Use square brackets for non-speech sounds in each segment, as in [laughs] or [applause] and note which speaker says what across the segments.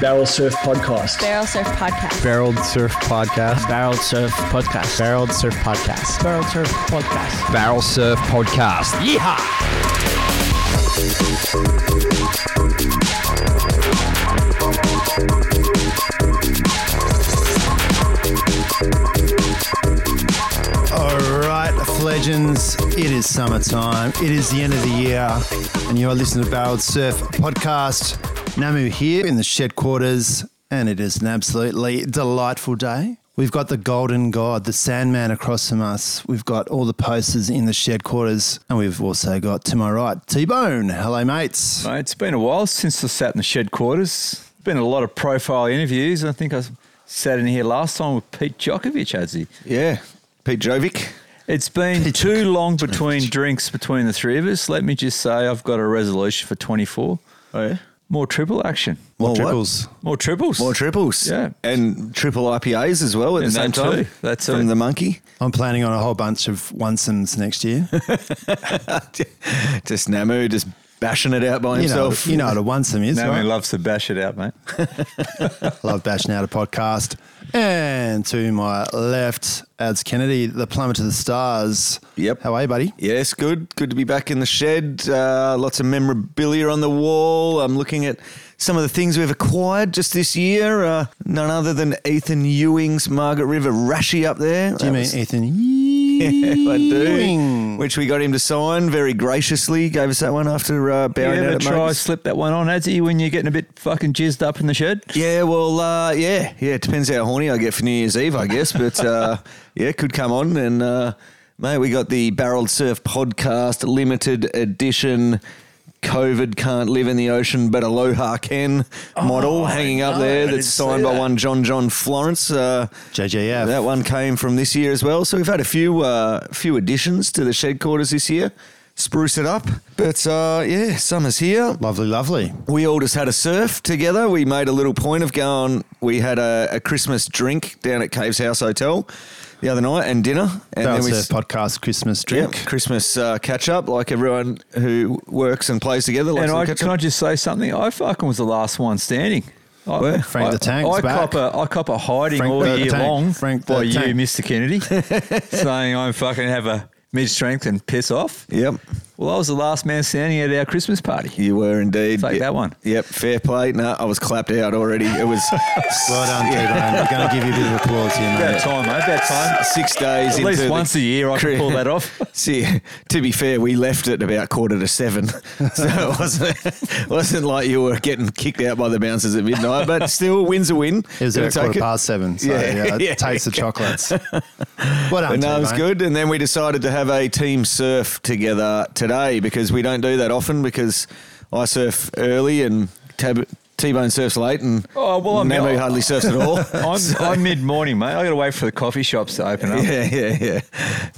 Speaker 1: Barrel Surf Podcast.
Speaker 2: Barrel Surf Podcast.
Speaker 3: Barreled Surf Podcast.
Speaker 4: Barrel Surf Podcast.
Speaker 3: Barreled Surf Podcast.
Speaker 4: Barrel Surf Podcast.
Speaker 5: Barrel Surf Podcast. Yeehaw!
Speaker 3: All right, legends, it is summertime. It is the end of the year, and you are listening to Barreled Surf Podcast. Namu here in the shed quarters, and it is an absolutely delightful day. We've got the Golden God, the Sandman across from us. We've got all the posters in the shed quarters, and we've also got to my right, T Bone. Hello, mates.
Speaker 6: Mate, it's been a while since I sat in the shed quarters. Been a lot of profile interviews. I think I sat in here last time with Pete Djokovic, has he?
Speaker 7: Yeah, Pete Jovic.
Speaker 6: It's been
Speaker 3: Pete
Speaker 6: too
Speaker 3: Djokovic.
Speaker 6: long between drinks between the three of us. Let me just say I've got a resolution for 24.
Speaker 7: Oh yeah,
Speaker 6: More triple action.
Speaker 7: more
Speaker 3: what?
Speaker 7: triples,
Speaker 6: More triples.
Speaker 7: more triples.
Speaker 6: Yeah.
Speaker 7: and triple IPAs as well at
Speaker 6: And
Speaker 7: the same
Speaker 6: that
Speaker 7: time.
Speaker 6: too. That's
Speaker 7: from
Speaker 6: it.
Speaker 7: the monkey.
Speaker 3: I'm planning on a whole bunch of onesomes next year.
Speaker 7: [laughs] just Namu just bashing it out by
Speaker 3: You know,
Speaker 7: himself.
Speaker 3: you know what a onesome
Speaker 7: [laughs]
Speaker 3: is,
Speaker 6: Naomi
Speaker 3: right?
Speaker 6: loves to bash it out, mate.
Speaker 3: Love Bashing Out a podcast. And to my left, Ads Kennedy, the plumber to the stars.
Speaker 7: Yep.
Speaker 3: How are you, buddy?
Speaker 7: Yes, good. Good to be back in the shed. Uh, lots of memorabilia on the wall. I'm looking at some of the things we've acquired just this year. Uh, none other than Ethan Ewing's Margaret River Rashi up there.
Speaker 3: Do you
Speaker 7: That
Speaker 3: mean
Speaker 7: was- [laughs]
Speaker 3: Ethan?
Speaker 7: I do.
Speaker 3: Ewing?
Speaker 7: Which we got him to sign very graciously. Gave us that one after uh,
Speaker 6: You
Speaker 7: bowing out
Speaker 6: ever
Speaker 7: at
Speaker 6: try
Speaker 7: Marcus.
Speaker 6: slip that one on, has he, when you're getting a bit fucking jizzed up in the shed?
Speaker 7: Yeah, well, uh, yeah, yeah. It depends how horny I get for New Year's Eve, I guess. But uh, yeah, could come on. And uh, mate, we got the Barreled Surf Podcast Limited Edition. COVID can't live in the ocean, but Aloha can model hanging up there. That's signed by one John John Florence. Uh,
Speaker 3: JJF.
Speaker 7: That one came from this year as well. So we've had a few uh, few additions to the shed quarters this year. Spruce it up. But uh, yeah, summer's here
Speaker 3: Lovely, lovely.
Speaker 7: we all just had a surf together. We made a little point of going. We had a, a Christmas drink down at Cave's House Hotel the other night and dinner, and
Speaker 3: Barrel
Speaker 7: we
Speaker 3: Surf podcast Christmas drink.
Speaker 7: yeah, Christmas uh, catch up. Like everyone who works and plays together. Likes
Speaker 6: And
Speaker 7: to
Speaker 6: I,
Speaker 7: catch
Speaker 6: can I
Speaker 7: up.
Speaker 6: just say something? I fucking was the last one standing. I,
Speaker 3: Frank
Speaker 6: I-
Speaker 3: the Tank's
Speaker 6: I
Speaker 3: back.
Speaker 6: cop a, I cop a hiding
Speaker 3: Frank
Speaker 6: all
Speaker 3: the
Speaker 6: year
Speaker 3: Tank.
Speaker 6: long
Speaker 3: Frank the
Speaker 6: by you,
Speaker 3: Tank. [laughs]
Speaker 6: Mr. Kennedy, saying I'm fucking have a mid strength and piss off.
Speaker 7: Yep,
Speaker 6: Well, I was the last man standing at our Christmas party.
Speaker 7: you were indeed.
Speaker 6: Take
Speaker 7: Yep.
Speaker 6: that one.
Speaker 7: Yep, fair play. No, I was clapped out already. It
Speaker 6: [laughs]
Speaker 7: was
Speaker 3: Well done,
Speaker 7: [laughs]
Speaker 3: T-Bone. We're going to give you a bit of applause here,
Speaker 6: About
Speaker 3: mate.
Speaker 6: time, mate. About
Speaker 3: [laughs]
Speaker 6: time.
Speaker 7: six days.
Speaker 6: At least
Speaker 7: into the-
Speaker 6: once a year I can pull that off.
Speaker 7: [laughs] See, to be fair, we left at about quarter to seven, so
Speaker 6: [laughs]
Speaker 7: it wasn't wasn't like you were getting kicked out by the bouncers at midnight. But still, wins a win.
Speaker 3: It was
Speaker 7: Gonna
Speaker 3: at
Speaker 7: take
Speaker 3: quarter
Speaker 7: it.
Speaker 3: past seven, so yeah,
Speaker 7: Yeah,
Speaker 3: it
Speaker 7: [laughs] yeah.
Speaker 3: takes the chocolates. Well done,
Speaker 7: But no, it was
Speaker 3: T-Bone.
Speaker 7: good. And then we decided to have a team surf together today because we don't do that often. Because I surf early and Tab- T-Bone surfs late, and
Speaker 6: Oh, well, I'm-
Speaker 7: Namu hardly surfs at all.
Speaker 6: [laughs] I'm, I'm mid morning, mate. I got to wait for the coffee shops to open up.
Speaker 7: [laughs] yeah, yeah, yeah.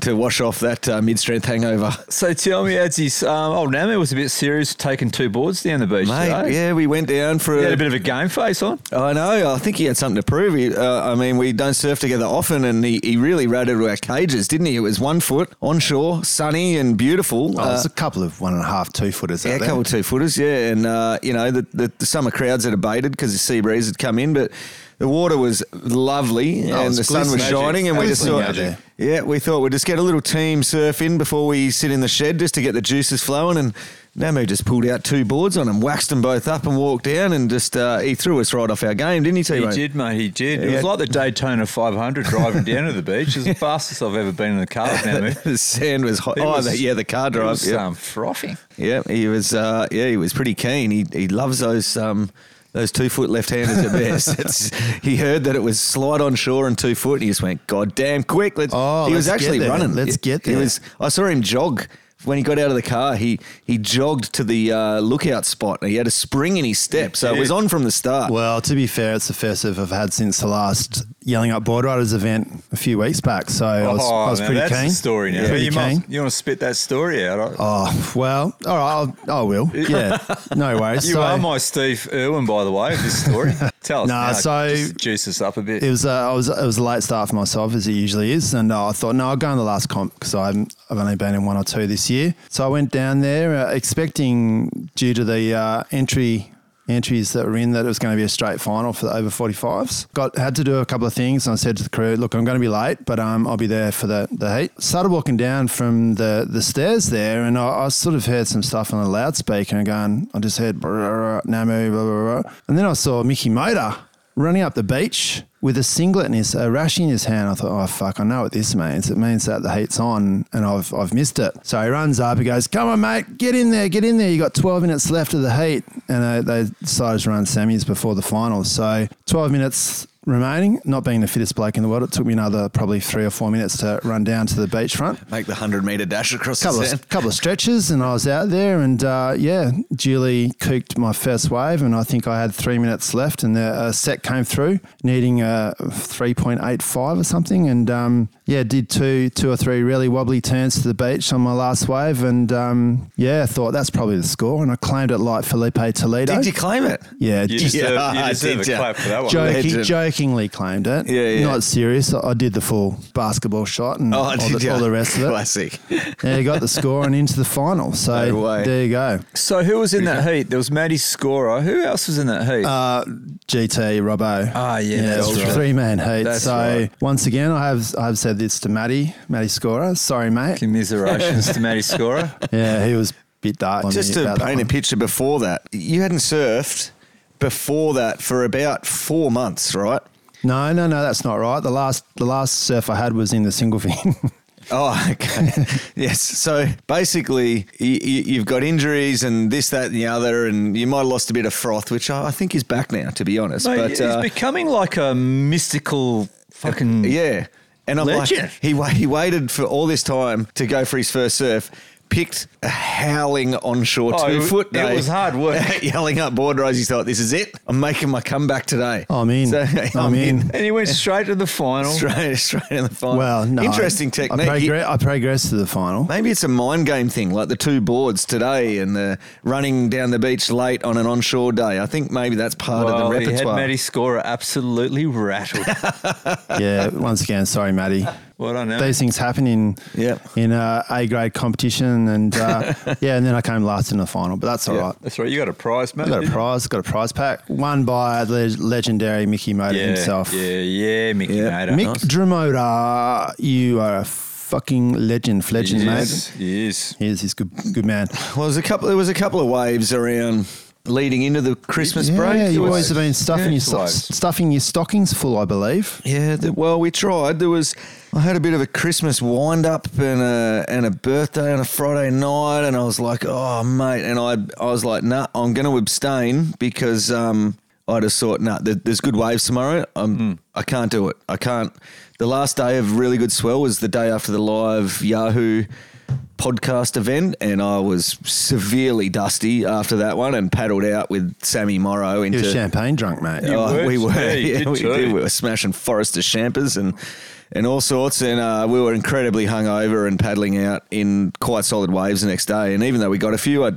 Speaker 7: To wash off that uh, mid-strength hangover.
Speaker 6: So tell me, Adzi's, um, old Nami was a bit serious taking two boards down the beach
Speaker 7: Mate,
Speaker 6: today.
Speaker 7: yeah, we went down for
Speaker 6: He had a bit of a game face on.
Speaker 7: I know. I think he had something to prove. He, uh, I mean, we don't surf together often, and he, he really rode into our cages, didn't he? It was one foot onshore, sunny and beautiful.
Speaker 3: Oh,
Speaker 7: Uh,
Speaker 3: there's a couple of one and a half, two footers out
Speaker 7: yeah, a
Speaker 3: there.
Speaker 7: couple of two footers, yeah. And, uh, you know, the, the, the summer crowds had abated because the sea breeze had come in, but the water was lovely
Speaker 3: Oh,
Speaker 7: and
Speaker 3: it's
Speaker 7: the sun was
Speaker 3: glistening.
Speaker 7: shining. And we just
Speaker 3: Glistening
Speaker 7: thought,
Speaker 3: out there.
Speaker 7: yeah, we thought we'd just get a little team surf in before we sit in the shed just to get the juices flowing. And Namu just pulled out two boards on him, waxed them both up and walked down, and just uh, he threw us right off our game, didn't he,
Speaker 6: He
Speaker 7: T-Bone?
Speaker 6: did, mate. He did. It
Speaker 7: Yeah.
Speaker 6: was like the Daytona 500 driving down to the beach. It was the fastest I've ever been in the car now. man.
Speaker 7: [laughs] the sand was hot.
Speaker 6: It
Speaker 7: oh,
Speaker 6: was-
Speaker 7: the, yeah, the car
Speaker 6: It
Speaker 7: drive.
Speaker 6: was
Speaker 7: Yeah,
Speaker 6: um, frothing.
Speaker 7: yeah, he was. Uh, yeah, he was pretty keen. He he loves those. Um, those two foot left handers are
Speaker 3: [laughs]
Speaker 7: best. It's, he heard that it was slide on shore and two foot, and he just went, "God damn quick!" Let's,
Speaker 3: Oh,
Speaker 7: he was
Speaker 3: let's get
Speaker 7: actually
Speaker 3: there.
Speaker 7: running.
Speaker 3: Let's
Speaker 7: He-
Speaker 3: get
Speaker 7: He
Speaker 3: there.
Speaker 7: was. I saw him jog when he got out of the car. He he jogged to the uh, lookout spot, and he had a spring in his step, so it was on from the start.
Speaker 3: Well, to be fair, it's the first surf I've had since the last Yelling Up Board Riders event a few weeks back. So I was, I was
Speaker 6: now
Speaker 3: pretty
Speaker 6: Oh, that's
Speaker 3: keen.
Speaker 6: the story now.
Speaker 3: Pretty
Speaker 6: You,
Speaker 3: keen.
Speaker 6: must, you want to spit that story out? I-
Speaker 3: Oh, well, all right, I'll, I will.
Speaker 6: [laughs]
Speaker 3: Yeah, no worries.
Speaker 6: you
Speaker 3: So,
Speaker 6: are my Steve Irwin, by the way, of this story. Tell us.
Speaker 3: Nah,
Speaker 6: now,
Speaker 3: so-
Speaker 6: just juice us up a bit.
Speaker 3: It was, uh, I was, it was a late start for myself, as it usually is. And uh, I thought, no, I'll go in the last comp because I've only been in one or two this year. So I went down there uh, expecting, due to the uh, entry entries that were in that it was going to be a straight final for the over 45s. Got had to do a couple of things, and I said to the crew, "Look, I'm going to be late, but um, I'll be there for the the heat." Started walking down from the the stairs there, and I, I sort of heard some stuff on the loudspeaker, and going, I just heard "Brrrr, Namu, blah, blah, blah. and then I saw Mickey Motor running up the beach with a singlet in his a rash in his hand. I thought, oh fuck, I know what this means. It means that the heat's on and I've I've missed it. So he runs up, he goes, Come on, mate, get in there, get in there. You got twelve minutes left of the heat. And uh, they, they decided to run semis before the finals. So twelve minutes remaining, not being the fittest bloke in the world, it took me another probably three or four minutes to run down to the beachfront
Speaker 7: Make the 100 metre dash across the
Speaker 3: couple
Speaker 7: [laughs] sand.
Speaker 3: of, couple of stretches and I was out there and uh, yeah, duly cooked my first wave and I think I had three minutes left and the uh, set came through needing uh, a 3.85 or something and um, yeah, did two two or three really wobbly turns to the beach on my last wave and um, yeah, thought that's probably the score and I claimed it like Felipe Toledo.
Speaker 7: Did you claim it?
Speaker 3: yeah, j-
Speaker 6: You deserve,
Speaker 3: [laughs]
Speaker 7: Yeah,
Speaker 6: you deserve
Speaker 7: did
Speaker 6: a
Speaker 7: ya?
Speaker 6: clap for that one.
Speaker 7: Joe-
Speaker 3: joking,
Speaker 7: legend.
Speaker 3: jokingly claimed it.
Speaker 7: Yeah, yeah. Oh,
Speaker 3: Not serious. I I did the full basketball shot and all,
Speaker 7: did
Speaker 3: the,
Speaker 7: ya?
Speaker 3: all the rest of it.
Speaker 7: [laughs] Classic.
Speaker 3: Yeah, you got the score and into the final. So
Speaker 7: No way.
Speaker 3: there you go.
Speaker 6: So who was in that heat? There was Maddie Scorer. Who else was in that heat?
Speaker 7: Um,
Speaker 3: Uh, GT Robbo.
Speaker 6: Ah, yeah, that's
Speaker 3: it's a
Speaker 6: right.
Speaker 3: three man heat.
Speaker 6: That's
Speaker 3: so
Speaker 6: right.
Speaker 3: once again, I have I've said this to Matty, Matty Scorer. Sorry, mate.
Speaker 6: Commiserations to Maddie Scorer.
Speaker 3: Yeah, he was a bit dark. on
Speaker 7: Just
Speaker 3: me
Speaker 7: to
Speaker 3: about that
Speaker 7: paint a
Speaker 3: one.
Speaker 7: picture before that, you hadn't surfed before that for about four months, right?
Speaker 3: No, no, no, that's not right. The last the last surf I had was in the single fin. [laughs]
Speaker 7: Oh, [laughs] okay. yes. So basically, you, you, you've got injuries and this, that, and the other, and you might have lost a bit of froth, which I, I think is back now, to be honest.
Speaker 6: Mate,
Speaker 7: but
Speaker 6: he's
Speaker 7: uh,
Speaker 6: becoming like a mystical fucking.
Speaker 7: [laughs] yeah, and I'm
Speaker 6: Mm. Legend.
Speaker 7: like, he wa- he waited for all this time to go for his first surf. Picked a howling onshore
Speaker 6: Oh,
Speaker 7: two
Speaker 6: it-
Speaker 7: foot
Speaker 6: it
Speaker 7: day.
Speaker 6: was hard work.
Speaker 7: [laughs] Yelling up board rise. He thought, this is it. I'm making my comeback today.
Speaker 3: Oh, I'm in.
Speaker 7: So, [laughs]
Speaker 3: I'm in.
Speaker 6: And he went straight to the final.
Speaker 7: Straight, straight in the final.
Speaker 3: Well, no.
Speaker 7: Interesting technique.
Speaker 3: I,
Speaker 7: You-
Speaker 3: progre- I progressed to the
Speaker 7: [laughs]
Speaker 3: final.
Speaker 7: Maybe it's a mind game thing, like the two boards today and the running down the beach late on an onshore day. I think maybe that's part
Speaker 6: Well,
Speaker 7: of the
Speaker 6: Oh, he had
Speaker 7: repertoire.
Speaker 6: Maddie Scorer absolutely rattled.
Speaker 3: Yeah, once again, sorry, Matty.
Speaker 6: What I know.
Speaker 3: Those things happen in
Speaker 7: Yep.
Speaker 3: in uh, A grade competition, and
Speaker 7: [laughs]
Speaker 3: uh, yeah, and then I came last in the final, but that's all right.
Speaker 7: Yeah.
Speaker 6: That's right. You got a prize,
Speaker 3: I
Speaker 6: mate.
Speaker 3: got a
Speaker 6: didn't you?
Speaker 3: prize, got a prize pack, won by the legendary Mickey Motor
Speaker 6: Yeah,
Speaker 3: himself.
Speaker 6: Yeah, yeah, Mickey
Speaker 7: Yeah.
Speaker 6: Mader.
Speaker 3: Mick Dromoda, you are a fucking legend, legend,
Speaker 6: Yes,
Speaker 3: mate.
Speaker 6: yes.
Speaker 3: He is, he's good, good man.
Speaker 7: well, there's a couple. There was a couple of waves around leading into the Christmas
Speaker 3: yeah,
Speaker 7: break.
Speaker 3: you
Speaker 7: There was-
Speaker 3: always have been stuffing your
Speaker 6: yeah,
Speaker 3: sto-
Speaker 6: it's like-
Speaker 3: stuffing your stockings full, I believe.
Speaker 7: Yeah, the, well, we tried. There was I had a bit of a Christmas wind up and a and a birthday on a Friday night, and I was like, oh mate, and I I was like, nah, I'm going to abstain because um I just thought, nah, there, there's good waves tomorrow. Um, I can't do it. I can't. The last day of really good swell was the day after the live Yahoo podcast event and I was severely dusty after that one and paddled out with Sammy Morrow into
Speaker 3: You're champagne drunk, mate.
Speaker 6: You
Speaker 7: Oh,
Speaker 6: were?
Speaker 7: we were.
Speaker 6: Yeah, you
Speaker 7: Yeah,
Speaker 6: did
Speaker 7: we,
Speaker 6: too.
Speaker 7: did. we were smashing Forrester champers and and all sorts, and uh, we were incredibly hungover and paddling out in quite solid waves the next day. And even though we got a few, I'd,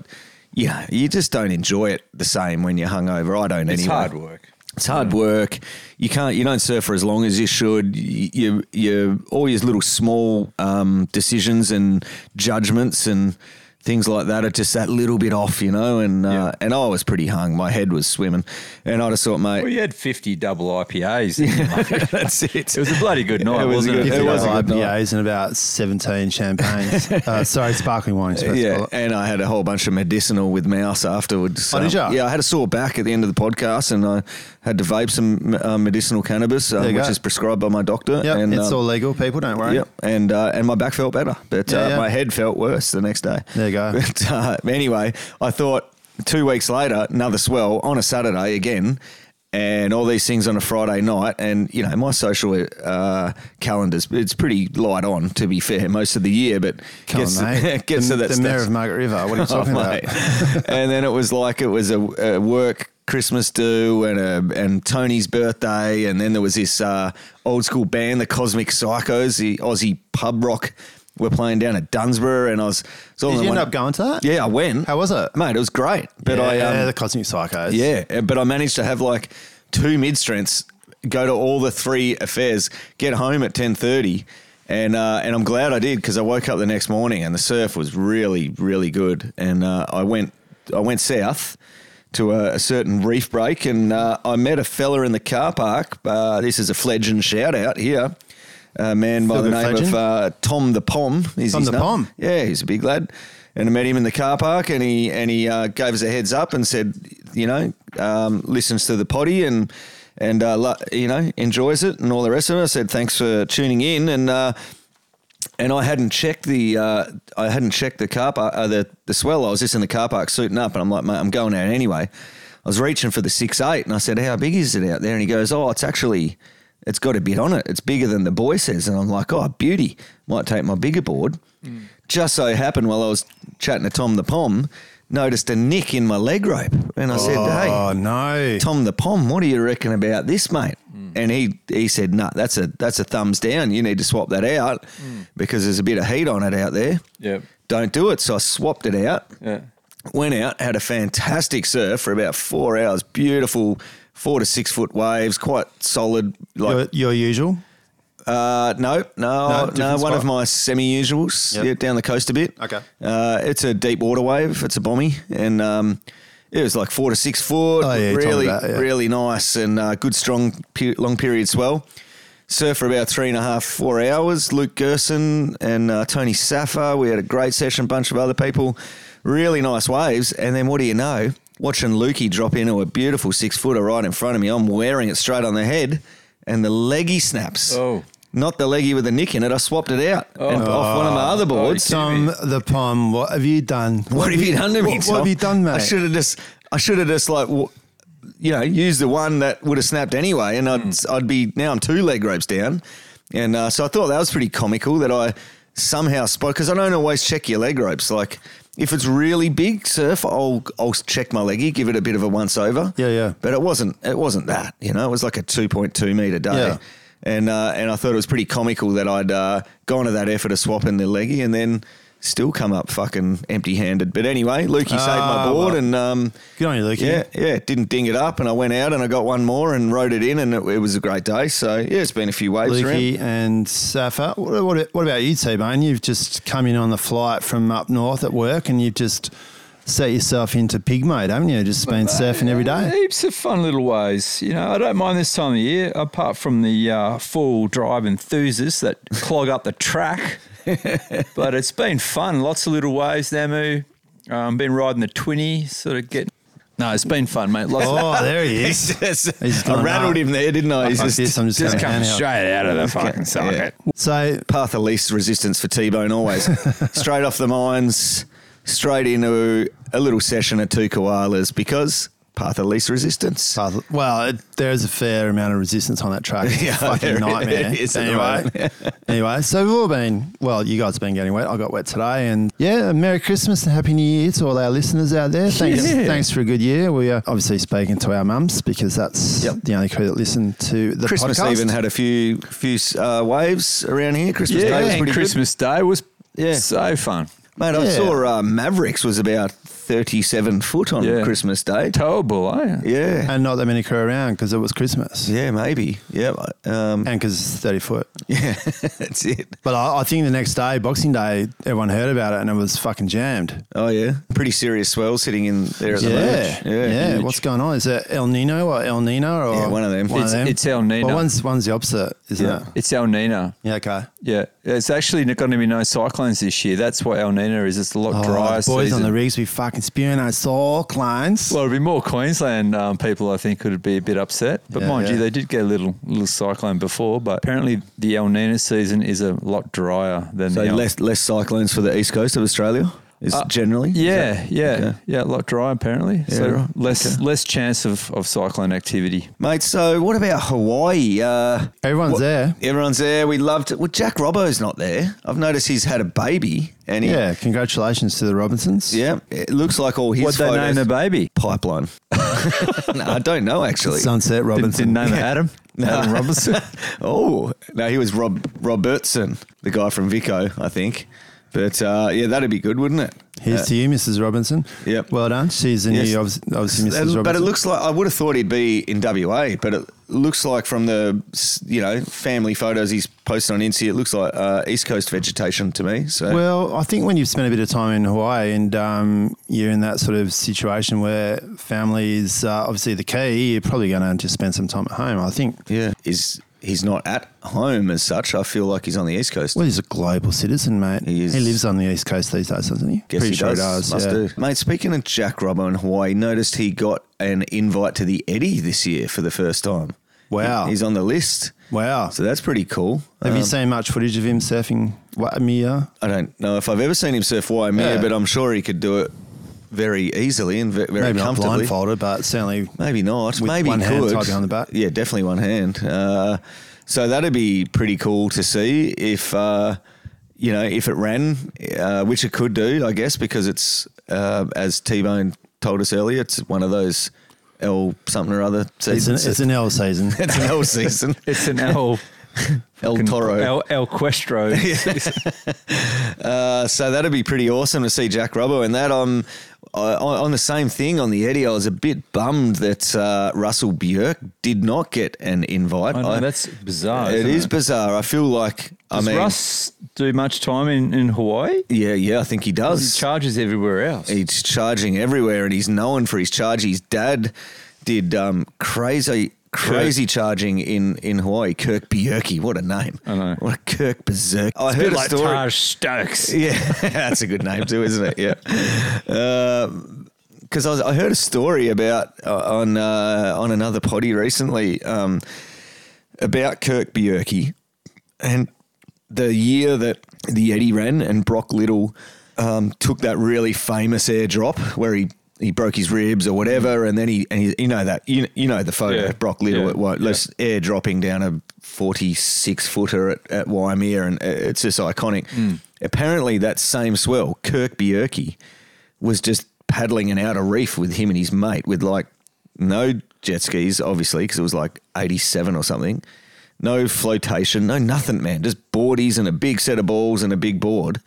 Speaker 7: yeah, you just don't enjoy it the same when you're hungover. I don't
Speaker 6: It's
Speaker 7: anyway.
Speaker 6: hard work.
Speaker 7: It's hard
Speaker 3: Hmm.
Speaker 7: work. You can't. You don't surf for as long as you should. You, you, you all your little small um, decisions and judgments and things like that are just that little bit off, you know. And uh,
Speaker 6: Yeah.
Speaker 7: and I was pretty hung. My head was swimming, and I just thought, mate,
Speaker 6: Well, you had 50 double IPAs. didn't you, mate?
Speaker 3: [laughs]
Speaker 7: [laughs] that's it.
Speaker 6: It was a bloody good night,
Speaker 7: was a
Speaker 6: wasn't
Speaker 7: good-
Speaker 6: it?
Speaker 7: it was a good night.
Speaker 3: IPAs and about 17
Speaker 7: [laughs]
Speaker 3: champagnes. uh, sorry, sparkling wine.
Speaker 7: Yeah, and I had a whole bunch of medicinal with mouse afterwards.
Speaker 3: Oh, did ya?
Speaker 7: Yeah, I had a sore back at the end of the podcast, and I had to vape some uh, medicinal cannabis, um,
Speaker 3: There you
Speaker 7: which
Speaker 3: go.
Speaker 7: is prescribed by my doctor.
Speaker 3: Yep,
Speaker 7: and,
Speaker 3: it's
Speaker 7: um,
Speaker 3: all legal, people. Don't worry.
Speaker 7: Yep, and uh, and my back felt better, but
Speaker 3: Yeah,
Speaker 7: uh,
Speaker 3: yeah.
Speaker 7: my head felt worse the next day.
Speaker 3: There you go.
Speaker 7: But, uh, anyway, I thought two weeks later, another swell on a Saturday again, and all these things on a Friday night, and you know my social uh, calendars it's pretty light on to be fair most of the year, but
Speaker 3: Come
Speaker 7: gets
Speaker 3: on, mate.
Speaker 7: [laughs] gets
Speaker 3: the,
Speaker 7: to that
Speaker 3: the mayor
Speaker 7: stage-
Speaker 3: of Margaret River. What are you [laughs] talking
Speaker 7: [laughs] Oh,
Speaker 3: about?
Speaker 7: mate. [laughs] and then it was like it was a, a work Christmas do and a, and Tony's birthday, and then there was this uh, old school band, the Cosmic Psychos, the Aussie pub rock. were playing down at Dunsborough, and I was. was all
Speaker 3: Did
Speaker 7: in
Speaker 3: you
Speaker 7: one-
Speaker 3: end up going to that?
Speaker 7: Yeah, I went.
Speaker 3: How was it?
Speaker 7: mate? It was great, but
Speaker 3: yeah,
Speaker 7: I um,
Speaker 3: the Cosmic Psychos.
Speaker 7: yeah, uh, but I managed to have like two mid strengths, go to all the three affairs, get home at ten thirty, and uh, and I'm glad I did because I woke up the next morning and the surf was really really good, and uh, I went I went south to a, a certain reef break, and uh, I met a fella in the car park. Uh, this is a fledgling shout out here. A man by
Speaker 3: Still
Speaker 7: the
Speaker 3: good
Speaker 7: name
Speaker 3: fledging?
Speaker 7: of uh, Tom the Pom. Is
Speaker 3: Tom
Speaker 7: his
Speaker 3: the
Speaker 7: name.
Speaker 3: Pom.
Speaker 7: Yeah, he's a big lad. And I met him in the car park, and he and he uh, gave us a heads up and said, you know, um, listens to the potty and and uh, lo- you know enjoys it and all the rest of it. I said thanks for tuning in, and uh, and I hadn't checked the uh, I hadn't checked the car park uh, the the swell. I was just in the car park suiting up, and I'm like, mate, I'm going out anyway. I was reaching for the six eight, and I said, how big is it out there? And he goes, oh, it's actually it's got a bit on it. It's bigger than the boy says, and I'm like, oh, beauty. Might take my bigger board. Just so happened while I was chatting to Tom the Pom, noticed a nick in my leg rope, and I said, hey,
Speaker 3: Oh no!
Speaker 7: Tom the Pom, what do you reckon about this, mate?
Speaker 3: Hmm.
Speaker 7: And he he said, no, that's a that's a thumbs down. You need to swap that out
Speaker 3: Hmm.
Speaker 7: because there's a bit of heat on it out there.
Speaker 6: Yep.
Speaker 7: Don't do it. So I swapped it out.
Speaker 6: Yeah.
Speaker 7: Went out, had a fantastic surf for about four hours. Beautiful four to six foot waves, quite solid. Like
Speaker 3: your, your usual.
Speaker 7: uh, no,
Speaker 3: No,
Speaker 7: no, no.
Speaker 3: different
Speaker 7: one
Speaker 3: spot.
Speaker 7: of my semi-usuals.
Speaker 3: Yep.
Speaker 7: Yeah, down the coast a bit.
Speaker 3: Okay.
Speaker 7: Uh, it's a deep water wave. It's a bommy, and um, it was like four to six foot.
Speaker 3: Oh, yeah, you told me
Speaker 7: really,
Speaker 3: that, yeah.
Speaker 7: really nice and uh, good, strong, pe- long period swell. Surf for about three and a half, four hours. Luke Gerson and uh, Tony Saffer. We had a great session. Bunch of other people. Really nice waves. And then what do you know? Watching Lukey drop into a beautiful six footer right in front of me. I'm wearing it straight on the head, and the leggy snaps.
Speaker 6: Oh.
Speaker 7: Not the leggy with the nick in it. I swapped it out and
Speaker 3: Oh.
Speaker 7: off one of my other boards.
Speaker 3: Uh, Tom the Pom, what have you done?
Speaker 7: [laughs] what have you done to me?
Speaker 3: What,
Speaker 7: Tom?
Speaker 3: what have you done, mate?
Speaker 7: I should have just, I should have just like, w- you know, used the one that would have snapped anyway, and I'd,
Speaker 3: Hmm.
Speaker 7: I'd be now I'm two leg ropes down, and uh, so I thought that was pretty comical that I somehow spot because I don't always check your leg ropes. Like if it's really big surf, I'll I'll check my leggy, give it a bit of a once over.
Speaker 3: Yeah, yeah.
Speaker 7: But it wasn't it wasn't that you know it was like a two point two meter day.
Speaker 3: Yeah.
Speaker 7: And, uh, and I thought it was pretty comical that I'd uh, gone to that effort of swapping the leggy and then still come up fucking empty handed. But anyway, Lukey saved my
Speaker 3: Ah,
Speaker 7: board
Speaker 3: well.
Speaker 7: and um,
Speaker 3: Good on you, Lukey.
Speaker 7: yeah, yeah, didn't ding it up. And I went out and I got one more and rode it in and it, it was a great day. So yeah, it's been a few waves around. [laughs]
Speaker 3: Lukey and Safa. What, what, what about you, T-Bone? You've just come in on the flight from up north at work and you've just set yourself into pig mode, haven't you? Just been surfing every
Speaker 7: [laughs]
Speaker 3: day.
Speaker 6: Heaps of fun little ways. You know, I don't mind this time of year, apart from the uh, full drive enthusiasts that [laughs] clog up the track. but it's been fun. Lots of little ways, Namu. Um, been riding the 20, sort of getting. No, it's been fun, mate. Lots of,
Speaker 3: Oh, there he is. He's
Speaker 7: I
Speaker 3: gone
Speaker 7: rattled
Speaker 3: hard.
Speaker 7: him there, didn't I? He's
Speaker 3: Fuck
Speaker 7: just,
Speaker 3: this, I'm just,
Speaker 5: Just
Speaker 3: gonna
Speaker 5: come
Speaker 3: pan out.
Speaker 5: straight out of the fucking socket.
Speaker 3: So
Speaker 7: path of least resistance for
Speaker 3: [laughs]
Speaker 7: T-Bone always. straight off the mines, straight into a little session of two koalas because path of least resistance.
Speaker 3: Path- Well, it, there is a fair amount of resistance on that track. It's
Speaker 7: Yeah,
Speaker 3: a fucking
Speaker 7: there
Speaker 3: nightmare.
Speaker 7: is at the
Speaker 3: anyway, anyway, so we've all been well. You guys have been getting wet. I got wet today, and yeah, Merry Christmas and Happy New Year to all our listeners out there. Thanks, thanks for a good year. We are obviously speaking to our mums because that's
Speaker 7: Yep.
Speaker 3: the only crew that listen to the
Speaker 7: Christmas
Speaker 3: podcast.
Speaker 7: even had a few few uh, waves around here. Christmas
Speaker 6: yeah,
Speaker 7: Day was
Speaker 6: and
Speaker 7: pretty
Speaker 6: Christmas Day was
Speaker 7: Yeah.
Speaker 6: so fun.
Speaker 7: good. Mate, I
Speaker 3: Yeah.
Speaker 7: saw uh, Mavericks was about 37 foot on
Speaker 6: Yeah.
Speaker 7: Christmas Day.
Speaker 6: Towable, eh?
Speaker 7: Yeah.
Speaker 3: and not that many crew around because it was Christmas,
Speaker 7: yeah, maybe. Yeah. Um, [laughs]
Speaker 3: and because it's thirty foot.
Speaker 7: yeah, that's it.
Speaker 3: But I, I think the next day, Boxing Day, everyone heard about it and it was fucking jammed.
Speaker 7: Oh, yeah. Pretty serious swell sitting in there at the
Speaker 3: Yeah,
Speaker 7: moment.
Speaker 3: yeah.
Speaker 7: huge.
Speaker 3: What's going on? Is it El Nino or El Nino or
Speaker 7: Yeah, one of them.
Speaker 6: It's- it's El Nino.
Speaker 3: Well, one's one's the opposite, isn't
Speaker 7: Yeah.
Speaker 3: it?
Speaker 6: It's El Nino.
Speaker 3: Yeah. Okay.
Speaker 6: Yeah, it's actually not going to be no cyclones this year. That's what El Nino is. It's a
Speaker 7: Oh,
Speaker 6: lot drier.
Speaker 3: Oh, the boys on
Speaker 6: season.
Speaker 3: the rigs be fucking spewing out saw clients.
Speaker 6: Well, it'd be more Queensland um, people, I think, would be a bit upset. But
Speaker 3: Yeah.
Speaker 6: mind you,
Speaker 3: Yeah.
Speaker 6: they did get a little little cyclone before. But apparently, the El Nino season is a lot drier than
Speaker 7: So
Speaker 6: the El-
Speaker 7: less, less cyclones for the east coast of Australia is
Speaker 6: Uh,
Speaker 7: generally? Is
Speaker 6: Yeah,
Speaker 7: that-
Speaker 6: yeah,
Speaker 7: Okay.
Speaker 6: yeah, a lot drier apparently.
Speaker 7: Yeah,
Speaker 6: so
Speaker 7: right.
Speaker 6: less less chance of, of cyclone activity.
Speaker 7: Mate, so what about Hawaii? Uh,
Speaker 3: Everyone's
Speaker 7: what-
Speaker 3: there.
Speaker 7: Everyone's there. We loved it. Well, Jack Robbo's not there. I've noticed he's had a baby, and he,
Speaker 3: yeah. Congratulations to the Robinsons.
Speaker 7: yeah, it looks like all his
Speaker 6: What'd they name
Speaker 7: photos-
Speaker 6: the baby?
Speaker 7: pipeline. [laughs] no, I don't know actually.
Speaker 3: Sunset
Speaker 6: Didn't,
Speaker 3: Robinson.
Speaker 6: didn't
Speaker 7: [laughs]
Speaker 6: name it Adam. Adam Robinson.
Speaker 7: Oh, no, he was Rob Robertson, the guy from Vico, I think. But uh, yeah, that'd be good, wouldn't it?
Speaker 3: Here's to you, Mrs. Robinson.
Speaker 7: Yep.
Speaker 3: Well done. She's the
Speaker 7: Yes.
Speaker 3: new, obviously, obviously Mrs.
Speaker 7: And-
Speaker 3: Robinson.
Speaker 7: But it looks like I would have thought he'd be in WA, but it looks like from the s- you know family photos he's posted on Insta, it looks like uh, East Coast vegetation to me. So
Speaker 3: Well, I think when you've spent a bit of time in Hawaii and um, you're in that sort of situation where family is uh, obviously the key, you're probably going to just spend some time at home. I think.
Speaker 7: yeah, is he's not at home as such. I feel like he's on the East Coast.
Speaker 3: Well, he's a global citizen, mate.
Speaker 7: He is.
Speaker 3: lives on the east coast these days, doesn't he?
Speaker 7: Guess he does. Must do. Mate, speaking of Jack Robbo in Hawaii, noticed he got an invite to the Eddie this year for the first time.
Speaker 3: Wow.
Speaker 7: He- he's on the list.
Speaker 3: Wow.
Speaker 7: So that's pretty cool.
Speaker 3: Have you
Speaker 7: Um,
Speaker 3: seen much footage of him surfing Waimea?
Speaker 7: I don't know if I've ever seen him surf Waimea,
Speaker 3: Yeah.
Speaker 7: but I'm sure he could do it very easily and ve- very
Speaker 3: Maybe not
Speaker 7: comfortably.
Speaker 3: blindfolded, but certainly.
Speaker 7: Maybe not.
Speaker 3: With
Speaker 7: Maybe
Speaker 3: one
Speaker 7: could.
Speaker 3: hand tied behind the back.
Speaker 7: Yeah, definitely one hand. Uh, so that'd be pretty cool to see if uh, you know if it ran, uh, which it could do, I guess, because it's uh, as T Bone told us earlier, it's one of those L something or other
Speaker 3: It's an,
Speaker 7: seasons.
Speaker 3: it's an L season.
Speaker 7: [laughs] It's an
Speaker 3: [laughs]
Speaker 7: L season.
Speaker 6: It's an El
Speaker 7: El Toro.
Speaker 6: El, El
Speaker 7: [laughs]
Speaker 6: Questro.
Speaker 7: Uh, so that'd be pretty awesome to see Jack Robbo and that. I'm I, I- on the same thing on the Eddie. I was a bit bummed that uh, Russell Björk did not get an invite.
Speaker 6: I know,
Speaker 7: I-
Speaker 6: that's bizarre.
Speaker 7: it
Speaker 6: isn't
Speaker 7: is Oh, bizarre. I feel like I
Speaker 6: Does
Speaker 7: mean,
Speaker 6: Russ do much time in, in Hawaii?
Speaker 7: yeah, yeah. I think he
Speaker 6: He
Speaker 7: does.
Speaker 6: charges everywhere else.
Speaker 7: he's charging everywhere, and he's known for his charge. His dad did um, crazy. Crazy charging in, in Hawaii, Kirk Bjerke. What a name! I
Speaker 6: know.
Speaker 7: What a Kirk Berserk. I
Speaker 6: a
Speaker 7: heard
Speaker 6: bit
Speaker 7: a
Speaker 6: like
Speaker 7: story.
Speaker 6: Taj Stokes.
Speaker 7: Yeah, [laughs] that's a good name too, isn't it? Yeah. Because I, was- I heard a story about uh, on uh, on another potty recently um, about Kirk Bjerke and the year that the Eddie ran and Brock Little um, took that really famous airdrop where he. He broke his ribs or whatever, and then he and he, you know that you, you know the photo
Speaker 6: Yeah.
Speaker 7: of Brock Little
Speaker 6: Yeah.
Speaker 7: at Wa- just airdropping down a 46 footer at, at Waimea, and uh, it's just iconic.
Speaker 6: Hmm.
Speaker 7: Apparently, that same swell, Kirk Bjerke, was just paddling an outer reef with him and his mate with like no jet skis, obviously, because it was like 87 or something. No flotation, no nothing, man. Just boardies and a big set of balls and a big board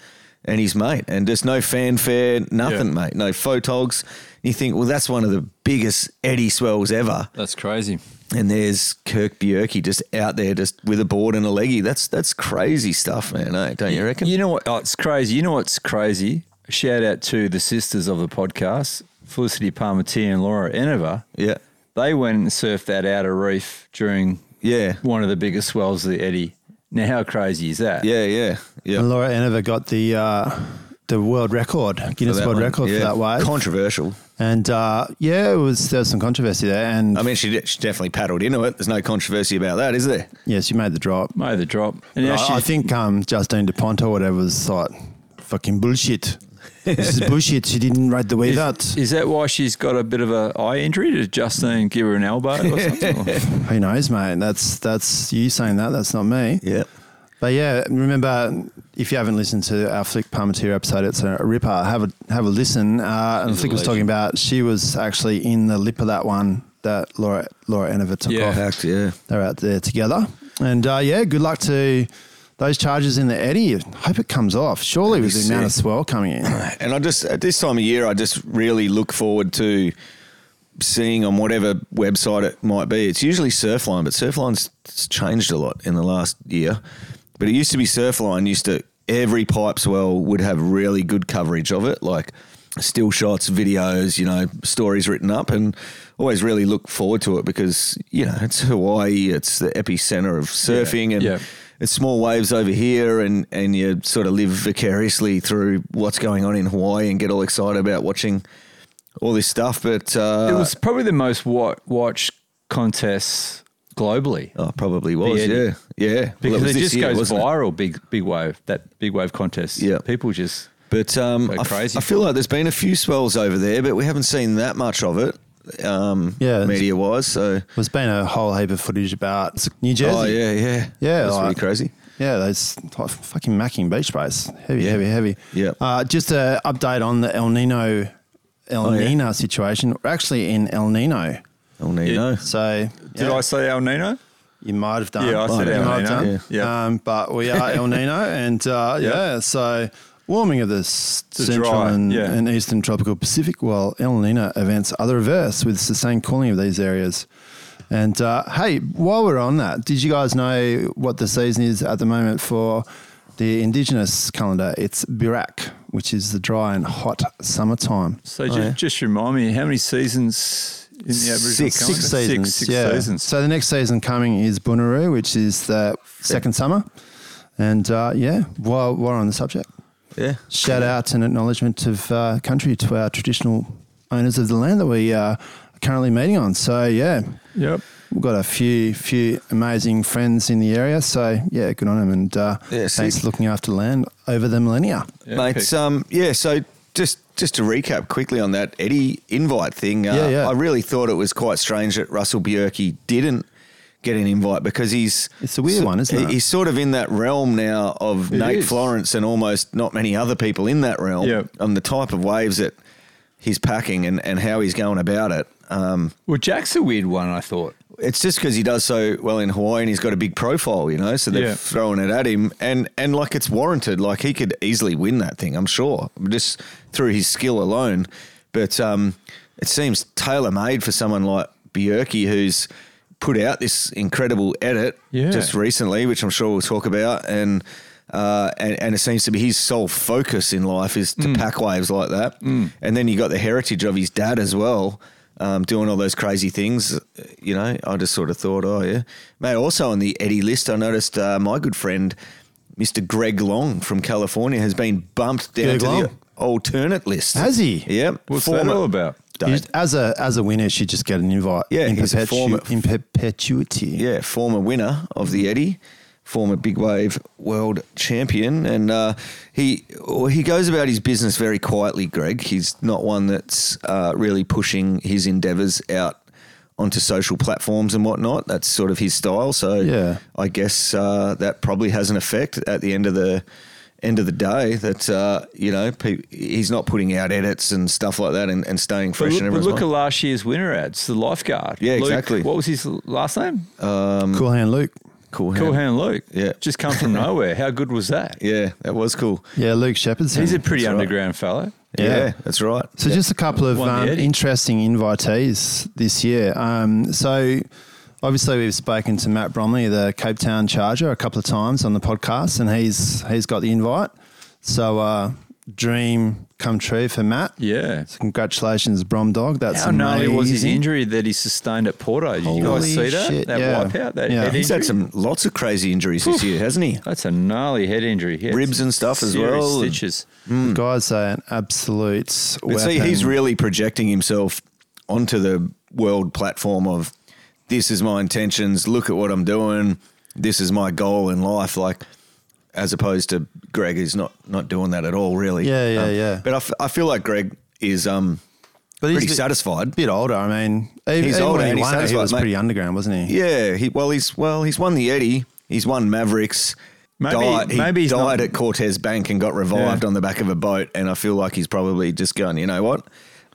Speaker 7: and his mate, and just no fanfare, nothing,
Speaker 6: Yeah.
Speaker 7: mate. No photogs. You think, well, that's one of the biggest Eddie swells ever
Speaker 6: That's crazy.
Speaker 7: and there's Kirk Bjerke just out there just with a board and a leggy. That's that's crazy stuff, man. eh? Don't you reckon?
Speaker 6: You know what? Oh, it's crazy. You know what's crazy? Shout out to the sisters of the podcast, Felicity Parmentier and Laura Enova.
Speaker 7: Yeah.
Speaker 6: They went and surfed that outer reef during
Speaker 7: Yeah.
Speaker 6: one of the biggest swells of the Eddy. Now, how crazy is that?
Speaker 7: Yeah, yeah, yeah.
Speaker 3: And Laura Enova got the uh, the world record, Guinness
Speaker 7: That
Speaker 3: World
Speaker 7: one,
Speaker 3: Record
Speaker 7: yeah.
Speaker 3: for that wave.
Speaker 7: Controversial.
Speaker 3: and uh, yeah, it was there was some controversy there. And
Speaker 7: I mean, she, de- she definitely paddled into it. There's no controversy about that, is there?
Speaker 3: yes, you made the drop.
Speaker 6: Made the drop. And now
Speaker 3: I, I
Speaker 6: she's-
Speaker 3: think um, Justine DuPont or whatever was like fucking
Speaker 7: [laughs]
Speaker 3: bullshit. this is bullshit. She didn't ride the wave out.
Speaker 6: is, is that why she's got a bit of a eye injury? Did Justine give her an elbow [laughs] or something?
Speaker 3: Who knows, mate? That's that's you saying that. That's not me.
Speaker 7: Yeah.
Speaker 3: But yeah, remember if you haven't listened to our Flick Parmentier episode, it's a ripper. Have a have a listen. Uh, and Flick was talking about she was actually in the lip of that one that Laura Laura Enova took
Speaker 6: Yeah.
Speaker 3: off.
Speaker 7: Fact, Oh, yeah.
Speaker 3: They're out there together, and uh, yeah, good luck to those charges in the eddy. Hope it comes off. Surely with the amount of
Speaker 7: sick.
Speaker 3: swell coming in.
Speaker 7: And I just at this time of year, I just really look forward to seeing on whatever website it might be. It's usually Surfline, but Surfline's it's changed a lot in the last year. But it used to be Surfline used to every pipe swell would have really good coverage of it, like still shots, videos, you know, stories written up, and always really look forward to it because you know it's Hawaii, it's the epicenter of surfing, and
Speaker 6: yeah.
Speaker 7: it's small waves over here and, and you sort of live vicariously through what's going on in Hawaii and get all excited about watching all this stuff. But uh,
Speaker 6: it was probably the most wa- watched contest globally.
Speaker 7: oh, probably was,
Speaker 6: Eddie.
Speaker 7: yeah. Yeah. Well,
Speaker 6: Because
Speaker 7: was
Speaker 6: it
Speaker 7: this
Speaker 6: just
Speaker 7: year,
Speaker 6: goes
Speaker 7: wasn't it?
Speaker 6: viral, big big wave, that big wave contest.
Speaker 7: Yeah.
Speaker 6: People just
Speaker 7: But um,
Speaker 6: Go
Speaker 7: I, f-
Speaker 6: crazy
Speaker 7: I feel like there's been a few swells over there, but we haven't seen that much of it um,
Speaker 3: Yeah, it's-
Speaker 7: media wise. So,
Speaker 3: There's been a whole heap of footage about New Jersey.
Speaker 7: oh, yeah, yeah.
Speaker 3: Yeah,
Speaker 7: That's really
Speaker 3: like-
Speaker 7: crazy.
Speaker 3: Yeah, those like, fucking macking beach base. Heavy,
Speaker 7: Yeah.
Speaker 3: heavy, heavy.
Speaker 7: Yeah.
Speaker 3: Uh, just a update on the El Nino, El
Speaker 7: Oh, yeah.
Speaker 3: Nino situation. We're actually in El Nino.
Speaker 7: El Nino.
Speaker 3: So
Speaker 6: Did
Speaker 3: yeah,
Speaker 6: I say El Nino?
Speaker 3: you might have done. Um,
Speaker 6: Yeah, I said
Speaker 3: You
Speaker 6: El
Speaker 3: might have
Speaker 6: Nino.
Speaker 3: done.
Speaker 6: [laughs] Yeah. Yeah.
Speaker 3: Um, but we are El Nino, and uh, yeah, so warming of the s-
Speaker 6: To
Speaker 3: central
Speaker 6: dry,
Speaker 3: and,
Speaker 6: yeah.
Speaker 3: and eastern tropical Pacific, while El Nino events are the reverse with sustained cooling of these areas. And uh, hey, while we're on that, did you guys know what the season is at the moment for the indigenous calendar? It's Birak, which is the dry and hot summertime.
Speaker 6: So ju- just remind me, how many seasons in the Aboriginal
Speaker 7: Six.
Speaker 6: calendar?
Speaker 3: Six seasons.
Speaker 6: Six, six
Speaker 3: yeah.
Speaker 6: seasons.
Speaker 3: So the next season coming is Bunaroo, which is the second summer. And uh, yeah, while we're on the subject,
Speaker 7: Yeah.
Speaker 3: shout out and acknowledgement of uh, country to our traditional owners of the land that we uh, are currently meeting on. So yeah,
Speaker 6: yep.
Speaker 3: we've got a few few amazing friends in the area. So yeah, good on them and uh,
Speaker 7: Yeah,
Speaker 3: thanks
Speaker 7: sick.
Speaker 3: for looking after land over the millennia.
Speaker 6: Yeah,
Speaker 7: Mates,
Speaker 6: pick.
Speaker 7: um, yeah, so just just to recap quickly on that Eddie invite thing, uh,
Speaker 3: Yeah, yeah.
Speaker 7: I really thought it was quite strange that Russell Bjerke didn't get an invite because he's
Speaker 3: It's a weird one, isn't
Speaker 7: he-
Speaker 3: it?
Speaker 7: He's sort of in that realm now of
Speaker 6: It
Speaker 7: Nate
Speaker 6: is.
Speaker 7: Florence and almost not many other people in that realm
Speaker 6: Yeah.
Speaker 7: on the type of waves that he's packing and, and how he's going about it. Um,
Speaker 6: Well, Jack's a weird one, I thought.
Speaker 7: it's just because he does so well in Hawaii and he's got a big profile, you know. So they're
Speaker 6: Yeah.
Speaker 7: throwing it at him, and and like it's warranted. Like he could easily win that thing, I'm sure, just through his skill alone. But um, it seems tailor made for someone like Bjerke, who's put out this incredible edit
Speaker 6: Yeah.
Speaker 7: just recently, which I'm sure we'll talk about, and. Uh, and, and it seems to be his sole focus in life is to pack waves like that. And then you got the heritage of his dad as well um, doing all those crazy things. You know, I just sort of thought, oh yeah, mate. Also on the Eddie list, I noticed uh, my good friend, Mr. Greg Long from California, has been bumped down
Speaker 3: Greg
Speaker 7: to
Speaker 3: Long?
Speaker 7: the alternate list.
Speaker 3: Has he?
Speaker 7: Yep.
Speaker 6: What's that
Speaker 7: Former-
Speaker 6: all about?
Speaker 7: Don't.
Speaker 3: You just- as a as a winner, she just get an invite.
Speaker 7: Yeah,
Speaker 3: in,
Speaker 7: he's a
Speaker 3: perpetu-
Speaker 7: former-
Speaker 3: in perpetuity.
Speaker 7: Yeah, former winner of the Eddie, former big wave world champion, and uh, he well, he goes about his business very quietly. Greg, he's not one that's uh, really pushing his endeavours out onto social platforms and whatnot. That's sort of his style. So
Speaker 3: Yeah.
Speaker 7: I guess uh, that probably has an effect at the end of the. End of the day, that uh, you know, pe- he's not putting out edits and stuff like that, and, and staying
Speaker 6: But
Speaker 7: fresh
Speaker 6: look,
Speaker 7: and
Speaker 6: but
Speaker 7: everything.
Speaker 6: look at last year's winner ads, the lifeguard.
Speaker 7: Yeah,
Speaker 6: Luke-
Speaker 7: exactly.
Speaker 6: What was his last name?
Speaker 3: Cool hand Luke.
Speaker 7: cool,
Speaker 6: cool Hand
Speaker 7: hand.
Speaker 6: Luke.
Speaker 7: Yeah.
Speaker 6: Just come
Speaker 7: [laughs]
Speaker 6: from nowhere. How good was that?
Speaker 7: Yeah, that was cool.
Speaker 3: Yeah, Luke Shepherd's.
Speaker 6: He's a pretty underground fellow.
Speaker 7: Yeah,
Speaker 3: Yeah.
Speaker 7: that's right.
Speaker 3: So just a couple of
Speaker 6: Won the
Speaker 3: um,
Speaker 6: Eddie.
Speaker 3: interesting invitees this year. Um, so obviously we've spoken to Matt Bromley, the Cape Town Charger, a couple of times on the podcast, and he's he's got the invite. So uh, dream come true for Matt.
Speaker 6: Yeah.
Speaker 3: So congratulations, Brom Dog. That's
Speaker 6: How gnarly was his
Speaker 3: amazing.
Speaker 6: injury that he sustained at Porto? Did you
Speaker 3: Holy
Speaker 6: guys see that?
Speaker 3: shit,
Speaker 6: that
Speaker 3: yeah.
Speaker 6: wipeout? That
Speaker 3: Yeah.
Speaker 6: head
Speaker 7: He's had
Speaker 6: injury?
Speaker 7: some lots of crazy injuries this year, hasn't he?
Speaker 6: That's a gnarly head injury. He had
Speaker 7: Ribs
Speaker 6: some
Speaker 7: and stuff as
Speaker 6: serious
Speaker 7: well.
Speaker 6: Stitches.
Speaker 3: The Guys, are an absolute.
Speaker 7: Hmm. But see, he's
Speaker 3: weapon.
Speaker 7: really projecting himself onto the world platform of this is my intentions, look at what I'm doing, this is my goal in life, like as opposed to Greg who's not not doing that at all, really.
Speaker 3: Yeah, yeah,
Speaker 7: Um,
Speaker 3: yeah.
Speaker 7: But I, f- I feel like Greg is um
Speaker 3: But he's
Speaker 7: pretty
Speaker 3: a bit-
Speaker 7: satisfied.
Speaker 3: Bit older, I mean, e- even,
Speaker 7: He's
Speaker 3: even
Speaker 7: older
Speaker 3: when
Speaker 7: and
Speaker 3: he
Speaker 7: he's
Speaker 3: won it, he
Speaker 7: satisfied,
Speaker 3: was
Speaker 7: mate.
Speaker 3: pretty underground, wasn't he?
Speaker 7: Yeah, he well he's well he's won the Eddie, he's won Mavericks.
Speaker 6: Maybe-
Speaker 7: died, he
Speaker 6: maybe he's not-
Speaker 7: died at Cortez Bank and got revived
Speaker 6: Yeah.
Speaker 7: on the back of a boat, and I feel like he's probably just going, you know what?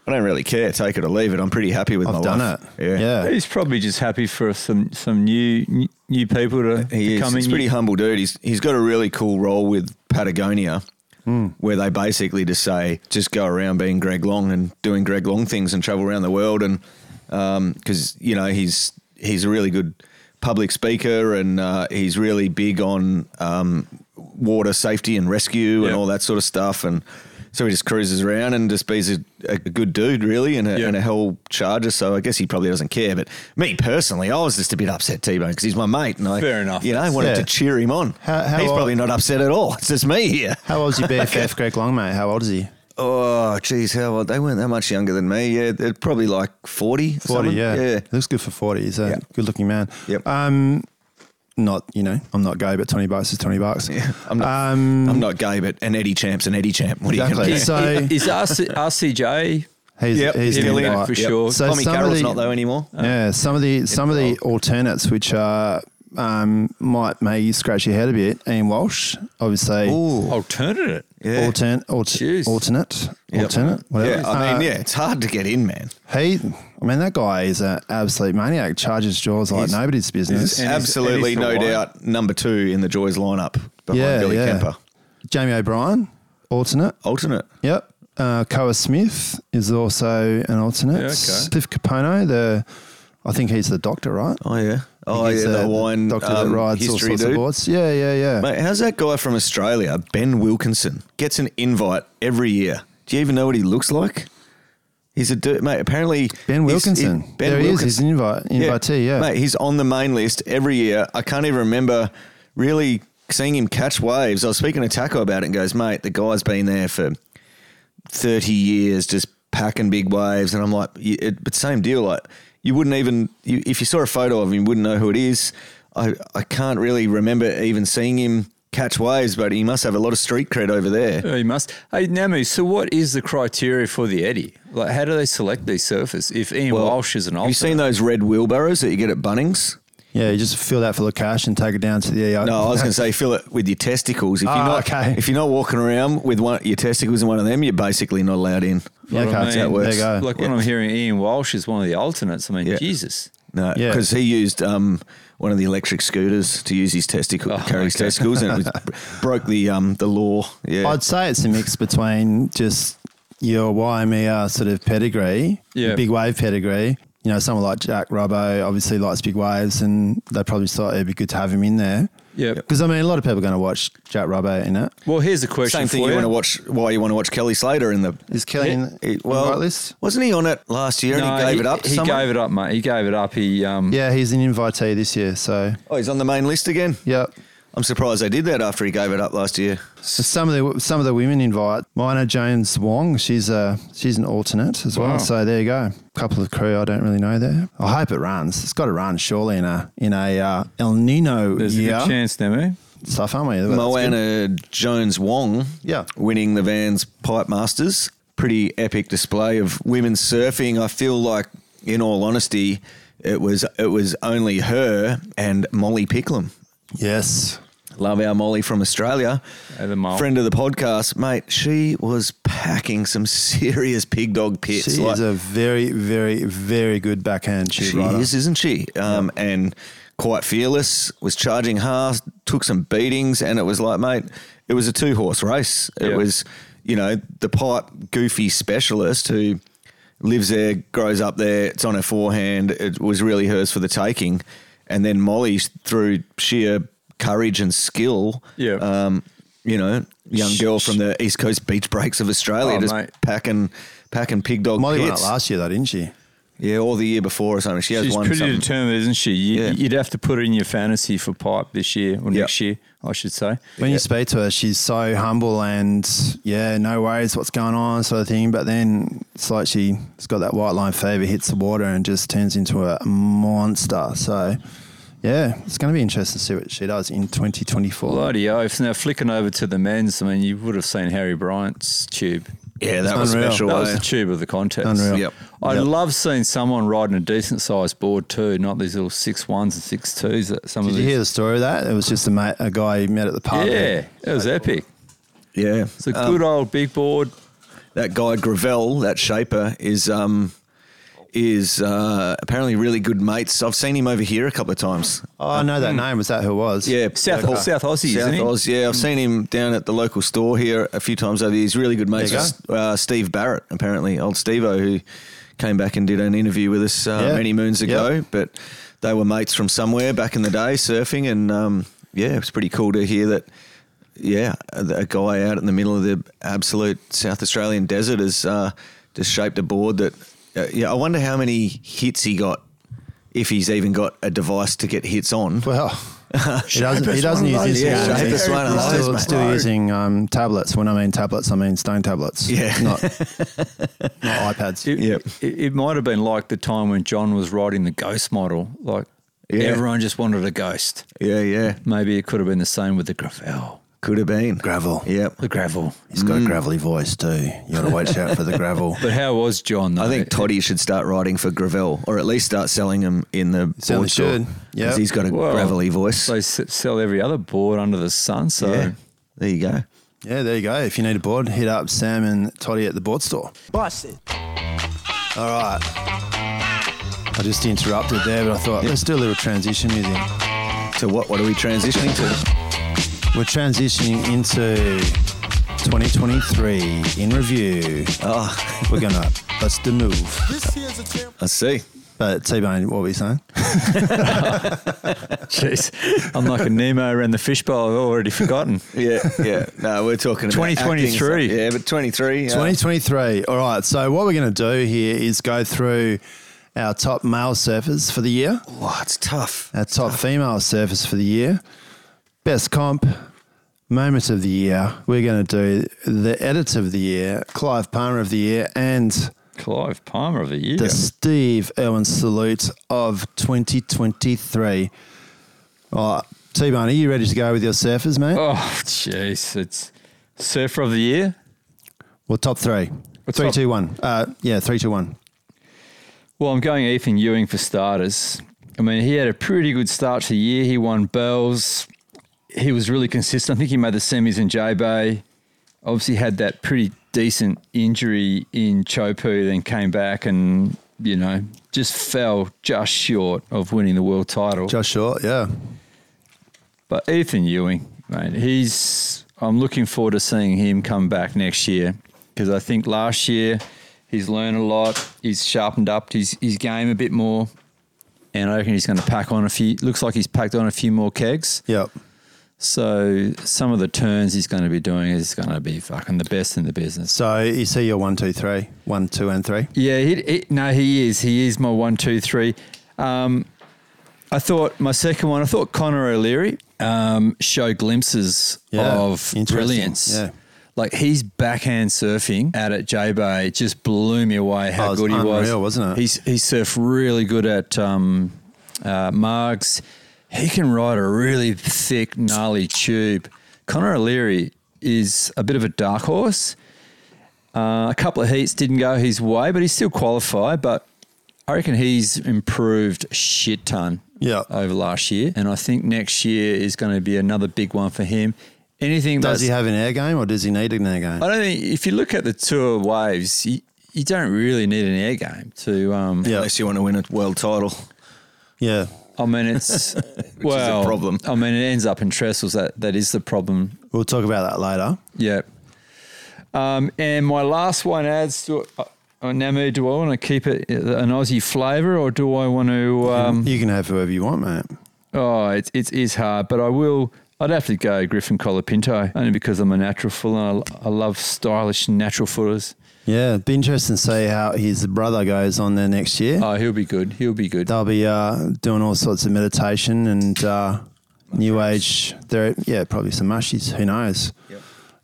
Speaker 7: I don't really care, take it or leave it. I'm pretty happy with
Speaker 3: I've
Speaker 7: my
Speaker 3: done
Speaker 7: life.
Speaker 3: it. Yeah.
Speaker 6: He's probably just happy for some some new new people to,
Speaker 7: He
Speaker 6: to
Speaker 7: is.
Speaker 6: come in.
Speaker 7: He's a pretty humble dude. He's he's got a really cool role with Patagonia,
Speaker 6: Hmm.
Speaker 7: where they basically just say just go around being Greg Long and doing Greg Long things and travel around the world and because you know he's he's a really good public speaker and uh, he's really big on um, water safety and rescue and
Speaker 6: Yeah.
Speaker 7: all that sort of stuff and. So he just cruises around and just be a, a good dude, really, and a,
Speaker 6: Yeah.
Speaker 7: and a hell charger. So I guess he probably doesn't care. But me personally, I was just a bit upset, T Bone, because he's my mate, and I
Speaker 6: Fair enough.
Speaker 7: you know, I wanted
Speaker 3: Yeah.
Speaker 7: to cheer him on.
Speaker 3: How- how
Speaker 7: He's
Speaker 3: old-
Speaker 7: probably not upset at all. It's just me here.
Speaker 3: How old's your
Speaker 7: [laughs]
Speaker 3: BFF, Greg Long, mate? How old is he?
Speaker 7: Oh, geez, how old? They weren't that much younger than me. Yeah, they're probably like 40.
Speaker 3: 40,
Speaker 7: or something.
Speaker 3: yeah.
Speaker 7: Yeah.
Speaker 3: Looks good for 40. He's a
Speaker 7: Yeah.
Speaker 3: good looking man.
Speaker 7: Yep.
Speaker 3: Um, not, you know, I'm not gay, but 20 bucks is 20 bucks.
Speaker 7: Yeah. I'm not,
Speaker 3: Um,
Speaker 7: I'm not gay, but an Eddie champ's an Eddie champ. What are
Speaker 3: [laughs] Exactly.
Speaker 7: you going to do?
Speaker 3: So-
Speaker 6: is RC, RCJ
Speaker 3: he's,
Speaker 7: Yep,
Speaker 3: he's an
Speaker 7: he'll in it
Speaker 3: invite.
Speaker 6: for sure.
Speaker 3: So
Speaker 7: Tommy
Speaker 3: some of
Speaker 7: Carroll's
Speaker 3: the-
Speaker 7: not, though, anymore.
Speaker 3: Yeah, some of the some of the alternates which are um, might make you scratch your head a bit. Ian Walsh, obviously,
Speaker 6: alternate.
Speaker 7: yeah.
Speaker 3: altern, alt,
Speaker 6: Jeez.
Speaker 3: alternate, alternate, whatever.
Speaker 7: Yeah, I mean,
Speaker 3: Uh,
Speaker 7: yeah, it's hard to get in, man.
Speaker 3: He, I mean, that guy is an absolute maniac. Charges jaws like
Speaker 7: He's-
Speaker 3: nobody's business.
Speaker 6: and he's-
Speaker 7: Absolutely,
Speaker 6: and he's
Speaker 7: no
Speaker 6: Hawaiian.
Speaker 7: doubt, number two in the Joys lineup behind
Speaker 3: Yeah,
Speaker 7: Billy
Speaker 3: yeah.
Speaker 7: Kemper.
Speaker 3: Jamie O'Brien, alternate.
Speaker 7: Alternate.
Speaker 3: Yep. Uh, Koa Smith is also an alternate.
Speaker 6: Yeah, okay.
Speaker 3: Cliff Capone, the I think he's the doctor, right?
Speaker 7: Oh yeah.
Speaker 3: I think
Speaker 7: Oh yeah.
Speaker 3: he's uh,
Speaker 7: The Hawaiian
Speaker 3: doctor
Speaker 7: um,
Speaker 3: that rides all
Speaker 7: history
Speaker 3: sorts of
Speaker 7: dude.
Speaker 3: boards. Yeah, yeah, yeah.
Speaker 7: Mate, how's that guy from Australia, Ben Wilkinson, gets an invite every year? Do you even know what he looks like? He's a dirt, mate. Apparently,
Speaker 3: ben
Speaker 7: he's-
Speaker 3: Wilkinson.
Speaker 7: he-
Speaker 3: there he is. He's an invite, invitee. Yeah.
Speaker 7: mate, he's on the main list every year. I can't even remember really seeing him catch waves. I was speaking to Taco about it and goes, mate, the guy's been there for thirty years, just packing big waves, and I'm like, y- it, but same deal. Like you wouldn't even you, if you saw a photo of him, you wouldn't know who it is. I I can't really remember even seeing him catch waves, but he must have a lot of street cred over there.
Speaker 6: Oh, you must. Hey, Namu, so what is the criteria for the Eddie? Like, how do they select these surfers? If Ian Walsh is an
Speaker 7: Have you
Speaker 6: alternate,
Speaker 7: seen those red wheelbarrows that you get at Bunnings?
Speaker 3: Yeah, you just fill that full of cash and take it down to the. Uh,
Speaker 7: No, I
Speaker 3: [laughs]
Speaker 7: was going to say fill it with your testicles. If you're
Speaker 3: Ah,
Speaker 7: not,
Speaker 3: okay.
Speaker 7: if you're not walking around with one your testicles and one of them, you're basically not allowed in.
Speaker 3: Yeah, okay.
Speaker 6: I mean,
Speaker 3: That's how it works.
Speaker 7: there
Speaker 3: There
Speaker 7: you
Speaker 3: you go.
Speaker 6: like when I'm hearing Ian Walsh is one of the alternates, I mean,
Speaker 7: Yeah.
Speaker 6: Jesus.
Speaker 7: No,
Speaker 3: Yeah.
Speaker 7: because he used um, one of the electric scooters to use his testicle,
Speaker 3: Oh,
Speaker 7: carry his testicles, and it
Speaker 3: [laughs]
Speaker 7: was, broke the um, the law. Yeah,
Speaker 3: I'd say it's a mix between just your YMER sort of pedigree,
Speaker 6: Yeah.
Speaker 3: big wave pedigree. You know, someone like Jack Robbo obviously likes big waves, and they probably thought it'd be good to have him in there.
Speaker 6: Yep.
Speaker 3: Because I mean, a lot of people are going to watch Jack Robbo in it.
Speaker 6: Well, here's a question
Speaker 7: same
Speaker 6: for
Speaker 7: thing. You want to watch? Why you want to watch Kelly Slater in the?
Speaker 3: Is Kelly in the-
Speaker 7: it-
Speaker 3: on the
Speaker 7: well,
Speaker 3: right list?
Speaker 7: wasn't he on it last year? and he
Speaker 6: No,
Speaker 7: gave it up. To
Speaker 6: He
Speaker 7: someone?
Speaker 6: gave it up, mate. He gave it up. He um,
Speaker 3: Yeah, he's an invitee this year. So,
Speaker 7: Oh, he's on the main list again.
Speaker 3: yeah.
Speaker 7: I'm surprised they did that after he gave it up last year.
Speaker 3: So some of the some of the women invite Minor Jones Wong. She's a she's an alternate as well.
Speaker 6: Wow.
Speaker 3: So there you go. couple of crew I don't really know there. I hope it runs. It's got to run surely in a in a uh, El Nino
Speaker 6: there's a good
Speaker 3: year
Speaker 6: chance, Nemo.
Speaker 3: stuff, aren't we? That's good.
Speaker 7: Moana Jones Wong,
Speaker 3: Yeah.
Speaker 7: winning the Vans Pipe Masters. Pretty epic display of women surfing. I feel like, in all honesty, it was it was only her and Molly Picklum.
Speaker 3: Yes.
Speaker 7: Love our Molly from Australia,
Speaker 6: Hey, the Mole.
Speaker 7: friend of the podcast, mate. She was packing some [laughs] serious pig dog pits.
Speaker 3: she
Speaker 7: Like,
Speaker 3: is a very, very, very good backhand shoot
Speaker 7: she
Speaker 3: rider.
Speaker 7: is, isn't she? Um, And quite fearless. Was charging hard. Took some beatings, and it was like, mate, it was a two horse race. It
Speaker 6: Yeah.
Speaker 7: was, you know, the pipe goofy specialist who lives there, grows up there. It's on her forehand. It was really hers for the taking. And then Molly, through sheer courage and skill,
Speaker 6: Yeah.
Speaker 7: um, you know, young girl from the east coast beach breaks of Australia,
Speaker 6: Oh,
Speaker 7: just
Speaker 6: mate.
Speaker 7: packing, packing pig dog
Speaker 3: Molly won it
Speaker 7: pits.
Speaker 3: last year, though, didn't she?
Speaker 7: Yeah, or the year before or something. She has
Speaker 6: She's
Speaker 7: won
Speaker 6: pretty
Speaker 7: something.
Speaker 6: determined, isn't she? You,
Speaker 7: Yeah.
Speaker 6: You'd have to put her in your fantasy for pipe this year or
Speaker 7: Yeah.
Speaker 6: next year, I should say.
Speaker 3: When you speak to her, she's so humble and yeah, no worries, what's going on, sort of thing. But then it's like she's got that white line fever, hits the water, and just turns into a monster. So yeah, it's going to be interesting to see what she does in 2024.
Speaker 6: Bloody oath. Now, flicking over to the men's, I mean, you would have seen Harry Bryant's tube.
Speaker 7: Yeah, that was
Speaker 3: unreal.
Speaker 7: special.
Speaker 6: That was
Speaker 7: eh?
Speaker 6: the tube of the contest.
Speaker 3: Unreal.
Speaker 7: Yep.
Speaker 6: I love seeing someone riding a decent sized board too, not these little six ones and six twos that some
Speaker 3: Did
Speaker 6: of
Speaker 3: you
Speaker 6: these.
Speaker 3: hear the story of that? It was just a, mate, a guy he met at the pub.
Speaker 6: yeah, it was epic.
Speaker 7: yeah.
Speaker 6: It's a good old big board.
Speaker 7: that guy Gravel, that shaper, is um is uh, apparently really good mates. I've seen him over here a couple of times.
Speaker 3: Oh, I know that name. Was that who it was?
Speaker 7: Mm. Yeah,
Speaker 6: South,
Speaker 7: okay.
Speaker 6: South Aussie,
Speaker 7: South
Speaker 6: isn't it?
Speaker 7: Oz, yeah. I've seen him down at the local store here a few times over the years. Really good mates
Speaker 3: There you
Speaker 7: with uh, Steve Barrett, apparently, old Stevo, who came back and did an interview with us uh,
Speaker 3: Yeah.
Speaker 7: many moons
Speaker 3: Yep.
Speaker 7: ago. But they were mates from somewhere back in the day surfing. And um, yeah, it's pretty cool to hear that, yeah, a a guy out in the middle of the absolute South Australian desert has uh, just shaped a board that, uh, yeah, I wonder how many hits he got. If he's even got a device to get hits on, [laughs]
Speaker 3: Well, he doesn't, he
Speaker 7: Shapeless
Speaker 3: doesn't
Speaker 7: one
Speaker 3: use
Speaker 7: of
Speaker 3: his
Speaker 7: those, yeah,
Speaker 3: hands.
Speaker 7: shapeless
Speaker 3: He's
Speaker 7: one of those,
Speaker 3: still,
Speaker 7: mate.
Speaker 3: still using um, tablets. When I mean tablets, I mean stone tablets.
Speaker 7: Yeah. [laughs]
Speaker 3: Not, not iPads.
Speaker 6: It,
Speaker 7: Yep.
Speaker 6: it, it might have been like the time when John was riding the ghost model. Like
Speaker 7: Yeah.
Speaker 6: everyone just wanted a ghost.
Speaker 7: yeah, yeah,
Speaker 6: Maybe it could have been the same with the gravel.
Speaker 7: could have been.
Speaker 3: gravel.
Speaker 7: Yep.
Speaker 6: The gravel.
Speaker 3: He's got a gravelly voice too. You got to watch out for the gravel.
Speaker 6: But how was John? Though?
Speaker 7: I think Toddy should start riding for Gravel, or at least start selling them in the
Speaker 3: Certainly
Speaker 7: board store.
Speaker 3: should. Yeah.
Speaker 7: 'Cause he's got a
Speaker 6: Well,
Speaker 7: gravelly voice.
Speaker 6: they s- sell every other board under the sun.
Speaker 3: uh,
Speaker 6: So
Speaker 7: yeah, there you go.
Speaker 3: Yeah, there you go. If you need a board, hit up Sam and Toddy at the board store.
Speaker 4: Busted.
Speaker 3: All right. I just interrupted there, but I thought let's do a little transition music.
Speaker 7: So what? What are we transitioning to?
Speaker 3: We're transitioning into 2023 in review.
Speaker 7: Oh,
Speaker 3: [laughs] We're gonna that's the move.
Speaker 7: I see.
Speaker 3: But T Bone, what were you saying?
Speaker 6: Jeez, I'm like a Nemo around the fishbowl. I've already
Speaker 7: [laughs]
Speaker 6: forgotten.
Speaker 7: Yeah, yeah. No, we're talking about
Speaker 6: 2023.
Speaker 7: acting. Yeah, but 23. uh,
Speaker 3: 2023. All right. So what we're gonna do here is go through our top male surfers for the year,
Speaker 7: oh, it's tough.
Speaker 3: our top female surfers for the year, best comp, moments of the year. We're gonna do the edit of the year, Clive Palmer of the year, and
Speaker 6: Clive Palmer of the year.
Speaker 3: the Steve Irwin salute of 2023. All right, T Bone, are you ready to go with your surfers, mate?
Speaker 6: Oh, jeez, it's surfer of the year.
Speaker 3: Well, top three. Three,
Speaker 6: top?
Speaker 3: two, one. Uh, yeah, three, two, one.
Speaker 6: Well, I'm going Ethan Ewing for starters. I mean, he had a pretty good start to the year. He won bells. He was really consistent. I think he made the semis in J Bay. Obviously, had that pretty decent injury in Chopu, then came back and you know just fell just short of winning the world title.
Speaker 3: Josh Short, yeah.
Speaker 6: But Ethan Ewing, mate, he's. I'm looking forward to seeing him come back next year because I think last year he's learned a lot. He's sharpened up his, his game a bit more. And I reckon he's going to pack on a few. Looks like he's packed on a few more kegs.
Speaker 3: Yep.
Speaker 6: So some of the turns he's going to be doing is going to be fucking the best in the business.
Speaker 3: So you see your one, two, three. One, two, and three.
Speaker 6: Yeah, he, he- no, he is. He is my one, two, three. Um, I thought my second one. I thought Connor O'Leary um, show glimpses
Speaker 3: Yeah,
Speaker 6: of
Speaker 3: interesting.
Speaker 6: brilliance.
Speaker 3: Yeah.
Speaker 6: Like his backhand surfing out at J Bay just blew me away.
Speaker 3: Oh, it
Speaker 6: How
Speaker 3: was
Speaker 6: good he was,
Speaker 3: unreal, wasn't it?
Speaker 6: He's, he surfed really good at um, uh, Margs. He can ride a really thick, gnarly tube. Connor O'Leary is a bit of a dark horse. Uh, a couple of heats didn't go his way, but he still qualified. But I reckon he's improved shit ton
Speaker 3: Yeah.
Speaker 6: over last year, and I think next year is going to be another big one for him. Anything
Speaker 3: Does
Speaker 6: that's- Uh,
Speaker 3: he have an air game or does he need an air game?
Speaker 6: I don't think if you look at the tour waves, you, you don't really need an air game to. Um,
Speaker 3: Yeah.
Speaker 7: Unless you want to win a world title.
Speaker 3: Yeah.
Speaker 6: I mean, it's
Speaker 3: [laughs]
Speaker 6: well,
Speaker 7: problem.
Speaker 6: I mean, it ends up in trestles. That that is the problem.
Speaker 3: We'll talk about that later.
Speaker 6: Yeah. Um, and my last one adds to. Uh, Namu, do I want to keep it uh, an Aussie flavour, or do I want to? [laughs] Um,
Speaker 3: you can have whoever you want, mate.
Speaker 6: oh, it's it is hard, but I will. I'd have to go Griffin Colapinto only because I'm a natural full and I, I love stylish natural footers.
Speaker 3: Yeah. It'd be interesting to see how his brother goes on there next year.
Speaker 6: Oh, he'll be good. He'll be good.
Speaker 3: They'll be uh, doing all sorts of meditation and uh, new age. There, yeah, probably some mushies. Who knows?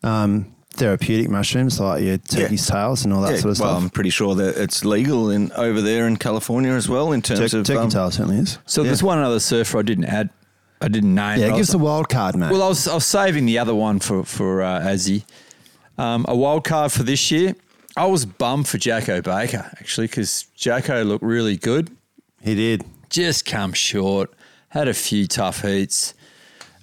Speaker 3: Um, therapeutic mushrooms like your turkey's tails and all that
Speaker 7: Yeah,
Speaker 3: sort of
Speaker 7: well, I'm
Speaker 3: stuff.
Speaker 7: pretty sure that it's legal in over there in California as well in terms
Speaker 3: Tur-
Speaker 7: of
Speaker 3: turkey
Speaker 7: um,
Speaker 3: tail certainly is.
Speaker 6: So there's one other surfer I didn't add. I didn't name.
Speaker 3: Yeah,
Speaker 6: but I
Speaker 3: it
Speaker 6: was-
Speaker 3: gives a wild card, mate.
Speaker 6: well, I was, I was saving the other one for for uh, Azzy. Um, a wild card for this year. I was bummed for Jacko Baker actually because Jacko looked really good.
Speaker 3: he did.
Speaker 6: Just come short. Had a few tough heats.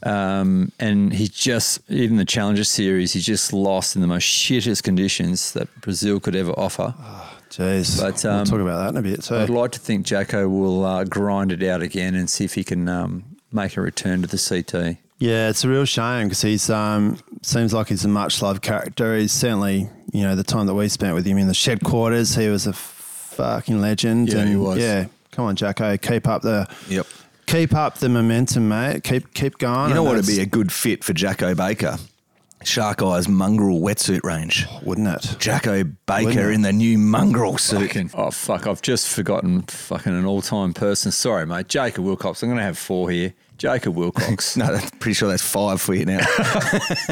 Speaker 6: Um, and he just, even the Challenger Series, he just lost in the most shittest conditions that Brazil could ever offer.
Speaker 3: Jeez.
Speaker 6: But,
Speaker 3: we'll
Speaker 6: um,
Speaker 3: talk about that in a bit too.
Speaker 6: I'd like to think Jacko will uh, grind it out again and see if he can um, make a return to the CT.
Speaker 3: Yeah, it's a real shame because he's um, seems like he's a much loved character. He's certainly, you know, the time that we spent with him in the shed quarters, he was a fucking legend.
Speaker 6: Yeah,
Speaker 3: and
Speaker 6: he was.
Speaker 3: Yeah, come on, Jacko, keep up the
Speaker 7: Yep.
Speaker 3: keep up the momentum, mate. Keep keep going.
Speaker 7: You know
Speaker 3: And
Speaker 7: what would
Speaker 3: that's-
Speaker 7: be a good fit for Jacko Baker? Shark Eyes mongrel wetsuit range.
Speaker 3: wouldn't
Speaker 7: [laughs]
Speaker 3: it?
Speaker 7: Jacko Baker
Speaker 3: Wouldn't
Speaker 7: in the new mongrel suit.
Speaker 6: Fucking, oh fuck! I've just forgotten fucking an all-time person. Sorry, mate. Jacob Wilcox. I'm going to have four here. Jacob [laughs] Wilcox.
Speaker 7: [laughs] No, that's pretty sure that's five for
Speaker 6: [laughs]
Speaker 7: you now.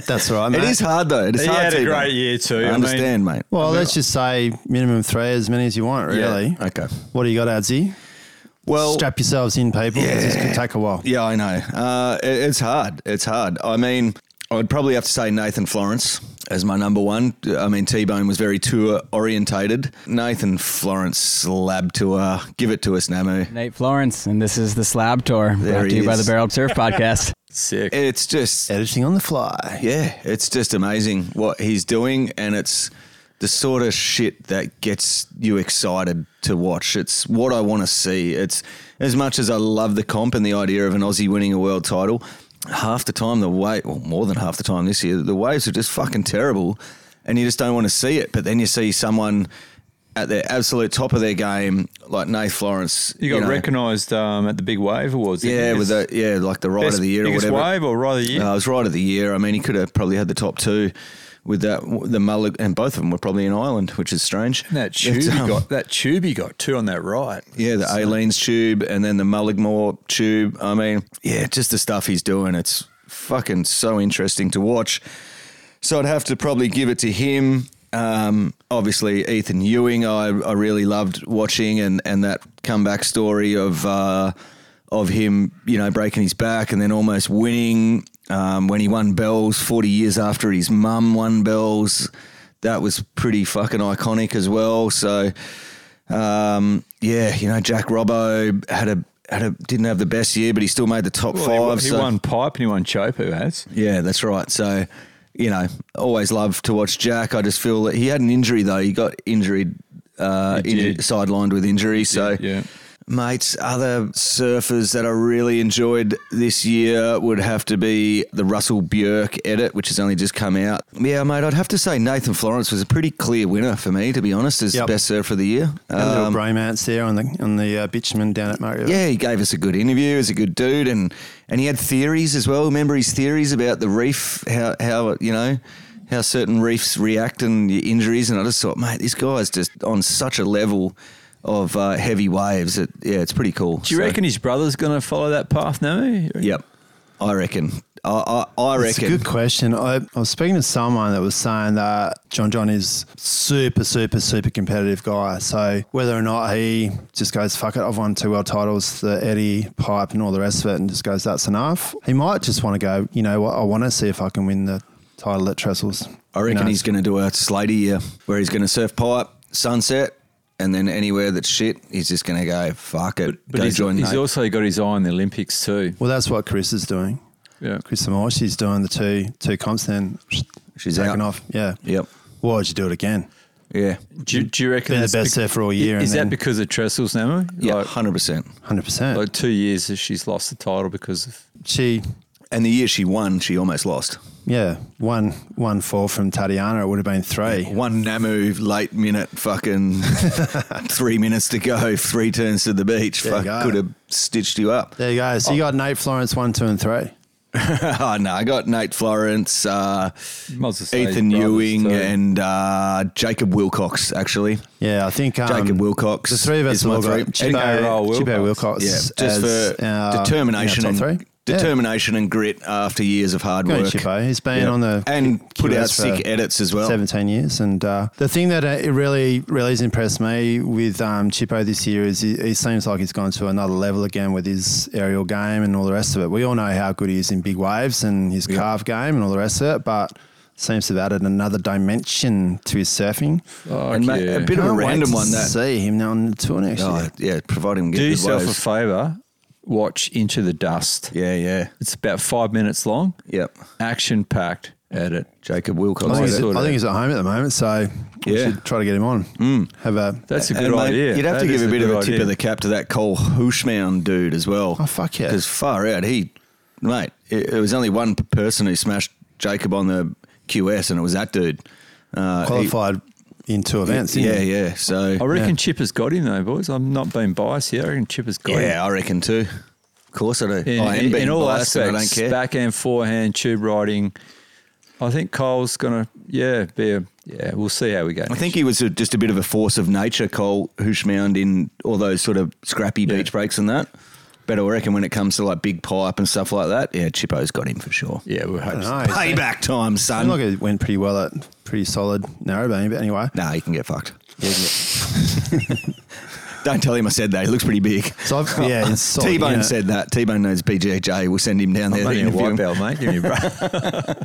Speaker 3: That's right, mate.
Speaker 7: it is hard though. It is
Speaker 6: He
Speaker 7: hard
Speaker 6: had a
Speaker 7: to,
Speaker 6: great
Speaker 7: mate.
Speaker 6: year too. I
Speaker 7: I
Speaker 6: mean-
Speaker 7: understand, mate.
Speaker 3: Well, let's just say minimum three, as many as you want,
Speaker 6: Yeah,
Speaker 3: really.
Speaker 7: Okay.
Speaker 3: What do you got, Adzi?
Speaker 7: Well,
Speaker 3: Strap yourselves in, people. 'cause This could take a while.
Speaker 7: Yeah, I know. Uh, it- it's hard. It's hard. I mean, I'd probably have to say Nathan Florence as my number one. I mean, T Bone was very tour orientated. Nathan Florence slab tour. Give it to us, Namu.
Speaker 4: Nate Florence, and this is the Slab Tour
Speaker 7: There
Speaker 4: brought to
Speaker 7: he
Speaker 4: you by the
Speaker 7: is.
Speaker 4: Barrel
Speaker 7: [laughs]
Speaker 4: Surf Podcast.
Speaker 6: Sick.
Speaker 7: It's just
Speaker 3: Editing on the fly.
Speaker 7: yeah, it's just amazing what he's doing, and it's the sort of shit that gets you excited to watch. It's what I want to see. It's as much as I love the comp and the idea of an Aussie winning a world title. half the time the wave, well, more than half the time this year, the waves are just fucking terrible, and you just don't want to see it. But then you see someone at the absolute top of their game, like Nate Florence.
Speaker 6: You got
Speaker 7: know.
Speaker 6: recognised um, at the Big Wave Awards. didn't
Speaker 7: Yeah,
Speaker 6: you?
Speaker 7: with the, yeah, like the ride
Speaker 6: Best-
Speaker 7: of the year or
Speaker 6: biggest
Speaker 7: whatever.
Speaker 6: wave or ride of the year.
Speaker 7: Uh, it was right of the year. I mean, he could have probably had the top two with that the Mullig, and both of them were probably in Ireland, which is strange.
Speaker 6: And that
Speaker 7: But,
Speaker 6: tube you
Speaker 7: um,
Speaker 6: got that tube you got two on that right.
Speaker 7: Yeah, the Aileen's tube and then the Mulligmore tube. I mean, yeah, just the stuff he's doing. It's fucking so interesting to watch. So I'd have to probably give it to him. Um, obviously, Ethan Ewing, I, I really loved watching and, and that comeback story of uh, of him, you know, breaking his back and then almost winning um, when he won Bells 40 years after his mum won Bells. That was pretty fucking iconic as well. So, um, yeah, you know, Jack Robbo had a had a didn't have the best year, but he still made the top
Speaker 6: Well, he
Speaker 7: five.
Speaker 6: won- he,
Speaker 7: so-
Speaker 6: won pipe and he won chopu has.
Speaker 7: yeah, that's right. So, you know, always love to watch Jack. I just feel that he had an injury though. He got injured, uh,
Speaker 6: He
Speaker 7: injured
Speaker 6: did.
Speaker 7: sidelined with injury. So,
Speaker 6: yeah.
Speaker 7: mates, other surfers that I really enjoyed this year would have to be the Russell Bjerk edit, which has only just come out. Yeah, mate, I'd have to say Nathan Florence was a pretty clear winner for me, to be honest, as
Speaker 3: Yep.
Speaker 7: best surfer of the year.
Speaker 3: Had a little
Speaker 7: Um,
Speaker 3: bromance there on the on the uh, bitumen down at Mario.
Speaker 7: yeah, he gave us a good interview. He's a good dude, and and he had theories as well. Remember his theories about the reef, how how you know how certain reefs react and your injuries. And I just thought, mate, this guy's just on such a level of uh, heavy waves. That, yeah, it's pretty cool.
Speaker 6: Do you
Speaker 7: So-
Speaker 6: reckon his brother's going to follow that path now? You reckon?
Speaker 7: Yep, I reckon. I I, I
Speaker 3: It's a
Speaker 7: reckon.
Speaker 3: good question. I, I was speaking to someone that was saying that John John is super, super, super competitive guy. So whether or not he just goes, fuck it, I've won two world titles, the Eddie pipe and all the rest of it, and just goes, that's enough. He might just want to go, you know what, I want to see if I can win the title at Trestles.
Speaker 7: I reckon
Speaker 3: You know,
Speaker 7: he's going to do a Slater year where he's going to surf pipe sunset. And then anywhere that's shit, he's just going to go, fuck it,
Speaker 6: But
Speaker 7: go
Speaker 6: he's,
Speaker 7: join
Speaker 6: he's
Speaker 7: Nate."
Speaker 6: also got his eye on the Olympics too.
Speaker 3: Well, that's what Chris is doing.
Speaker 6: Yeah.
Speaker 3: Chris Amor, she's doing the two two comps then.
Speaker 7: She's
Speaker 3: taking
Speaker 7: out.
Speaker 3: off. Yeah.
Speaker 7: Yep.
Speaker 3: Why would you do it again?
Speaker 7: Yeah.
Speaker 6: Do, you- do you reckon
Speaker 3: Been the
Speaker 6: that's
Speaker 3: best
Speaker 6: bec-
Speaker 3: surfer all year.
Speaker 6: Is that
Speaker 3: and then,
Speaker 6: because of Trestles now?
Speaker 7: Yeah.
Speaker 6: Like,
Speaker 7: 100%.
Speaker 3: 100%?
Speaker 6: like two years that she's lost the title because of.
Speaker 3: she
Speaker 7: And the year she won, she almost lost.
Speaker 3: Yeah, one one fall from Tatiana. It would have been three.
Speaker 7: One Namu late minute,
Speaker 3: [laughs]
Speaker 7: fucking three minutes to go, three turns to the beach.
Speaker 3: There you
Speaker 7: Fuck,
Speaker 3: go.
Speaker 7: could have stitched you up.
Speaker 3: There you go. So you got Nate Florence one, two, and three.
Speaker 7: [laughs] oh, no, I got Nate Florence,
Speaker 6: might
Speaker 7: uh,
Speaker 6: as well say his
Speaker 7: Ethan
Speaker 6: brothers
Speaker 7: Ewing,
Speaker 6: too.
Speaker 7: and uh, Jacob Wilcox, actually.
Speaker 3: Yeah, I think um,
Speaker 7: Jacob Wilcox.
Speaker 3: The three of us
Speaker 7: is my
Speaker 3: all
Speaker 7: three.
Speaker 3: got Chibo,
Speaker 6: Edgar Rowe,
Speaker 3: Chibo Wilcox.
Speaker 6: Wilcox.
Speaker 7: Yeah, just
Speaker 3: as,
Speaker 7: for
Speaker 3: uh,
Speaker 7: determination
Speaker 3: in our top
Speaker 7: and
Speaker 3: three.
Speaker 7: determination and grit after years of hard
Speaker 3: Go on,
Speaker 7: work.
Speaker 3: Chippo. He's been
Speaker 7: Yeah.
Speaker 3: on the
Speaker 7: and put
Speaker 3: QS
Speaker 7: out
Speaker 3: for
Speaker 7: sick edits as well.
Speaker 3: 17 years. And uh, the thing that uh, it really, really has impressed me with um, Chippo this year is he, he seems like he's gone to another level again with his aerial game and all the rest of it. We all know how good he is in big waves and his carve game and all the rest of it, but seems to have added another dimension to his surfing.
Speaker 6: Fuck
Speaker 7: And mate,
Speaker 6: yeah.
Speaker 7: a bit of a
Speaker 3: Can't wait
Speaker 7: random
Speaker 3: to
Speaker 7: one that
Speaker 3: see him now on the tour next
Speaker 7: Oh,
Speaker 3: year.
Speaker 7: yeah, providing we get
Speaker 6: Do
Speaker 7: good
Speaker 6: yourself
Speaker 7: waves.
Speaker 6: a favour. Watch Into the Dust.
Speaker 7: yeah, yeah,
Speaker 6: It's about five minutes long.
Speaker 7: yep.
Speaker 6: Action packed edit.
Speaker 7: Jacob Wilcox.
Speaker 3: I think, he's,
Speaker 6: sort
Speaker 3: I
Speaker 6: of-
Speaker 3: think he's at home at the moment, so we
Speaker 7: Yeah. Mm.
Speaker 3: should try to get him on. Have a
Speaker 6: That's a
Speaker 7: And,
Speaker 6: good
Speaker 7: mate,
Speaker 6: idea.
Speaker 7: You'd have to
Speaker 6: That is
Speaker 7: give a bit of a
Speaker 6: good
Speaker 7: tip
Speaker 6: idea.
Speaker 7: of the cap to that Cole Hooshman dude as well.
Speaker 3: Oh, fuck yeah.
Speaker 7: Because far out, he, mate, it, it was only one p- person who smashed Jacob on the QS, and it was that dude. Uh, he-
Speaker 3: qualified in two events. didn't
Speaker 7: yeah,
Speaker 3: he?
Speaker 7: yeah. So
Speaker 6: I reckon
Speaker 3: Yeah.
Speaker 6: Chipper's got him though, boys. I'm not being biased here. I reckon Chipper's got him.
Speaker 7: yeah, I reckon too. Of course I do.
Speaker 6: In,
Speaker 7: I am
Speaker 6: in,
Speaker 7: being
Speaker 6: in all
Speaker 7: biased and I don't
Speaker 6: aspects,
Speaker 7: care.
Speaker 6: backhand, forehand, tube riding. I think Cole's gonna, yeah, be a, yeah. We'll see how we go.
Speaker 7: I think he was a, just a bit of a force of nature, Cole Hooshmound, in all those sort of scrappy beach breaks and that. But I reckon when it comes to like big pipe and stuff like that, yeah, Chippo's got him for sure.
Speaker 6: yeah, we'll
Speaker 3: I
Speaker 6: hope.
Speaker 3: don't
Speaker 6: So.
Speaker 3: know. He seemed-
Speaker 7: Payback time, son.
Speaker 3: seemed like it went pretty well at pretty solid narrowbane, but
Speaker 7: [laughs]
Speaker 3: anyway.
Speaker 7: nah, he can get fucked.
Speaker 3: Yeah, yeah.
Speaker 7: [laughs] Don't tell him I said that. He looks pretty big.
Speaker 3: So I've,
Speaker 7: [laughs]
Speaker 3: yeah, it's solid,
Speaker 7: T Bone
Speaker 3: you know,
Speaker 7: said that. T Bone knows BJJ. We'll send him down there.
Speaker 6: I'm only
Speaker 7: to
Speaker 6: a
Speaker 7: interview
Speaker 6: white
Speaker 7: him.
Speaker 6: belt, mate. Give me a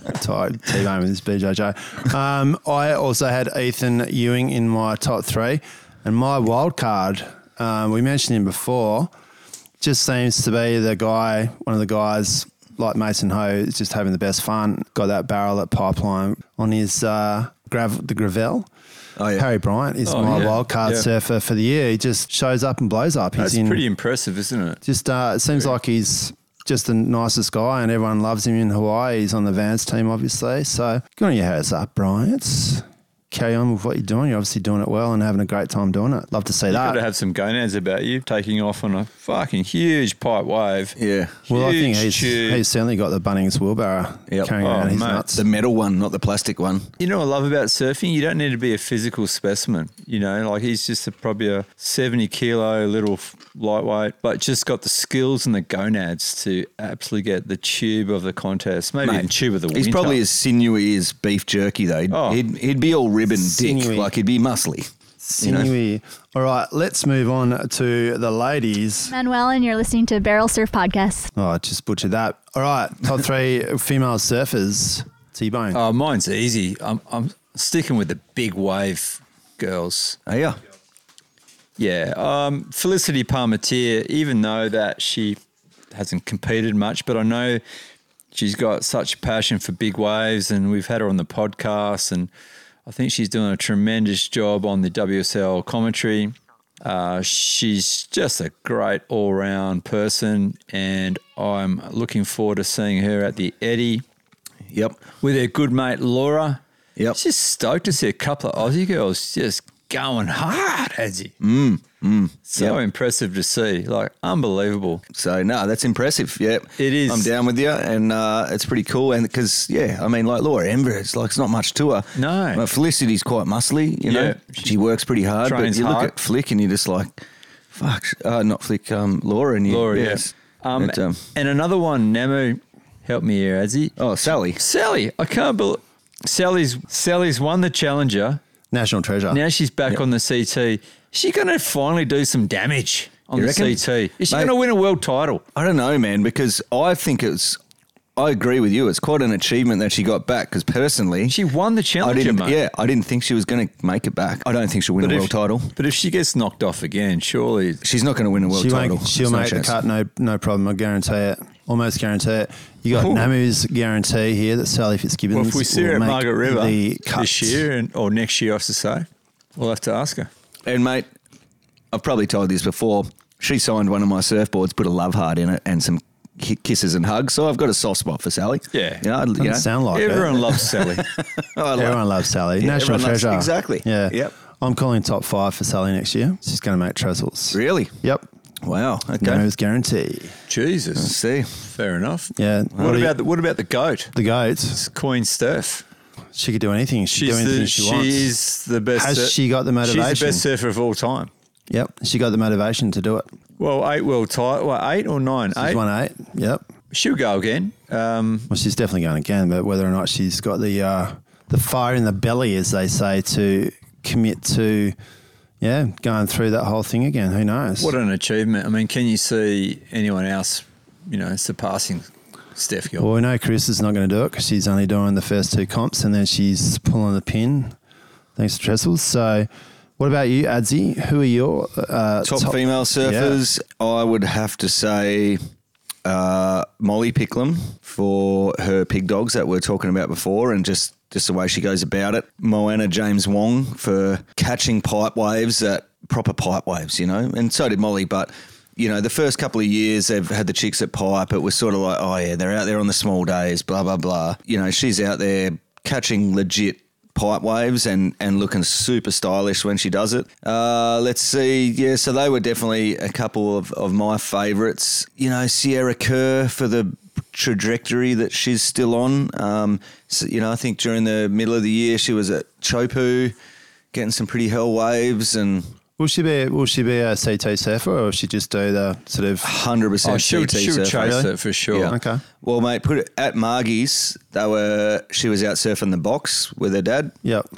Speaker 6: break.
Speaker 3: tight T Bone with his BJJ. Um, I also had Ethan Ewing in my top three, and my wild card. Um, we mentioned him before. Just seems to be the guy, one of the guys like Mason Ho, is just having the best fun. Got that barrel at Pipeline on his uh, grav the gravel.
Speaker 7: Oh, yeah.
Speaker 3: Harry Bryant is
Speaker 6: Oh,
Speaker 3: my
Speaker 6: yeah.
Speaker 3: wild card
Speaker 6: Yeah.
Speaker 3: surfer for the year. He just shows up and blows up. He's
Speaker 6: That's
Speaker 3: in
Speaker 6: pretty impressive, isn't it?
Speaker 3: just uh, it seems like he's just the nicest guy, and everyone loves him in Hawaii. He's on the Vans team, obviously. So good on your hats up, Bryant. Carry on with what you're doing. You're obviously doing it well and having a great time doing it. Love to see
Speaker 6: Got
Speaker 3: that.
Speaker 6: to have some gonads about you taking off on a fucking huge pipe wave.
Speaker 7: Yeah.
Speaker 3: well, I think he's,
Speaker 6: Huge tube.
Speaker 3: he's certainly got the Bunnings wheelbarrow
Speaker 7: Yep.
Speaker 3: carrying
Speaker 6: Oh,
Speaker 3: around his
Speaker 6: mate.
Speaker 3: nuts.
Speaker 7: The metal one, not the plastic one.
Speaker 6: You know what I love about surfing? You don't need to be a physical specimen. You know, like he's just a, probably a 70 kilo little f- lightweight, but just got the skills and the gonads to absolutely get the tube of the contest, maybe the tube of the winter.
Speaker 7: He's probably as sinewy as beef jerky, though. He'd,
Speaker 6: Oh.
Speaker 7: he'd, he'd be all ribbon
Speaker 3: Sinewy.
Speaker 7: dick. Like, he'd be muscly.
Speaker 3: Sinewy. All right, let's move on to the ladies.
Speaker 1: Manuel, and you're listening to Barrel Surf Podcast.
Speaker 3: Oh, I just butchered that. All right, top three [laughs] female surfers. T Bone.
Speaker 6: Oh, mine's easy. I'm, I'm sticking with the big wave girls.
Speaker 7: Oh, yeah.
Speaker 6: Yeah. Um, Felicity Parmentier, even though that she hasn't competed much, but I know she's got such a passion for big waves, and we've had her on the podcast, and I think she's doing a tremendous job on the WSL commentary. Uh, she's just a great all round person, and I'm looking forward to seeing her at the Eddie
Speaker 7: Yep.
Speaker 6: with her good mate Laura.
Speaker 7: Yep.
Speaker 6: Just stoked to see a couple of Aussie girls just going hard, Adzi. Mm, so
Speaker 7: yep.
Speaker 6: impressive to see. Like, unbelievable.
Speaker 7: So no, that's impressive. Yeah,
Speaker 6: It is.
Speaker 7: I'm down with you, and uh, it's pretty cool. And because yeah, I mean, like Laura Enver, it's like it's not much to her.
Speaker 6: No.
Speaker 7: but Felicity's quite muscly. You know,
Speaker 6: Yeah,
Speaker 7: she works pretty hard. But
Speaker 6: trains
Speaker 7: you
Speaker 6: hard.
Speaker 7: look at Flick, and you're just like, fuck, sh- uh, not Flick, um, Laura, and you,
Speaker 6: Laura,
Speaker 7: yes.
Speaker 6: yeah. Um,
Speaker 7: But, um,
Speaker 6: and another one, Namu, help me here, Adzi.
Speaker 7: oh, Sally.
Speaker 6: Sally, I can't believe. Sally's, Sally's won the Challenger.
Speaker 3: National treasure.
Speaker 6: Now she's back on the CT. Is she going to finally do some damage on the
Speaker 7: You reckon?
Speaker 6: CT? Is she
Speaker 7: Mate.
Speaker 6: going to win a world title?
Speaker 7: I don't know, man, because I think it's. I agree with you. It's quite an achievement that she got back. Because personally,
Speaker 6: She won the
Speaker 7: I
Speaker 6: Challenger,
Speaker 7: didn't.
Speaker 6: mate.
Speaker 7: Yeah, I didn't think she was going to make it back. I don't think she'll win
Speaker 6: But
Speaker 7: a
Speaker 6: if-
Speaker 7: world title.
Speaker 6: But if she gets knocked off again, surely
Speaker 7: She's not going to win a world
Speaker 3: She
Speaker 7: title.
Speaker 3: won't, she'll
Speaker 7: There's no
Speaker 3: make the
Speaker 7: chance.
Speaker 3: cut, no no problem. I guarantee it. Almost guarantee it. You got
Speaker 6: Cool.
Speaker 3: Namu's guarantee here that Sally Fitzgibbons
Speaker 6: Well, if we see her
Speaker 3: will
Speaker 6: at
Speaker 3: make
Speaker 6: Margaret River
Speaker 3: the cut.
Speaker 6: this year and, or next year, I should say, we'll have to ask her.
Speaker 7: And mate, I've probably told this before. She signed one of my surfboards, put a love heart in it, and some ki- kisses and hugs. So I've got a soft spot for Sally.
Speaker 6: Yeah.
Speaker 7: you know, I- you
Speaker 3: Doesn't
Speaker 7: know,
Speaker 3: sound like it.
Speaker 6: Everyone loves Sally.
Speaker 7: [laughs] I like-
Speaker 3: Everyone loves Sally. National
Speaker 7: everyone loves-
Speaker 3: treasure.
Speaker 7: exactly.
Speaker 3: Yeah.
Speaker 7: Yep.
Speaker 3: I'm calling top five for Sally next year. She's going to make trestles.
Speaker 7: Really?
Speaker 3: Yep.
Speaker 7: Wow. Okay.
Speaker 3: Namu's guarantee.
Speaker 6: Jesus,
Speaker 7: See,
Speaker 6: fair enough.
Speaker 3: Yeah.
Speaker 6: What,
Speaker 3: do you-
Speaker 6: about the, what about the goat?
Speaker 3: the goats?
Speaker 6: It's Queen Steph.
Speaker 3: She could do anything. She could
Speaker 6: She's
Speaker 3: do anything
Speaker 6: the,
Speaker 3: she wants.
Speaker 6: she's the best.
Speaker 3: Has she got the
Speaker 6: She's
Speaker 3: motivation?
Speaker 6: the best surfer of all time.
Speaker 3: Yep. She got the motivation to do it.
Speaker 6: Well, eight world title. Well, eight or nine?
Speaker 3: She's
Speaker 6: eight.
Speaker 3: won eight. Yep.
Speaker 6: She'll go again. Um,
Speaker 3: Well, she's definitely going again, but whether or not she's got the uh, the fire in the belly, as they say, to commit to, yeah, going through that whole thing again. Who knows?
Speaker 6: what an achievement! I mean, can you see anyone else, you know, surpassing Steph? Gill?
Speaker 3: well, we know Chris is not going to do it because she's only doing the first two comps, and then she's pulling the pin thanks to Trestles. So, what about you, Adzi? Who are your uh,
Speaker 7: top, female surfers. I would have to say uh, Molly Picklam for her pig dogs that we are talking about before, and just just the way she goes about it. Moana James Wong for catching pipe waves that proper pipe waves, you know, and so did Molly, but. You know, the first couple of years they've had the chicks at Pipe, it was sort of like, oh, yeah, they're out there on the small days, blah, blah, blah. You know, she's out there catching legit pipe waves and and looking super stylish when she does it. Uh, let's see, yeah. So they were definitely a couple of of my favourites. You know, Sierra Kerr for the trajectory that she's still on. Um, so, you know, I think during the middle of the year she was at Chopu, getting some pretty hell waves and.
Speaker 3: Will she be? Will she be a CT surfer, or will she just do the sort
Speaker 7: [sighs]
Speaker 3: of?
Speaker 7: Hundred percent.
Speaker 6: Oh, she'll- she'll chase it for sure.
Speaker 3: Okay.
Speaker 7: Well, mate, put it at Margie's. They were. She was out surfing the box with her dad.
Speaker 3: Yep.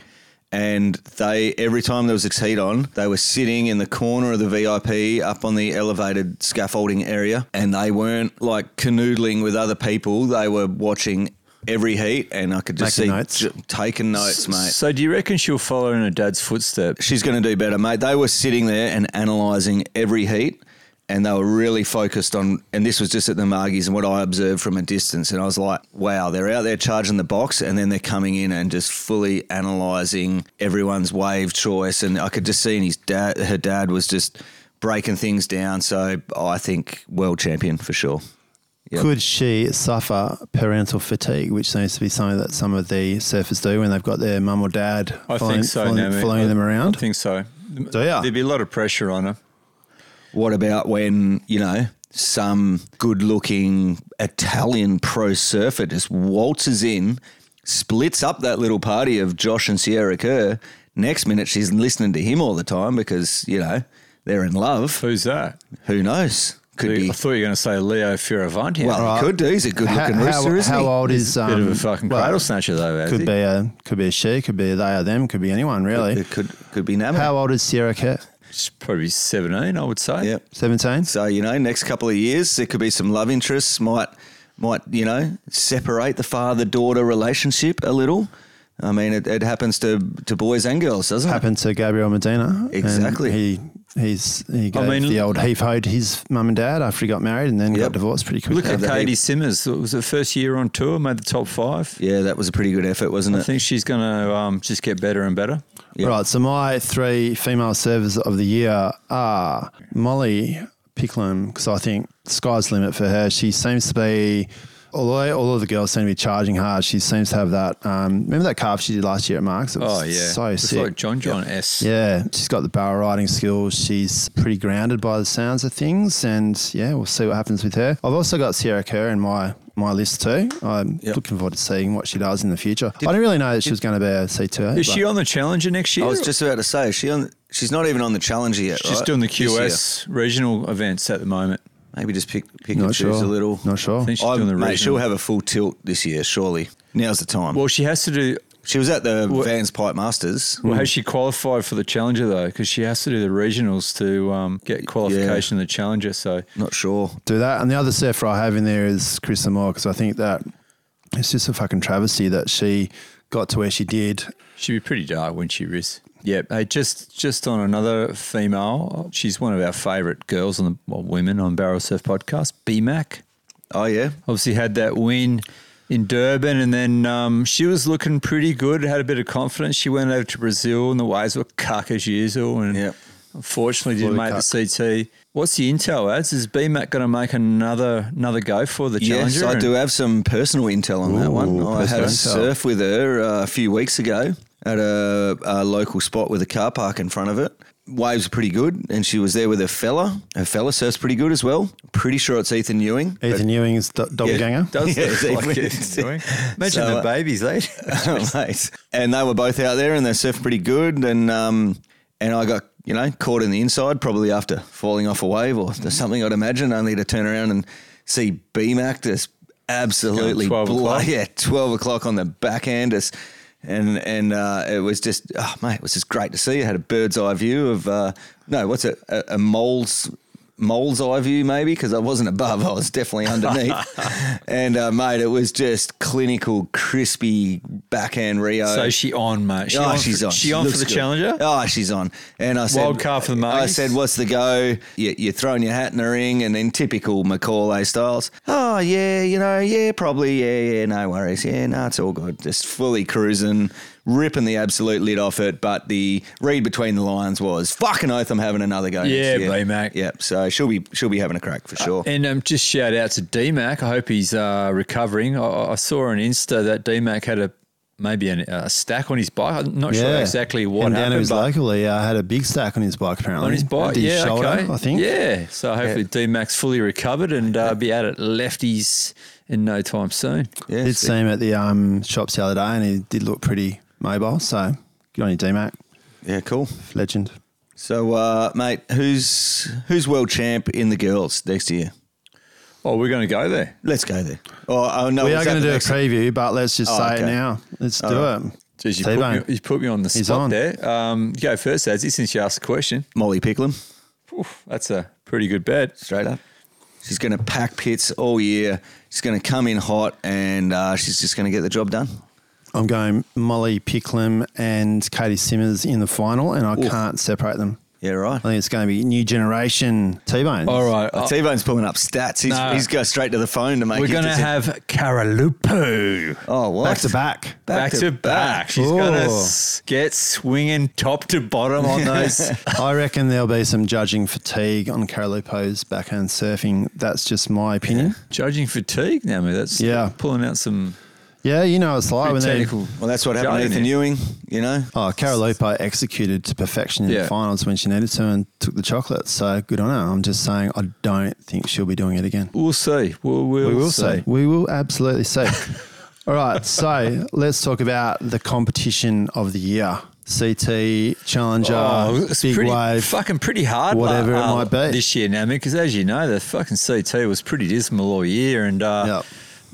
Speaker 7: and they every time there was a heat on, they were sitting in the corner of the VIP up on the elevated scaffolding area, and they weren't like canoodling with other people. They were watching every heat, and I could just
Speaker 3: Making
Speaker 7: see
Speaker 3: notes.
Speaker 7: taking notes, mate.
Speaker 6: So, do you reckon she'll follow in her dad's footsteps?
Speaker 7: She's going to do better, mate. They were sitting there and analysing every heat, and they were really focused on. And this was just at the Margies and what I observed from a distance. And I was like, wow, they're out there charging the box, and then they're coming in and just fully analysing everyone's wave choice. And I could just see, and his dad, her dad was just breaking things down. So I think world champion for sure. Yep.
Speaker 3: Could she suffer parental fatigue, which seems to be something that some of the surfers do when they've got their mum or dad
Speaker 6: I
Speaker 3: following,
Speaker 6: think so,
Speaker 3: following,
Speaker 6: Naomi.
Speaker 3: following
Speaker 6: I-
Speaker 3: them
Speaker 6: I
Speaker 3: around?
Speaker 6: think so.
Speaker 3: So, yeah.
Speaker 6: There'd be a lot of pressure on her.
Speaker 7: What about when, you know, some good looking Italian pro surfer just waltzes in, splits up that little party of Josh and Sierra Kerr. Next minute, she's listening to him all the time because, you know, they're in love.
Speaker 6: Who's that?
Speaker 7: Who knows? Could
Speaker 6: I
Speaker 7: be.
Speaker 6: thought you were going to say Leo Fioravanti.
Speaker 7: Well,
Speaker 3: Alright.
Speaker 7: he could do. He's a good
Speaker 3: How-
Speaker 7: looking
Speaker 3: how,
Speaker 7: rooster, isn't
Speaker 3: how
Speaker 7: he?
Speaker 3: old is um,
Speaker 6: bit of a fucking
Speaker 3: well,
Speaker 6: cradle snatcher, though. As
Speaker 3: Could be a could be a she, could be a they or them, could be anyone really.
Speaker 7: It could, could be Nama.
Speaker 3: How old is Sierra Kerr?
Speaker 6: She's probably seventeen, I would say.
Speaker 7: Yep.
Speaker 3: Seventeen.
Speaker 7: So you know, next couple of years there could be some love interests. Might might you know separate the father daughter relationship a little. I mean, it, it happens to to boys and girls, doesn't
Speaker 3: Happened to Gabriel Medina. and
Speaker 7: Exactly.
Speaker 3: He he's he gave
Speaker 6: mean-
Speaker 3: the old heave hoed his mum and dad after he got married and then got
Speaker 7: Yep.
Speaker 3: divorced pretty quickly.
Speaker 6: Look at Katie Simmers. It was her first year on tour, made the top five.
Speaker 7: it? Yeah, that was a pretty good effort, wasn't
Speaker 6: I
Speaker 7: it?
Speaker 6: think she's going to um, just get better and better.
Speaker 7: Yeah.
Speaker 3: Right, so my three female servers of the year are Molly Picklum, because I think sky's the limit for her. She seems to be, although all of the girls seem to be charging hard, she seems to have that. Um, remember that calf she did last year at Marks? It was
Speaker 6: Oh yeah,
Speaker 3: so
Speaker 6: it's
Speaker 3: sick.
Speaker 6: like John John S.
Speaker 3: yeah, she's got the barrel riding skills. She's pretty grounded by the sounds of things, and yeah, we'll see what happens with her. I've also got Sierra Kerr in my my list too. I'm
Speaker 7: Yep.
Speaker 3: looking forward to seeing what she does in the future. I didn't really know that she was going to be a C2.
Speaker 6: Is
Speaker 3: but-
Speaker 6: she on the Challenger next year?
Speaker 7: I was just about to say, is she on. She's not even on the challenger yet.
Speaker 3: uh,
Speaker 6: she's
Speaker 7: right?
Speaker 6: doing the
Speaker 7: This year.
Speaker 6: QS regional events at the moment.
Speaker 7: Maybe just pick pick and
Speaker 3: Not
Speaker 7: choose
Speaker 3: sure.
Speaker 7: a little.
Speaker 3: Not sure.
Speaker 6: I think she's
Speaker 7: I'm-
Speaker 6: doing the
Speaker 7: mate, she'll
Speaker 6: regional.
Speaker 7: have a full tilt this year, surely. Now's the time.
Speaker 6: well, she has to do.
Speaker 7: she was at the Vans Pipe Masters.
Speaker 6: Well, has she qualified for the Challenger though? Because she has to do the regionals to um, get qualification in the Challenger. So
Speaker 7: Not sure.
Speaker 3: do that. And the other surfer I have in there is Chris Moore because I think that it's just a fucking travesty that she got to where she did.
Speaker 6: She'd be pretty dark when she is. Yeah. Hey, just just on another female, she's one of our favourite girls on the well, women on Barrel Surf podcast. B Mac
Speaker 7: Oh yeah,
Speaker 6: obviously had that win in Durban, and then um, she was looking pretty good. Had a bit of confidence. She went over to Brazil, and the waves were cuck as usual. And
Speaker 7: Yep.
Speaker 6: unfortunately, didn't
Speaker 3: Bloody
Speaker 6: make the CT. What's the intel, ads? Is B Mac going to make another another go for the
Speaker 7: Yes,
Speaker 6: challenger?
Speaker 7: I
Speaker 6: And-
Speaker 7: do have some personal intel on that one.
Speaker 3: Ooh,
Speaker 7: I had
Speaker 3: personal
Speaker 7: a
Speaker 3: intel.
Speaker 7: surf with her uh, a few weeks ago at a, a local spot with a car park in front of it. Waves are pretty good, and she was there with her fella. Her fella surfs pretty good as well. Pretty sure it's Ethan Ewing.
Speaker 3: Ethan Ewing's do- doppelganger.
Speaker 6: Does
Speaker 7: [laughs] Yeah,
Speaker 6: look
Speaker 7: they-
Speaker 6: like it's
Speaker 7: [laughs]
Speaker 6: doing. Imagine
Speaker 7: So,
Speaker 6: the
Speaker 7: uh,
Speaker 6: babies, eh?
Speaker 7: [laughs] Mate. And they were both out there, and they surfed pretty good. And um, and I got you know caught in the inside, probably after falling off a wave or something. I'd imagine only to turn around and see B Mac just absolutely
Speaker 6: 12
Speaker 7: blow,
Speaker 6: o'clock.
Speaker 7: [laughs] yeah, twelve o'clock on the backhand us. And and uh, it was just oh mate, it was just great to see. I had a bird's eye view of uh, no, what's it? A, a mole's mole's eye view maybe because I wasn't above, I was definitely underneath. and uh, mate, it was just clinical, crispy backhand Rio.
Speaker 6: [laughs] So she on, mate. She
Speaker 7: oh,
Speaker 6: on
Speaker 7: she's
Speaker 6: for,
Speaker 7: on.
Speaker 6: She, on for
Speaker 7: looks
Speaker 6: the
Speaker 7: good.
Speaker 6: challenger.
Speaker 7: Oh, she's on. And I said,
Speaker 6: Wild card for the
Speaker 7: I
Speaker 6: Marlies.
Speaker 7: said, what's the go? You, you're throwing your hat in the ring, and in typical Macaulay styles, oh yeah, you know, yeah, probably, yeah, yeah, no worries, yeah, no, it's all good. Just fully cruising, ripping the absolute lid off it. But the read between the lines was, fucking oath, I'm having another go.
Speaker 6: Yeah,
Speaker 7: next year.
Speaker 6: B-Mac.
Speaker 7: Yep. So she'll be she'll be having a crack for sure.
Speaker 6: And um, just shout out to DMAC. I hope he's uh, recovering. I, I saw on Insta that DMAC had a maybe an, a stack on his bike. I'm not sure exactly what
Speaker 3: and
Speaker 6: happened.
Speaker 3: Down was
Speaker 6: but
Speaker 3: locally uh, had a big stack on his bike apparently.
Speaker 6: on his bike,
Speaker 3: Did his
Speaker 6: yeah,
Speaker 3: shoulder,
Speaker 6: okay.
Speaker 3: I think.
Speaker 6: Yeah. So hopefully DMAC's fully recovered and uh, be out at lefties in no time soon.
Speaker 7: yeah,
Speaker 3: Did
Speaker 7: so-
Speaker 3: see him at the um, shops the other day, and he did look pretty mobile. So good on you, D-Mac,
Speaker 7: yeah, cool.
Speaker 3: legend.
Speaker 7: So, uh, mate, who's who's world champ in the girls next year?
Speaker 6: Oh, we're going to go there.
Speaker 7: Let's go there. Oh, oh no,
Speaker 3: we
Speaker 7: is
Speaker 3: are
Speaker 7: that
Speaker 3: going to
Speaker 7: the
Speaker 3: do a
Speaker 7: next-
Speaker 3: preview, but let's just
Speaker 7: Oh,
Speaker 3: say it
Speaker 7: okay.
Speaker 3: now. Let's do it.
Speaker 6: Jeez, you,
Speaker 3: T-Bone.
Speaker 6: put me, you put me on the
Speaker 3: He's
Speaker 6: spot
Speaker 3: on.
Speaker 6: there. Um, you go first, Azzy, since you asked the question.
Speaker 7: Molly Picklem.
Speaker 6: Oof, that's a pretty good bet.
Speaker 7: straight up. She's going to pack pits all year. She's going to come in hot, and uh, she's just going to get the job done.
Speaker 3: I'm going Molly Picklum and Katie Simmers in the final, and I can't separate them.
Speaker 7: Yeah, right.
Speaker 3: I think it's going to be new generation T-bones.
Speaker 6: All right.
Speaker 7: Oh,
Speaker 6: I-
Speaker 7: T-Bone's pulling up stats. He's,
Speaker 6: No.
Speaker 7: he's going straight to the phone to make.
Speaker 6: we're
Speaker 7: his
Speaker 6: going to
Speaker 7: decision.
Speaker 6: have Karalupo
Speaker 7: Oh, what?
Speaker 3: Back to back.
Speaker 6: back, to back. She's
Speaker 3: Ooh.
Speaker 6: going to get swinging top to
Speaker 3: [laughs]
Speaker 6: bottom on those.
Speaker 3: [laughs] I reckon there'll be some judging fatigue on Karalupo's backhand surfing. That's just my opinion.
Speaker 6: Judging fatigue now, mate. That's
Speaker 3: Yeah.
Speaker 6: pulling out some
Speaker 3: Yeah, you know it's like when
Speaker 6: pretty
Speaker 3: they,
Speaker 6: technical.
Speaker 7: Well, that's what happened to
Speaker 6: Judging
Speaker 7: Ethan
Speaker 6: it.
Speaker 7: Ewing. You know,
Speaker 3: Oh, Karalupo executed to perfection in
Speaker 6: Yeah.
Speaker 3: the finals when she needed to and took the chocolate. So good on her. I'm just saying, I don't think she'll be doing it again.
Speaker 6: We'll see. We'll, we'll
Speaker 3: We will
Speaker 6: see.
Speaker 3: say. We will absolutely
Speaker 7: [laughs]
Speaker 3: say. All right. So let's talk about the competition of the year CT, Challenger,
Speaker 6: Oh, it's
Speaker 3: Uh, Big
Speaker 6: pretty,
Speaker 3: Wave.
Speaker 6: fucking pretty hard.
Speaker 3: whatever it
Speaker 6: uh,
Speaker 3: might be.
Speaker 6: this year, now, because as you know, the fucking CT was pretty dismal all year, and uh,
Speaker 3: Yep.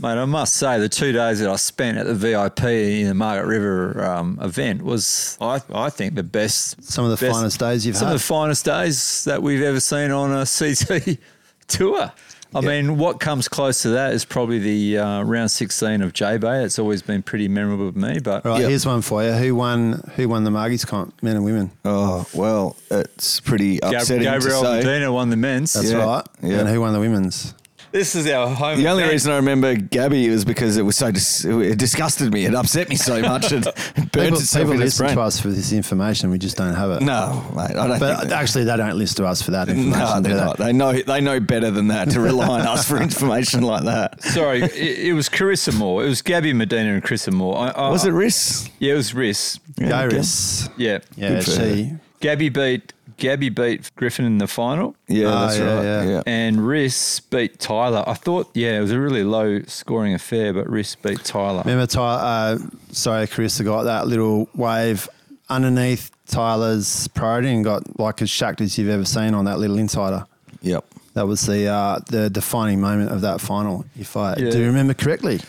Speaker 6: mate, I must say, the two days that I spent at the VIP in the Margaret River um, event was, I, I think, the best.
Speaker 3: Some of the
Speaker 6: best-
Speaker 3: finest days you've
Speaker 6: some
Speaker 3: had.
Speaker 6: of the finest days that we've ever seen on a CT [laughs] tour. I mean, what comes close to that is probably the uh, round 16 of J Bay. It's always been pretty memorable to me, but
Speaker 3: All right.
Speaker 7: Yeah.
Speaker 3: Here's one for you. Who won? Who won the Margies comp? Men and women.
Speaker 7: oh well, it's pretty
Speaker 6: Gab-
Speaker 7: upsetting
Speaker 6: Gabriel
Speaker 7: to say.
Speaker 6: Medina won the men's.
Speaker 3: That's
Speaker 7: Yeah.
Speaker 3: right.
Speaker 7: Yeah.
Speaker 3: And who won the women's?
Speaker 6: This is our home.
Speaker 7: The only reason I remember Gabby was because it was so dis- it disgusted me. It upset me so much. [laughs] It burnt
Speaker 3: People,
Speaker 7: itself
Speaker 3: people
Speaker 7: in its
Speaker 3: listen
Speaker 7: brain.
Speaker 3: to us for this information. We just don't have it.
Speaker 7: No, mate, I don't. think
Speaker 3: But
Speaker 7: they-
Speaker 3: actually, they don't listen to us for that information.
Speaker 7: [laughs] no,
Speaker 3: do
Speaker 7: they're
Speaker 3: they?
Speaker 7: not. They know they know better than that to rely on us for information like that.
Speaker 6: Sorry, it, it was Carissa Moore. It was Gabby Medina and Carissa Moore. I, I,
Speaker 7: Was it Riss?
Speaker 6: Yeah, it was Riss.
Speaker 3: Go, Riss.
Speaker 6: Yeah.
Speaker 3: Yeah,
Speaker 7: Good for
Speaker 3: she.
Speaker 6: Gabby beat Gabby beat Griffin in the final,
Speaker 7: Yeah,
Speaker 3: Ah,
Speaker 7: that's
Speaker 3: yeah,
Speaker 7: right.
Speaker 3: yeah.
Speaker 7: Yeah.
Speaker 6: and Riss beat Tyler. I thought, yeah, it was a really low scoring affair, but Riss beat Tyler.
Speaker 3: Remember, Ty, uh, sorry, Carissa got that little wave underneath Tyler's priority and got like as shacked as you've ever seen on that little insider.
Speaker 7: Yep.
Speaker 3: That was the uh, the defining moment of that final, if I
Speaker 6: Yeah.
Speaker 3: do remember correctly.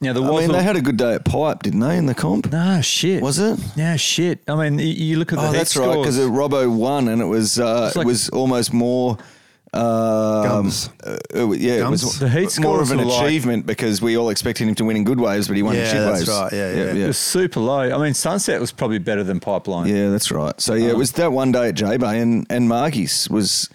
Speaker 6: Now there
Speaker 7: I
Speaker 6: was
Speaker 7: mean,
Speaker 6: a-
Speaker 7: they had a good day at Pipe, didn't they? In the comp.
Speaker 6: no shit.
Speaker 7: Was it?
Speaker 6: Yeah, shit. I mean, y- you look at the
Speaker 7: Oh,
Speaker 6: head
Speaker 7: that's right, because
Speaker 6: scores.
Speaker 7: Robbo won, and it was uh,
Speaker 6: like-
Speaker 7: it was almost more. Um,
Speaker 3: Gums.
Speaker 7: uh, it wa- yeah, it
Speaker 3: Gums.
Speaker 7: was
Speaker 3: The
Speaker 6: heat
Speaker 7: more
Speaker 6: scores
Speaker 7: of an
Speaker 6: were like-
Speaker 7: achievement because we all expected him to win in good waves, but he won in
Speaker 3: Yeah,
Speaker 7: shit
Speaker 3: that's
Speaker 7: waves.
Speaker 3: right. Yeah, yeah.
Speaker 6: it was super low. I mean, Sunset was probably better than Pipeline.
Speaker 7: Yeah, that's right. So yeah, it was that one day at J Bay and and Margie's was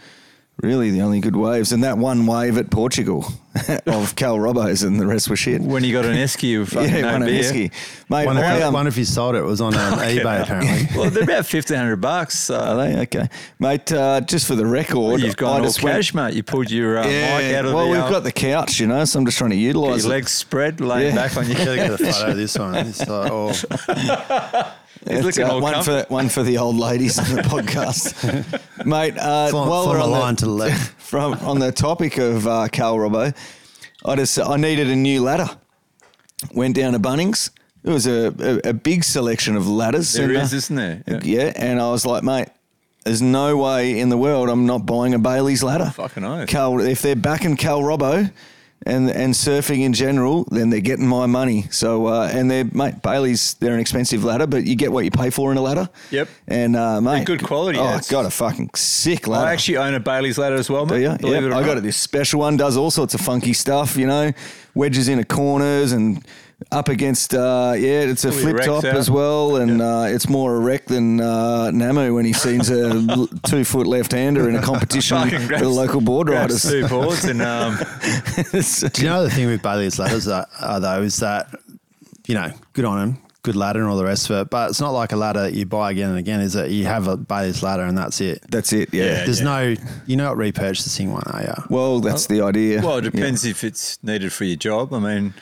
Speaker 7: really the only good waves, and that one wave at Portugal [laughs] of Cal Robbo's, and the rest were shit.
Speaker 6: When you
Speaker 7: [laughs]
Speaker 6: got an esky of fucking
Speaker 7: yeah,
Speaker 6: no
Speaker 7: one of
Speaker 6: beer.
Speaker 7: Heskey. mate.
Speaker 3: One,
Speaker 7: I,
Speaker 3: of,
Speaker 7: um,
Speaker 3: one of you sold it. It was on [laughs] um, eBay, apparently.
Speaker 6: Well, they're about fifteen hundred bucks. Uh,
Speaker 7: are they okay, mate? Uh, just for the record,
Speaker 6: You've gone
Speaker 7: I
Speaker 6: all
Speaker 7: just went-
Speaker 6: cash, mate. You pulled your uh, mic out of
Speaker 7: well,
Speaker 6: the,
Speaker 7: we've
Speaker 6: uh,
Speaker 7: got the couch, you know, so I'm just trying to
Speaker 6: your
Speaker 7: utilise it.
Speaker 6: legs spread, laying
Speaker 7: Yeah.
Speaker 6: back on your.
Speaker 3: You gotta get a photo of this one. [laughs] It's like, oh,
Speaker 6: He's looking all
Speaker 7: Uh, one
Speaker 6: comfy.
Speaker 7: for one for the old
Speaker 6: [laughs]
Speaker 7: ladies on the podcast, mate. Uh,
Speaker 3: fly-
Speaker 7: while
Speaker 3: fly
Speaker 7: we're
Speaker 3: my
Speaker 7: on the,
Speaker 3: line to the left.
Speaker 7: from on the topic of uh, Cal Robbo, I just I needed a new ladder. Went down to Bunnings. There was a, a, a big selection of ladders.
Speaker 6: There
Speaker 7: and,
Speaker 6: is,
Speaker 7: uh,
Speaker 6: isn't there?
Speaker 7: Yeah. and I was like, mate, there's no way in the world I'm not buying a Bailey's ladder.
Speaker 6: Fucking oath.
Speaker 7: Cal, if they're backing Cal Robbo and and surfing in general, then they're getting my money. So uh, and they're mate, Bailey's they're an expensive ladder, but you get what you pay for in a ladder.
Speaker 6: Yep.
Speaker 7: And uh, mate,
Speaker 6: good quality,
Speaker 7: Oh,
Speaker 6: yeah,
Speaker 7: I
Speaker 6: it's-
Speaker 7: got a fucking sick ladder.
Speaker 6: I actually own a Bailey's ladder as well,
Speaker 7: Do
Speaker 6: mate.
Speaker 7: you?
Speaker 6: Believe
Speaker 7: Yeah,
Speaker 6: it or
Speaker 7: I
Speaker 6: not.
Speaker 7: got it.
Speaker 6: [laughs]
Speaker 7: This special one does all sorts of funky stuff, you know, wedges into corners and up against. Uh, yeah, it's a
Speaker 6: Fully
Speaker 7: flip
Speaker 6: erects
Speaker 7: top
Speaker 6: out.
Speaker 7: as well, and uh, it's more erect than uh, Namu when he
Speaker 6: [laughs]
Speaker 7: sees a l- two foot left hander in a competition
Speaker 6: Fucking
Speaker 7: with
Speaker 6: grabs-
Speaker 7: the local board
Speaker 6: Grabs
Speaker 7: riders.
Speaker 6: two
Speaker 7: [laughs]
Speaker 6: boards and um,
Speaker 3: Do you know the thing with Bailey's ladders that, uh, though is that you know good on him, good ladder and all the rest of it. But it's not like a ladder that you buy again and again. Is that you have a Bailey's ladder and that's it?
Speaker 7: That's it. Yeah.
Speaker 3: There's no you're not repurchasing one, are you?
Speaker 7: Well, that's the idea.
Speaker 6: well, it
Speaker 7: Yeah.
Speaker 6: depends if it's needed for your job. I mean,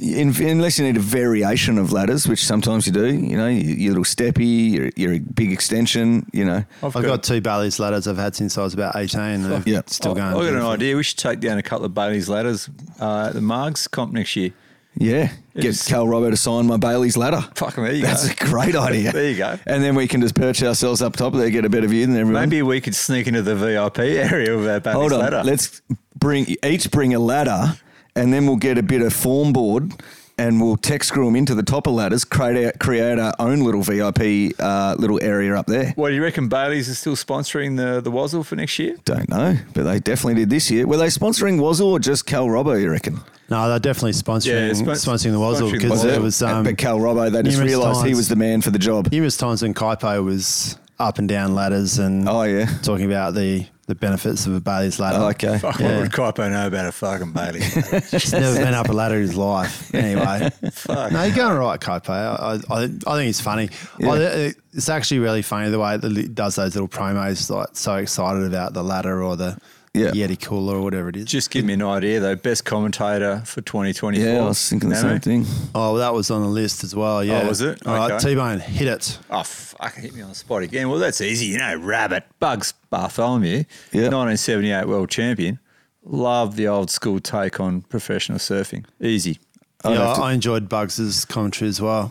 Speaker 7: In, unless you need a variation of ladders, which sometimes you do, you know, your, your little steppy, your, your big extension, you know.
Speaker 3: I've, got, two Bailey's ladders I've had since I was about 18. and they're
Speaker 7: Yeah.
Speaker 3: still
Speaker 6: I-
Speaker 3: going.
Speaker 6: I've got an idea. We should take down a couple of Bailey's ladders uh, at the Margs comp next year.
Speaker 7: Yeah. Get
Speaker 6: It's-
Speaker 7: Cal Robbo to sign my Bailey's ladder.
Speaker 6: Fucking there you
Speaker 7: That's
Speaker 6: go.
Speaker 7: a
Speaker 6: [laughs]
Speaker 7: great idea.
Speaker 6: There you go.
Speaker 7: And then we can just perch ourselves up top there, get a better view than everyone.
Speaker 6: Maybe we could sneak into the VIP [laughs] area with our Bailey's
Speaker 7: Hold on.
Speaker 6: ladder.
Speaker 7: Let's bring each bring a ladder, and then we'll get a bit of form board, and we'll tech screw them into the top of ladders. Create our, create our own little VIP uh, little area up there.
Speaker 6: What do you reckon? Bailey's is still sponsoring the the Wazzle for next year.
Speaker 7: Don't know, but they definitely did this year. Were they sponsoring Wazzle or just Cal Robbo? You reckon?
Speaker 3: No, they're definitely
Speaker 6: Yeah,
Speaker 3: sponsoring
Speaker 6: spon-
Speaker 3: sponsoring the Wazzle
Speaker 6: sponsoring
Speaker 3: because
Speaker 6: the
Speaker 3: it
Speaker 6: Wazzle.
Speaker 3: was um,
Speaker 7: but Cal Robbo, they just
Speaker 3: numerous
Speaker 7: realised he
Speaker 3: times-
Speaker 7: was the man for the job.
Speaker 3: numerous times when Kaipo was up and down ladders and
Speaker 7: Oh, yeah.
Speaker 3: talking about the the benefits of a Bailey's ladder.
Speaker 7: Oh, okay.
Speaker 6: Fuck,
Speaker 3: Yeah.
Speaker 6: what would Kaipo know about a fucking
Speaker 5: [laughs]
Speaker 6: Bailey?
Speaker 3: He's never been up a ladder in his
Speaker 6: [laughs]
Speaker 3: life. Anyway, no, you're going all right, Kaipo. I, I, I think it's funny. I, uh, it's actually really funny the way that it does those little promos. Like so excited about the ladder or the
Speaker 7: Yeah.
Speaker 3: Yeti cooler or whatever it is.
Speaker 6: Just give me an idea though. Best commentator for 2024.
Speaker 5: Yeah, I was thinking the same
Speaker 6: Namo?
Speaker 5: thing.
Speaker 3: oh, well, that was on the list as well. Yeah,
Speaker 6: Oh, was it?
Speaker 3: All right,
Speaker 6: Okay.
Speaker 3: T-Bone, hit it.
Speaker 6: Oh, fuck, hit me on the spot again. Well, that's easy. You know, Rabbit, Bugs Bartholomew,
Speaker 7: Yeah.
Speaker 6: 1978 world champion. Love the old school take on professional surfing. Easy.
Speaker 3: yeah, I enjoyed Bugs' commentary as well.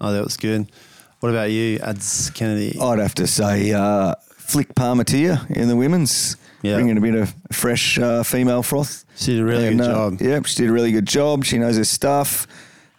Speaker 3: Oh, that was good. What about you, Ads Kennedy?
Speaker 6: Oh,
Speaker 7: I'd have to say uh, Flick Palmatier in the women's,
Speaker 3: Yeah.
Speaker 7: bringing a bit of fresh uh, female froth.
Speaker 3: She did a really
Speaker 7: And,
Speaker 3: good
Speaker 7: uh,
Speaker 3: job.
Speaker 7: Yep, she did a really good job. She knows her stuff.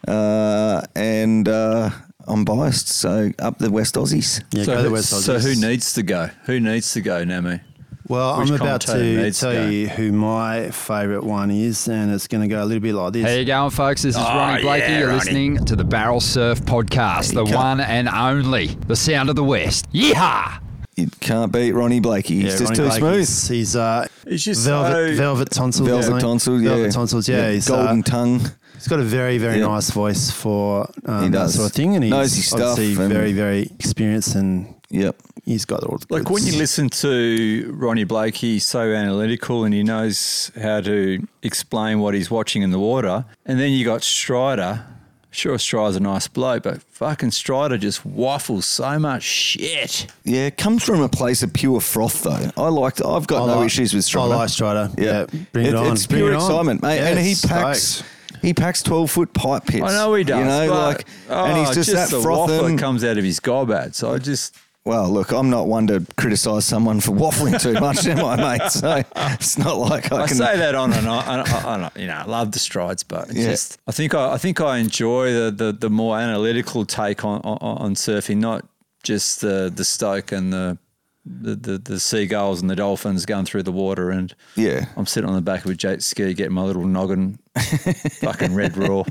Speaker 7: Uh, and uh, I'm biased, so up the West Aussies.
Speaker 3: Yeah,
Speaker 6: so,
Speaker 3: go
Speaker 6: who,
Speaker 3: to West
Speaker 6: so who
Speaker 3: Aussies.
Speaker 6: needs to go? Who needs to go, Namu?
Speaker 3: Well,
Speaker 6: Which
Speaker 3: I'm about
Speaker 6: commentator
Speaker 3: to
Speaker 6: needs
Speaker 3: tell
Speaker 6: to go?
Speaker 3: you who my favourite one is, and it's going to go a little bit like this.
Speaker 5: How you going, folks?
Speaker 7: Oh,
Speaker 5: This is Ronnie Blakey. You're listening to the Barrel Surf Podcast, the one and only, the sound of the West. Yeehaw!
Speaker 7: You can't beat Ronnie Blakey. He's just
Speaker 3: Ronnie
Speaker 7: too
Speaker 3: Blake
Speaker 7: smooth.
Speaker 3: is- He's uh,
Speaker 6: He's just
Speaker 3: velvet,
Speaker 6: so-
Speaker 3: velvet tonsils. or
Speaker 7: Velvet
Speaker 3: something.
Speaker 7: tonsils, yeah.
Speaker 3: Velvet tonsils, yeah. He's, uh,
Speaker 7: golden tongue.
Speaker 3: he's got a very, very
Speaker 7: Yeah.
Speaker 3: nice voice for um,
Speaker 7: He
Speaker 3: that
Speaker 7: does.
Speaker 3: sort of thing, and he's
Speaker 7: Knows his stuff
Speaker 3: obviously
Speaker 7: and-
Speaker 3: very, very experienced, and
Speaker 7: Yep.
Speaker 3: he's got all the
Speaker 6: Like when
Speaker 3: goods.
Speaker 6: you listen to Ronnie Blake, he's so analytical and he knows how to explain what he's watching in the water. And then you got Strider. Sure, Strider's a nice bloke, but fucking Strider just waffles so much shit.
Speaker 7: Yeah, it comes from a place of pure froth, though. I liked. I've got
Speaker 3: I
Speaker 7: no
Speaker 3: like-
Speaker 7: issues with Strider.
Speaker 3: I like Strider. Yeah, bring it, on.
Speaker 7: It's
Speaker 3: Bring
Speaker 7: pure
Speaker 3: it on.
Speaker 7: excitement, mate.
Speaker 3: Yeah,
Speaker 7: and he
Speaker 3: it's
Speaker 7: packs.
Speaker 3: stoked.
Speaker 7: He packs twelve foot pipe pits.
Speaker 6: I know he does.
Speaker 7: You know,
Speaker 6: but-
Speaker 7: like, and he's
Speaker 6: oh,
Speaker 7: just, that
Speaker 6: the waffle that
Speaker 7: frothing.
Speaker 6: comes out of his gobbat. So I just
Speaker 7: Well, look, I'm not one to criticise someone for waffling too much, am I, mate? [laughs] So it's not like I,
Speaker 6: I
Speaker 7: can.
Speaker 6: say that on and on, on, on, on you know, I love the strides, but it's
Speaker 7: Yeah.
Speaker 6: just I think I, I think I enjoy the, the the more analytical take on on, on surfing, not just the the stoke and the the, the the seagulls and the dolphins going through the water and
Speaker 7: Yeah.
Speaker 6: I'm sitting on the back of a jet ski getting my little
Speaker 7: [laughs]
Speaker 6: noggin fucking red raw.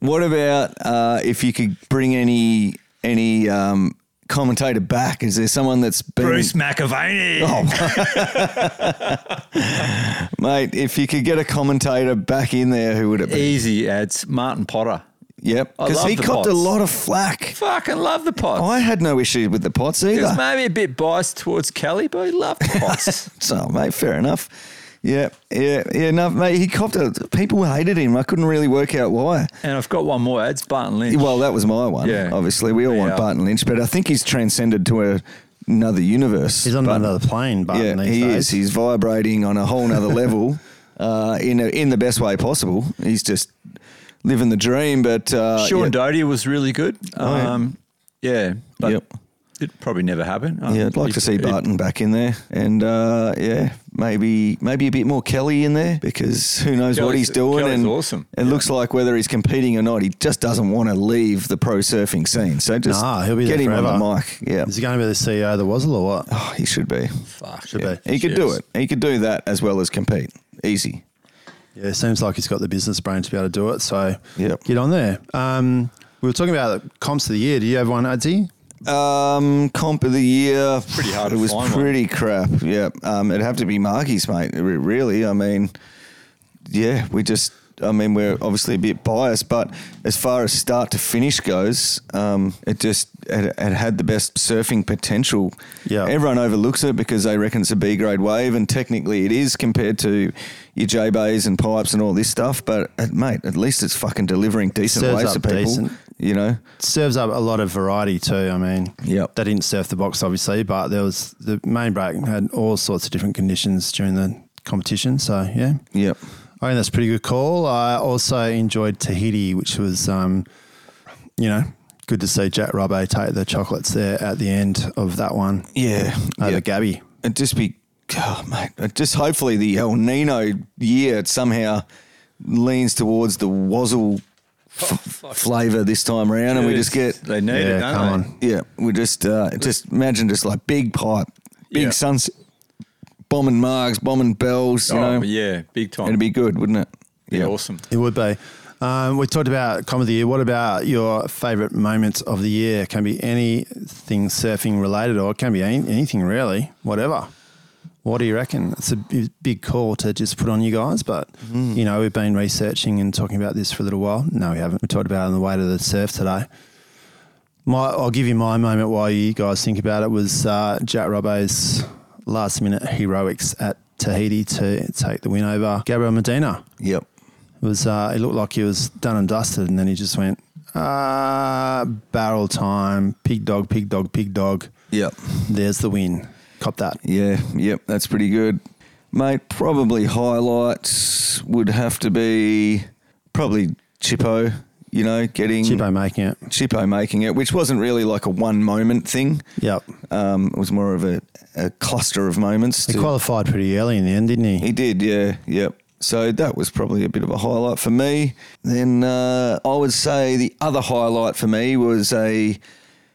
Speaker 7: What about uh, if you could bring any any um, commentator back? Is there someone that's been
Speaker 6: McAvaney.
Speaker 7: mate? If you could get a commentator back in there, who would it be?
Speaker 6: Easy ads, Martin Potter.
Speaker 7: Yep,
Speaker 6: I
Speaker 7: because
Speaker 6: love
Speaker 7: he
Speaker 6: the
Speaker 7: copped a
Speaker 6: pots.
Speaker 7: lot of flack.
Speaker 6: Fucking love the pots.
Speaker 7: I had no issue with the pots
Speaker 6: He was
Speaker 7: either.
Speaker 6: maybe a bit biased towards Kelly, but he loved the
Speaker 7: [laughs]
Speaker 6: pots.
Speaker 7: So, mate, fair enough. Yeah, yeah, yeah. No, mate, he copped it. People hated him. I couldn't really work out why.
Speaker 6: and I've got one more. It's Barton Lynch.
Speaker 7: Well, that was my one.
Speaker 6: Yeah.
Speaker 7: Obviously, we all want
Speaker 6: Yeah.
Speaker 7: Barton Lynch, but I think he's transcended to a, another universe.
Speaker 3: He's on
Speaker 7: But-
Speaker 3: another plane, but
Speaker 7: Yeah, he is. He's vibrating on a whole
Speaker 3: [laughs]
Speaker 7: nother level, uh, in a, in the best way possible. He's just living the dream. But uh,
Speaker 6: Sean
Speaker 7: yeah, Oh,
Speaker 6: Doty was really good.
Speaker 7: yeah.
Speaker 6: Um, yeah, but
Speaker 7: Yep.
Speaker 6: it probably never happened. Um,
Speaker 7: yeah, I'd like
Speaker 6: it-
Speaker 7: to see
Speaker 6: it-
Speaker 7: Barton back in there, and uh, yeah, maybe maybe a bit more Kelly in there because who knows what
Speaker 6: Kelly's-
Speaker 7: he's doing.
Speaker 6: Kelly's
Speaker 7: and
Speaker 6: awesome.
Speaker 7: It looks like whether he's competing or not, he just doesn't want to leave the pro surfing scene. So just
Speaker 3: Nah, he'll be
Speaker 7: get
Speaker 3: there
Speaker 7: him on the
Speaker 3: forever.
Speaker 7: mic. Yeah,
Speaker 3: Is he going to be the CEO of the Wazzle or what?
Speaker 7: Oh, he should be.
Speaker 6: Fuck.
Speaker 3: Should be.
Speaker 7: He could do
Speaker 6: Cheers.
Speaker 7: it. He could do that as well as compete. Easy.
Speaker 3: Yeah, it seems like he's got the business brain to be able to do it. So
Speaker 7: Yep.
Speaker 3: get on there. Um, we were talking about the comps of the year. Do you have one, Adzi?
Speaker 7: Um, comp of the year.
Speaker 6: Pretty hard
Speaker 7: It
Speaker 6: to
Speaker 7: was
Speaker 6: find one.
Speaker 7: pretty crap. Yeah. Um, it'd have to be Marky's, mate. re- Really. I mean, yeah. We just. I mean, we're obviously a bit biased, but as far as start to finish goes, um, it just it, it had the best surfing potential.
Speaker 3: Yeah.
Speaker 7: Everyone overlooks it because they reckon it's a B grade wave, and technically it is compared to your J bays and pipes and all this stuff. But uh, mate, at least it's fucking delivering decent
Speaker 3: Serves
Speaker 7: waves to
Speaker 3: up
Speaker 7: people.
Speaker 3: decent.
Speaker 7: You know.
Speaker 3: Serves up a lot of variety too. I mean,
Speaker 7: Yep.
Speaker 3: they didn't surf the box obviously, but there was the main break had all sorts of different conditions during the competition. So yeah,
Speaker 7: Yep.
Speaker 3: I think that's a pretty good call. I also enjoyed Tahiti, which was, um, you know, good to see Jack Robbie take the chocolates there at the end of that one
Speaker 7: Yeah.
Speaker 3: over
Speaker 7: Yep.
Speaker 3: Gabby.
Speaker 7: and just be, oh, mate, it'd just hopefully the El Nino year somehow leans towards the Wazzle
Speaker 6: Oh,
Speaker 7: f- flavour this time around, and we just get,
Speaker 6: They need
Speaker 3: yeah,
Speaker 6: it, don't
Speaker 3: come
Speaker 6: they?
Speaker 3: on.
Speaker 7: yeah, we just, uh, just imagine just like big pipe, big
Speaker 6: Yeah.
Speaker 7: sunset, bombing margs, bombing bells, you
Speaker 6: Oh,
Speaker 7: know,
Speaker 6: yeah, big time.
Speaker 7: it'd be good, wouldn't it?
Speaker 6: Be awesome.
Speaker 3: It would be. Um, we talked about comedy of the year. What about your favourite moments of the year? Can be anything surfing related, or it can be any, anything really, whatever. What do you reckon? It's a b- big call to just put on you guys, but you know we've been researching and talking about this for a little while. No, we haven't. We talked about it on the way to the surf today. My, I'll give you my moment while you guys think about it. Was uh, Jack Robbo's last minute heroics at Tahiti to take the win over Gabriel Medina?
Speaker 7: Yep.
Speaker 3: It was uh, it looked like he was done and dusted, and then he just went uh, barrel time, pig dog, pig dog, pig dog.
Speaker 7: Yep.
Speaker 3: There's the win. Cop that.
Speaker 7: Yeah, yep, that's pretty good. Mate, probably highlights would have to be probably Chippo, you know, getting
Speaker 3: Chippo making it.
Speaker 7: Chippo making it, which wasn't really like a one moment thing.
Speaker 3: Yep.
Speaker 7: Um, it was more of a, a cluster of moments.
Speaker 3: He
Speaker 7: to-
Speaker 3: qualified pretty early in the end, didn't
Speaker 7: he
Speaker 3: he?
Speaker 7: did, yeah, yep. So that was probably a bit of a highlight for me. Then uh, I would say the other highlight for me was a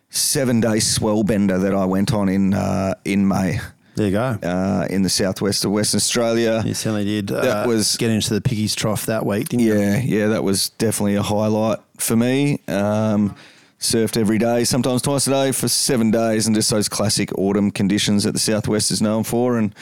Speaker 7: seven day swell bender that I went on in uh, in May
Speaker 3: There you go.
Speaker 7: uh, in the southwest of Western Australia.
Speaker 3: He certainly did. uh,
Speaker 7: That was-
Speaker 3: get into the piggies trough that week, didn't you?
Speaker 7: Yeah, yeah, that was definitely a highlight for me. Um, surfed every day, sometimes twice a day for seven days, and just those classic autumn conditions that the southwest is known for. And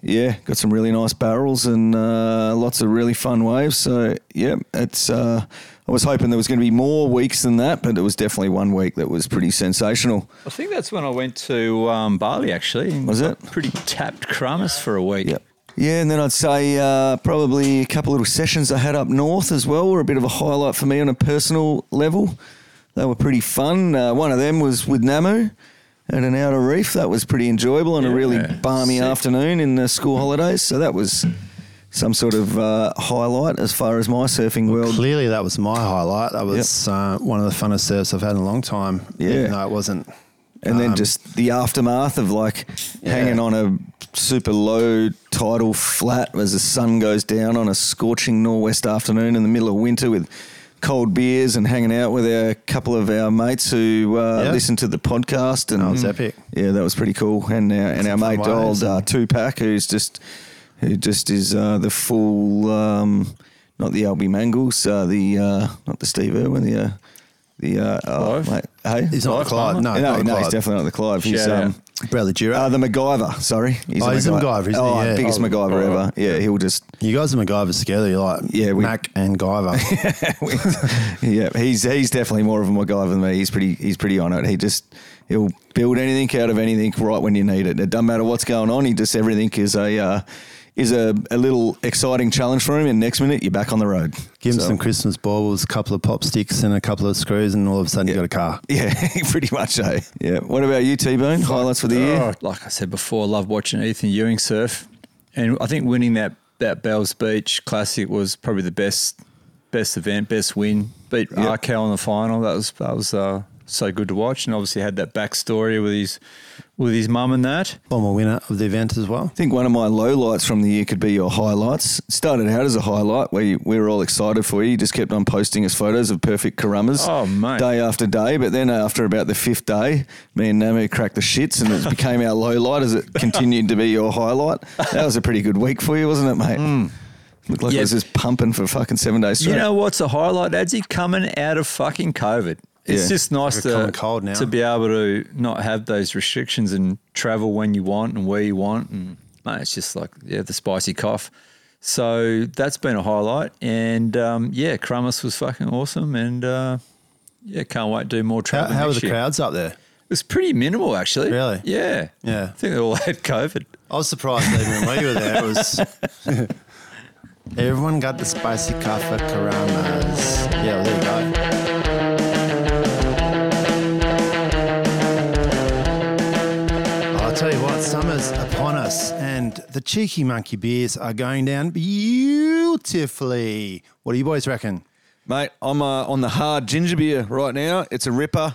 Speaker 7: yeah, got some really nice barrels and uh, lots of really fun waves. So yeah, it's. Uh, I was hoping there was going to be more weeks than that, but it was definitely one week that was pretty sensational.
Speaker 6: I think that's when I went to um, Bali actually. and
Speaker 7: Was
Speaker 6: got
Speaker 7: it?
Speaker 6: pretty tapped crummers for a week?
Speaker 7: Yep. Yeah, and then I'd say uh, probably a couple little sessions I had up north as well were a bit of a highlight for me on a personal level. They were pretty fun. Uh, one of them was with Namu at an outer reef. That was pretty enjoyable on a really
Speaker 6: Yeah.
Speaker 7: balmy
Speaker 6: Sick.
Speaker 7: afternoon in the school holidays. So that was some sort of uh, highlight as far as my surfing world.
Speaker 3: Clearly, that was my highlight. That was uh, one of the funnest serves I've had in a long time.
Speaker 7: Yeah.
Speaker 3: Even though it wasn't.
Speaker 7: and then
Speaker 3: Um,
Speaker 7: just the aftermath of like hanging on a super low tidal flat as the sun goes down on a scorching norwest afternoon in the middle of winter with cold beers and hanging out with a couple of our mates who uh,
Speaker 3: Yeah.
Speaker 7: listened to the podcast and
Speaker 3: That was epic.
Speaker 7: yeah that was pretty cool and our, and our
Speaker 3: Some fun
Speaker 7: mate old
Speaker 3: waves.
Speaker 7: uh, Tupac who's just who just is uh, the full um, not the Albie Mangles uh, the uh, not the Steve Irwin the uh, the uh, oh,
Speaker 6: Clive?
Speaker 7: mate, hey
Speaker 3: He's not the Clyde. No,
Speaker 7: no, no,
Speaker 3: not the
Speaker 7: he's
Speaker 3: Clyde.
Speaker 7: definitely not the Clive. He's
Speaker 6: Shout
Speaker 7: um,
Speaker 3: Bradley Dura.
Speaker 7: uh, the MacGyver. Sorry, he's
Speaker 3: Oh, he's the MacGyver, isn't he?
Speaker 7: oh,
Speaker 3: Yeah.
Speaker 7: biggest
Speaker 3: Oh,
Speaker 7: MacGyver ever. Yeah, he'll
Speaker 3: [laughs]
Speaker 7: just.
Speaker 3: you guys and MacGyver's together. You're like
Speaker 7: Yeah, we-
Speaker 3: Mac and Guyver.
Speaker 7: yeah, he's he's definitely more of a MacGyver than me. He's pretty he's pretty on it. He just he'll build anything out of anything right when you need it. It doesn't matter what's going on. He just everything is a. Uh, is a, a little exciting challenge for him, and next minute you're back on the road.
Speaker 3: Give him
Speaker 7: So- [laughs]
Speaker 3: some Christmas baubles, a couple of pop sticks, and a couple of screws, and all of a sudden you got a car.
Speaker 7: yeah, [laughs] pretty much, eh? Yeah. What about you, T Bone? Highlights for the year?
Speaker 6: oh, Like I said before, I love watching Ethan Ewing surf, and I think winning that that Bells Beach Classic was probably the best best event, best win. Beat
Speaker 7: Yeah.
Speaker 6: Arkell in the final. That was that was uh, so good to watch, and obviously had that backstory with his with his mum and that.
Speaker 3: Former winner of the event as well.
Speaker 7: I think one of my lowlights from the year could be your highlights. It started out as a highlight where you, we were all excited for you. You just kept on posting us photos of perfect karamas
Speaker 6: Oh, mate.
Speaker 7: day after day. But then after about the fifth day, me and Namu cracked the shits and
Speaker 6: [laughs]
Speaker 7: it became our lowlight as it continued to be your highlight. That was a pretty good week for you, wasn't it, mate? Looked like I
Speaker 6: Hmm. Yeah.
Speaker 7: was just pumping for fucking seven days straight.
Speaker 6: You know what's a highlight, Adsy? Coming out of fucking COVID. It's
Speaker 7: Yeah.
Speaker 6: just nice
Speaker 3: We're coming
Speaker 6: to,
Speaker 3: cold now.
Speaker 6: to be able to not have those restrictions and travel when you want and where you want. And mate, it's just like, yeah, the spicy cough. So that's been a highlight. And um, yeah, Crummers was fucking awesome. And uh, yeah, can't wait to do more
Speaker 3: How,
Speaker 6: travel.
Speaker 3: how were
Speaker 6: next
Speaker 3: the
Speaker 6: year.
Speaker 3: crowds up there?
Speaker 6: It was pretty minimal, actually.
Speaker 3: Really?
Speaker 6: Yeah.
Speaker 3: Yeah.
Speaker 6: I think they all had COVID.
Speaker 3: I was surprised even when we were there. It was [laughs] everyone got the spicy kaffa karamas. Yeah, well, there you go. I'll tell you what, summer's upon us, and the cheeky monkey beers are going down beautifully. What do you boys reckon?
Speaker 7: Mate, I'm uh, on the hard ginger beer right now. It's a ripper.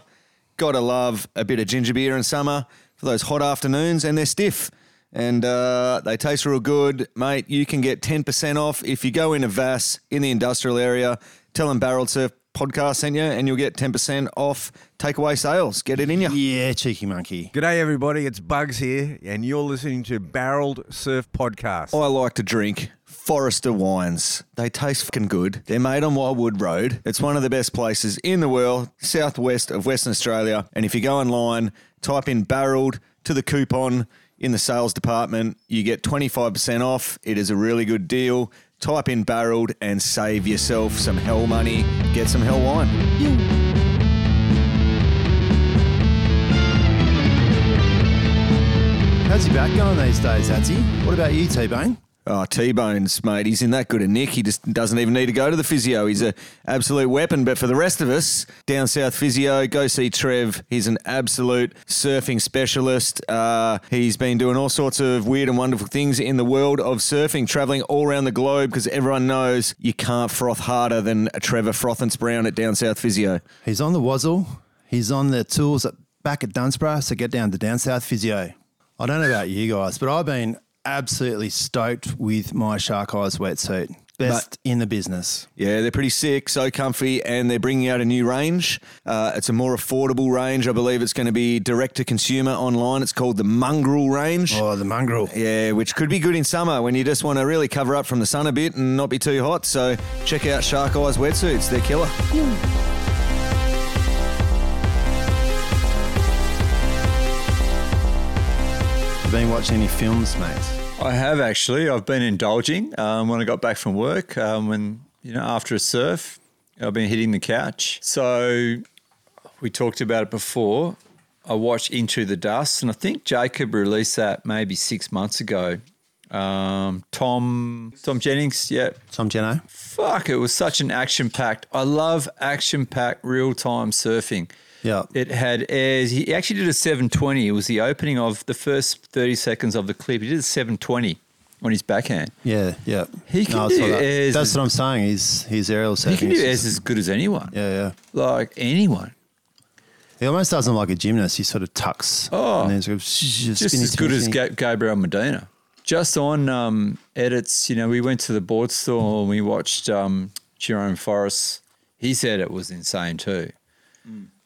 Speaker 7: Gotta love a bit of ginger beer in summer for those hot afternoons, and they're stiff and uh, they taste real good, mate. You can get 10% off if you go into Vass in the industrial area. Tell them Barrel Surf podcast sent you, and you'll get 10% off takeaway sales. Get it in you.
Speaker 3: Yeah, cheeky monkey.
Speaker 8: G'day, everybody. It's Bugs here, and you're listening to Barreled Surf Podcast.
Speaker 7: I like to drink Forrester wines. They taste fucking good. They're made on Wildwood Road. It's one of the best places in the world, southwest of Western Australia. And if you go online, type in barreled to the coupon in the sales department, you get 25% off. It is a really good deal. Type in barreled and save yourself some hell money. Get some hell wine.
Speaker 3: How's your back going these days, Hatsy? What about you, T Bone?
Speaker 7: Oh, T-Bones, mate. He's in that good a nick. He just doesn't even need to go to the physio. He's a absolute weapon. But for the rest of us, down south physio, go see Trev. He's an absolute surfing specialist. Uh, he's been doing all sorts of weird and wonderful things in the world of surfing, traveling all around the globe because everyone knows you can't froth harder than a Trevor Frothance Brown at down south physio.
Speaker 3: He's on the Wazzle. He's on the tools at, back at Dunsborough. So get down to Down South Physio. I don't know about you guys, but I've been absolutely stoked with my Shark Eyes wetsuit. Best in the business.
Speaker 7: Yeah, they're pretty sick, so comfy, and they're bringing out a new range. Uh, it's a more affordable range. I believe it's going to be direct to consumer online. It's called the Mongrel range.
Speaker 3: Oh, the mongrel.
Speaker 7: Yeah, which could be good in summer when you just want to really cover up from the sun a bit and not be too hot. So check out Shark Eyes wetsuits; they're killer.
Speaker 3: Been watching any films, mate?
Speaker 6: I have actually. I've been indulging um, when I got back from work. Um, when you know, after a surf, I've been hitting the couch. So we talked about it before. I watched Into the Dust, and I think Jacob released that maybe six months ago. Um, Tom Tom Jennings, yeah,
Speaker 3: Tom Jeno.
Speaker 6: fuck, it was such an action packed. I love action packed real time surfing.
Speaker 3: Yeah.
Speaker 6: It had airs. He actually did a 720. It was the opening of the first 30 seconds of the clip. He did a 720 on his backhand.
Speaker 3: Yeah, yeah.
Speaker 6: He can
Speaker 3: I
Speaker 6: do
Speaker 3: saw that.
Speaker 6: airs
Speaker 3: That's
Speaker 6: as-
Speaker 3: what I'm saying. He's he's aerial surfing.
Speaker 6: He can do
Speaker 3: It's
Speaker 6: airs
Speaker 3: just-
Speaker 6: as good as anyone.
Speaker 3: Yeah, yeah.
Speaker 6: Like anyone.
Speaker 3: He almost does them like a gymnast. He sort of tucks.
Speaker 6: Oh,
Speaker 3: and then sort of just
Speaker 6: Just as good as Ga- Gabriel Medina. Just on um, edits, you know, we went to the board store and we watched um, Jerome Forrest. He said it was insane too.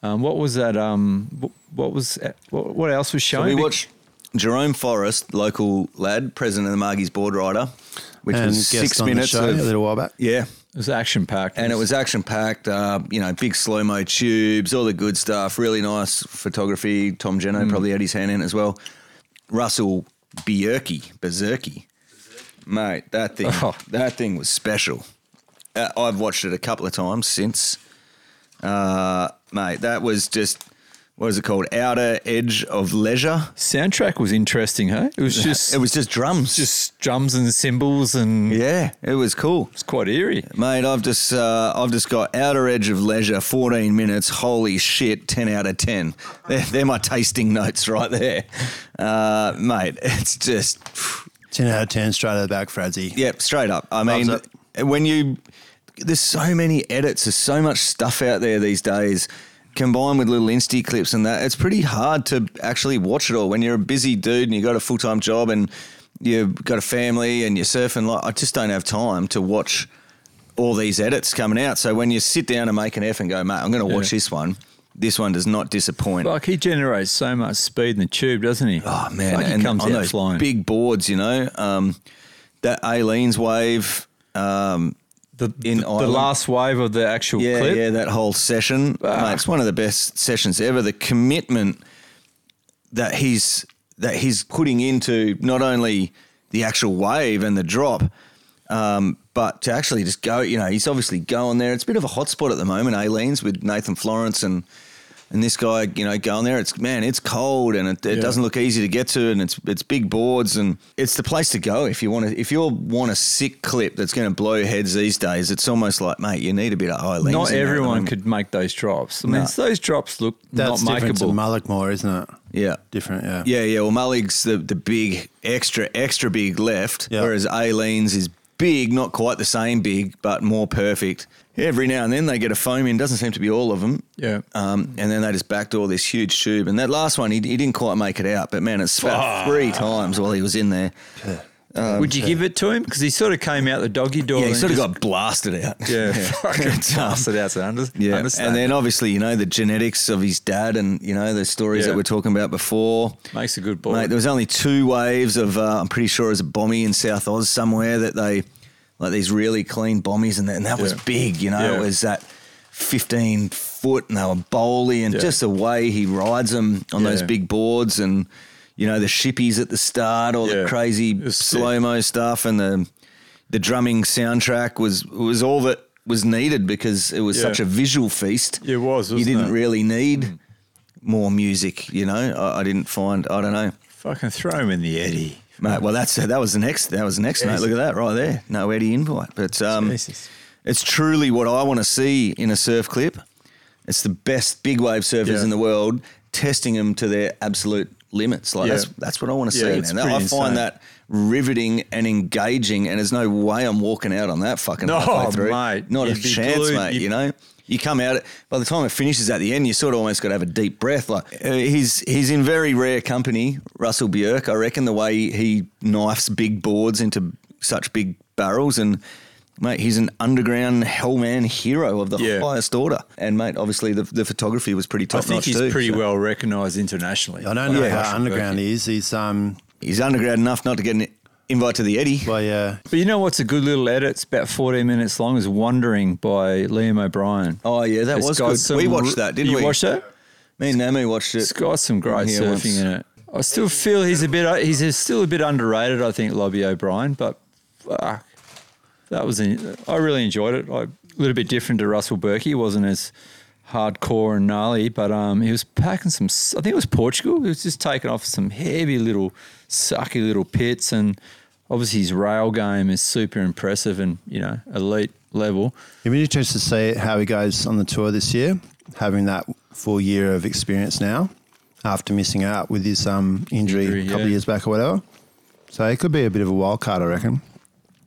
Speaker 6: Um, what was that? Um, wh- what was what, what else was
Speaker 7: So
Speaker 6: shown?
Speaker 7: we watched Jerome Forrest, local lad, president of the Margie's Board Rider, which
Speaker 3: and
Speaker 7: was six
Speaker 3: guest on the
Speaker 7: minutes.
Speaker 3: show a
Speaker 7: of-
Speaker 3: little while back.
Speaker 7: yeah,
Speaker 6: It was action packed,
Speaker 7: and it was action packed. Uh, you know, big slow mo tubes, all the good stuff. Really nice photography. Tom Jeno
Speaker 6: Mm.
Speaker 7: probably had his hand in it as well. Russell Bierke, Berserky, mate, that thing,
Speaker 6: Oh.
Speaker 7: that thing was special. Uh, I've watched it a couple of times since. Uh, mate, that was just what is it called? Outer Edge of Leisure.
Speaker 6: soundtrack was interesting, huh? It was just
Speaker 7: [laughs] It was just drums.
Speaker 6: just drums and cymbals, and
Speaker 7: yeah, it was cool.
Speaker 6: it's quite eerie.
Speaker 7: Mate, I've just uh, I've just got Outer Edge of Leisure, 14 minutes. Holy shit, 10 out of 10. They're, they're my tasting notes right there, uh, mate. It's just
Speaker 3: Ten out of ten, straight out of the back, Frazzy.
Speaker 7: yep, straight up. I
Speaker 3: Loves
Speaker 7: mean, when you there's so many edits, there's so much stuff out there these days. Combined with little Insta clips and that, it's pretty hard to actually watch it all when you're a busy dude and you got a full time job and you've got a family and you're surfing. Like, I just don't have time to watch all these edits coming out. So when you sit down and make an F and go, mate, I'm going to watch
Speaker 6: Yeah.
Speaker 7: this one. This one does not disappoint.
Speaker 6: Like he generates so much speed in the tube, doesn't he?
Speaker 7: Oh man,
Speaker 6: like he
Speaker 7: and
Speaker 6: comes
Speaker 7: on
Speaker 6: out
Speaker 7: those
Speaker 6: flying.
Speaker 7: big boards, you know, um, that Aileen's wave. Um,
Speaker 6: the,
Speaker 7: in
Speaker 6: the, the
Speaker 7: Ireland.
Speaker 6: last wave of the actual
Speaker 7: yeah,
Speaker 6: clip. Ah.
Speaker 7: yeah, that whole session. Mate, it's one of the best sessions ever. The commitment that he's that he's putting into not only the actual wave and the drop, um, but to actually just go. You know, he's obviously going there. It's a bit of a hotspot at the moment. Aileen's with Nathan Florence and. And this guy, you know, going there, it's man, it's cold and it, it doesn't look easy to get to, and it's it's big boards and it's the place to go if you want to. If you want a sick clip that's going to blow heads these days, it's almost like, mate, you need a bit of Eileen.
Speaker 6: Not everyone could make those drops. I mean,
Speaker 7: No.
Speaker 6: those drops look
Speaker 3: That's
Speaker 6: not
Speaker 3: different to
Speaker 6: makeable.
Speaker 3: Mullockmore, isn't it?
Speaker 7: Yeah.
Speaker 3: Different, yeah.
Speaker 7: Yeah, yeah. Well, Mullig's the, the big, extra, extra big left,
Speaker 3: Yeah.
Speaker 7: whereas Aileen's is big, not quite the same big, but more perfect. Every now and then they get a foam in, doesn't seem to be all of them.
Speaker 6: Yeah.
Speaker 7: Um, and then they just backdoor this huge tube. And that last one, he, he didn't quite make it out, but man, it spat three times while he was in there.
Speaker 6: Would you give it to him? Because he sort of came out the doggy door.
Speaker 7: Yeah, he
Speaker 6: and
Speaker 7: sort of
Speaker 6: just-
Speaker 7: got blasted out.
Speaker 6: [laughs]
Speaker 7: [laughs]
Speaker 6: Yeah, fucking
Speaker 7: It's, um,
Speaker 6: blasted out. So under,
Speaker 7: Yeah,
Speaker 6: understand.
Speaker 7: and then obviously you know the genetics of his dad, and you know the stories
Speaker 6: Yeah.
Speaker 7: that we're talking about before.
Speaker 6: makes a good ball.
Speaker 7: Mate, there was only two waves of uh, I'm pretty sure it was a bommy in South Oz somewhere that they like these really clean bombies, and that, and that was
Speaker 6: Yeah.
Speaker 7: big. You know,
Speaker 6: Yeah.
Speaker 7: it was that 15 foot, and they were bowly, and
Speaker 6: Yeah.
Speaker 7: just the way he rides them on those
Speaker 6: Yeah.
Speaker 7: big boards, and you know the shippies at the start, all
Speaker 6: Yeah.
Speaker 7: the
Speaker 6: It
Speaker 7: crazy
Speaker 6: was sick.
Speaker 7: slow mo stuff, and the the drumming soundtrack was was all that was needed because it was
Speaker 6: Yeah.
Speaker 7: such a visual feast.
Speaker 6: It was,
Speaker 7: you
Speaker 6: wasn't
Speaker 7: didn't
Speaker 6: it? Hmm.
Speaker 7: really need more music. You know, I, I didn't find. I don't know.
Speaker 6: fucking throw him in the eddy.
Speaker 7: Mate, well, that's that was the next that was the next note. Look at that right there. No Eddie invite, but um,
Speaker 6: Jesus.
Speaker 7: it's truly what I want to see in a surf clip. It's the best big wave surfers
Speaker 6: Yeah.
Speaker 7: in the world testing them to their absolute limits. Like
Speaker 6: Yeah.
Speaker 7: that's that's what I want to
Speaker 6: Yeah, it's
Speaker 7: see, man. I
Speaker 6: pretty insane.
Speaker 7: find that riveting and engaging, and there's no way I'm walking out on that fucking
Speaker 6: No,
Speaker 7: halfway through.
Speaker 6: mate.
Speaker 7: Not a
Speaker 6: You'd be
Speaker 7: chance,
Speaker 6: glued.
Speaker 7: mate.
Speaker 6: You'd-
Speaker 7: You know. You come out by the time it finishes at the end, you sort of almost got to have a deep breath. Like uh, he's he's in very rare company, Russell Bjerk. I reckon the way he knifes big boards into such big barrels, and mate, he's an underground hellman hero of the
Speaker 6: Yeah.
Speaker 7: highest order. And mate, obviously the, the photography was pretty
Speaker 6: I
Speaker 7: top
Speaker 6: think
Speaker 7: notch
Speaker 6: he's
Speaker 7: too.
Speaker 6: pretty
Speaker 7: so.
Speaker 6: well recognised internationally.
Speaker 3: I don't know
Speaker 7: Yeah.
Speaker 3: how underground he is. He's um,
Speaker 7: He's underground enough not to get an invite to the Eddie.
Speaker 3: well, yeah,
Speaker 6: But you know what's a good little edit? It's about 14 minutes long. Is "Wandering" by Liam O'Brien.
Speaker 7: Oh yeah, that
Speaker 6: It's
Speaker 7: was
Speaker 6: got
Speaker 7: good.
Speaker 6: some
Speaker 7: we
Speaker 6: r-
Speaker 7: watched that, didn't
Speaker 6: you
Speaker 7: we?
Speaker 6: watch that?
Speaker 7: Me and Namu watched it.
Speaker 6: It's got some great
Speaker 7: Yeah,
Speaker 6: surfing
Speaker 7: once.
Speaker 6: in it. I still feel he's a bit. uh, He's still a bit underrated. I think Lobby O'Brien, but fuck, that was. In, I really enjoyed it. I, a little bit different to Russell Burke. He wasn't as hardcore and gnarly, but um, he was packing some. s- I think it was Portugal. He was just taking off some heavy little sucky little pits, and obviously his rail game is super impressive and you know elite level.
Speaker 3: it'd be interesting to see how he goes on the tour this year, having that full year of experience now after missing out with his um, injury,
Speaker 6: Injury,
Speaker 3: a couple
Speaker 6: yeah.
Speaker 3: of years back or whatever. So he could be a bit of a wild card, I reckon,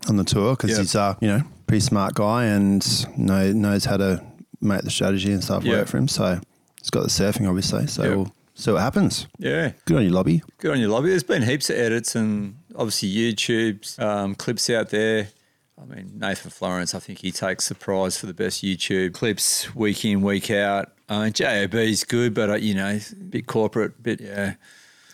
Speaker 3: on the tour because
Speaker 6: Yeah.
Speaker 3: he's uh, you know pretty smart guy and know, knows how to make the strategy and stuff
Speaker 6: Yeah.
Speaker 3: work for him. So he's got the surfing, obviously. So
Speaker 6: Yeah.
Speaker 3: we'll see what happens.
Speaker 6: Yeah.
Speaker 3: Good on you, lobby.
Speaker 6: Good on you, Lobby. There's been heaps of edits and obviously YouTube's um, clips out there. I mean, Nathan Florence, I think he takes the prize for the best YouTube clips week in, week out. Uh, JOB's good, but, uh, you know, a bit corporate, bit, yeah.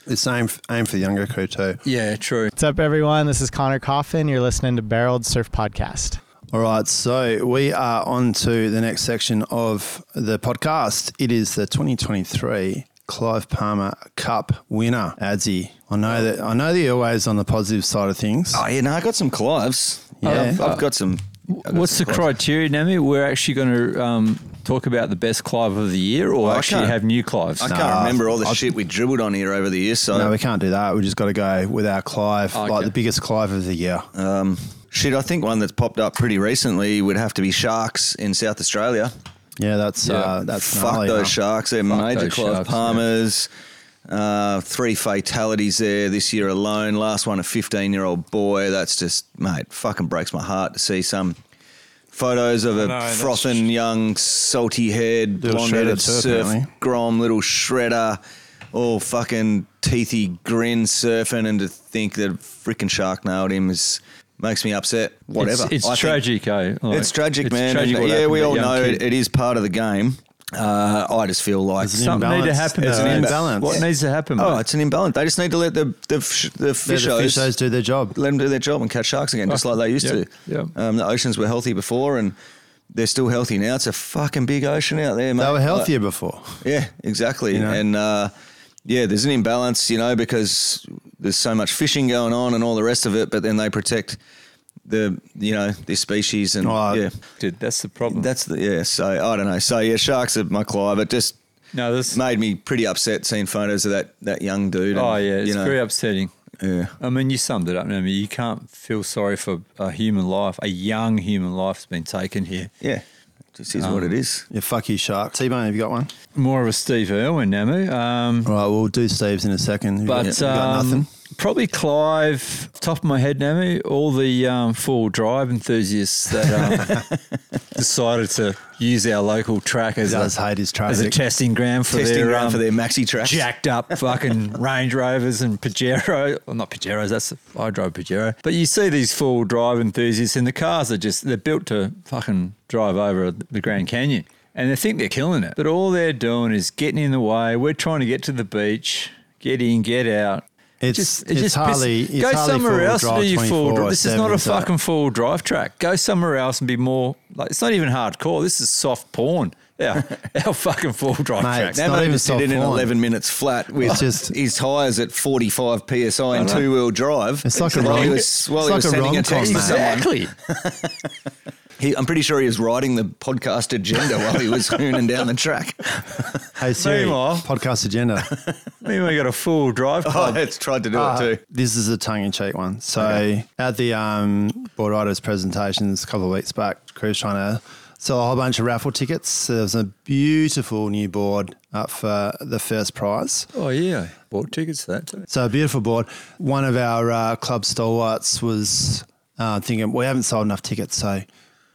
Speaker 3: It's aim aim for the younger crew too.
Speaker 6: Yeah, true.
Speaker 9: What's up, everyone? This is Connor Coffin. You're listening to Barreled Surf Podcast.
Speaker 3: All right, so we are on to the next section of the podcast. It is the 2023 Clive Palmer Cup winner, Adzi. I know that I know that you're always on the positive side of things.
Speaker 7: Oh yeah, no, I got some Clives.
Speaker 3: Yeah.
Speaker 7: I've, I've got some. I've got
Speaker 6: What's the
Speaker 7: some Clives.
Speaker 6: criteria, Nami? We're actually going to um, talk about the best Clive of the year or
Speaker 7: Oh, I
Speaker 6: actually
Speaker 7: can't-
Speaker 6: have new Clives?
Speaker 7: I can't remember all the shit we dribbled on here over the years. So
Speaker 3: No, we can't do that. We just got to go with our Clive, like Uh,
Speaker 6: Okay.
Speaker 3: the biggest Clive of the year.
Speaker 7: Um, shit, I think one that's popped up pretty recently would have to be sharks in South Australia.
Speaker 3: yeah, that's
Speaker 6: yeah.
Speaker 3: Uh, that's
Speaker 7: Fuck
Speaker 3: gnarly,
Speaker 7: those
Speaker 3: huh?
Speaker 7: sharks. They're
Speaker 6: Fuck
Speaker 7: major
Speaker 6: those
Speaker 7: Clive
Speaker 6: sharks,
Speaker 7: Palmers. Uh, three fatalities there this year alone. Last one, a 15 year old boy. That's just, mate, fucking breaks my heart to see some photos of a
Speaker 8: know, that's-
Speaker 7: frothing young, salty haired,
Speaker 3: Little
Speaker 7: blonde
Speaker 3: shredded
Speaker 7: headed
Speaker 3: too,
Speaker 7: surf
Speaker 3: apparently.
Speaker 7: grom, little shredder, all fucking teethy grin surfing. And to think that a freaking shark nailed him is. Makes me upset. Whatever.
Speaker 6: It's, it's
Speaker 7: I think-
Speaker 6: tragic, eh? Like,
Speaker 7: it's tragic,
Speaker 6: it's
Speaker 7: man.
Speaker 6: tragic
Speaker 7: And
Speaker 6: what
Speaker 7: yeah,
Speaker 6: happened
Speaker 7: we
Speaker 6: to
Speaker 7: all
Speaker 6: that young
Speaker 7: know
Speaker 6: kid.
Speaker 7: it, it is part of the game. Uh, I just feel like
Speaker 3: It's an
Speaker 6: Something need to
Speaker 3: imbalance.
Speaker 6: happen.
Speaker 3: It's
Speaker 6: though.
Speaker 3: an imbalance.
Speaker 6: What needs to happen?
Speaker 7: oh,
Speaker 6: mate?
Speaker 7: it's an imbalance. They just need to let the the, f- the
Speaker 3: Let the
Speaker 7: fishers
Speaker 3: fishers do their job.
Speaker 7: let them do their job and catch sharks again, just
Speaker 6: Fuck.
Speaker 7: like they used
Speaker 6: Yeah,
Speaker 7: to.
Speaker 6: Oh, yeah.
Speaker 7: Um, the oceans were healthy before, and they're still healthy now. It's a fucking big ocean out there, mate.
Speaker 3: They were
Speaker 7: Like-
Speaker 3: healthier before.
Speaker 7: yeah, exactly.
Speaker 3: know?
Speaker 7: And uh, yeah, there's an imbalance, you know, because there's so much fishing going on and all the rest of it, but then they protect the you know this species and
Speaker 3: Oh,
Speaker 7: yeah.
Speaker 6: Dude, that's the
Speaker 3: Mm.
Speaker 6: problem.
Speaker 7: That's the yeah. So I don't know. So yeah, sharks are my Clive. It just
Speaker 6: no, this.
Speaker 7: made me pretty upset seeing photos of that that young dude. and,
Speaker 6: Oh yeah, it's
Speaker 7: you know,
Speaker 6: very upsetting.
Speaker 7: Yeah.
Speaker 6: I mean, you summed it up. I mean, you can't feel sorry for a human life. A young human life's been taken here.
Speaker 7: Yeah, just is
Speaker 3: Um,
Speaker 7: what it is.
Speaker 3: Yeah, fuck you, shark. T Bone, have you got one?
Speaker 6: More of a Steve Irwin, Namu. Um,
Speaker 3: All right, we'll do Steve's in a second. You
Speaker 6: but
Speaker 3: got, you got
Speaker 6: um,
Speaker 3: nothing.
Speaker 6: probably Clive, top of my
Speaker 3: [laughs]
Speaker 6: head, Namu. All the um, full drive enthusiasts that um, decided to use our local track as,
Speaker 3: Does
Speaker 6: a,
Speaker 3: hate his
Speaker 6: as a
Speaker 3: traffic.
Speaker 6: testing ground for
Speaker 7: Testing
Speaker 6: their
Speaker 7: ground
Speaker 6: um,
Speaker 7: for their maxi tracks.
Speaker 6: jacked up fucking Range Rovers and Pajero. Well, not Pajeros. That's I drive Pajero. But you see these full drive enthusiasts, and the cars are just they're built to fucking drive over the Grand Canyon, and they think they're killing it. But all they're doing is getting in the way. We're trying to get to the beach, get in, get out.
Speaker 3: It's-
Speaker 6: just, it
Speaker 3: it's
Speaker 6: just
Speaker 3: hardly-
Speaker 6: pisses-
Speaker 3: it's
Speaker 6: go
Speaker 3: hardly
Speaker 6: somewhere
Speaker 3: four-wheel
Speaker 6: else and
Speaker 3: drive
Speaker 6: do your full
Speaker 3: 24
Speaker 6: drive. This is not a
Speaker 3: sevens up.
Speaker 6: fucking full drive track. Go somewhere else and be more like it's not even hardcore. This is soft porn. Yeah, [laughs] our fucking full drive
Speaker 3: Mate,
Speaker 6: track.
Speaker 3: it's
Speaker 7: Now
Speaker 3: not
Speaker 7: they
Speaker 3: even
Speaker 7: just did it in
Speaker 3: self-flying.
Speaker 7: 11 minutes flat with
Speaker 3: It's just-
Speaker 7: his tyres at 45 psi and two wheel drive.
Speaker 3: It's like a
Speaker 7: while he
Speaker 3: rom-
Speaker 7: was,
Speaker 3: it's
Speaker 7: while he
Speaker 3: like
Speaker 7: was
Speaker 3: a
Speaker 7: sending a
Speaker 3: rom-com,
Speaker 7: text to
Speaker 3: mate.
Speaker 7: someone.
Speaker 6: Exactly.
Speaker 7: He, I'm pretty sure he was writing the podcast agenda while he was [laughs] hooning down the track.
Speaker 3: Hey Siri,
Speaker 6: Meanwhile-
Speaker 3: podcast
Speaker 7: [laughs]
Speaker 3: agenda.
Speaker 6: Meanwhile, you got a full drive
Speaker 7: Oh,
Speaker 6: club.
Speaker 7: it's tried to do
Speaker 6: Ah.
Speaker 3: Uh,
Speaker 7: it too.
Speaker 3: This is a tongue-in-cheek one. So at the um, board riders presentations a couple of weeks back, Crew was trying to sell a whole bunch of raffle tickets. So there was a beautiful new board up for the first prize.
Speaker 6: Oh, yeah. Bought tickets to that too.
Speaker 3: So a beautiful board. One of our uh, club stalwarts was uh, thinking we haven't sold enough tickets, so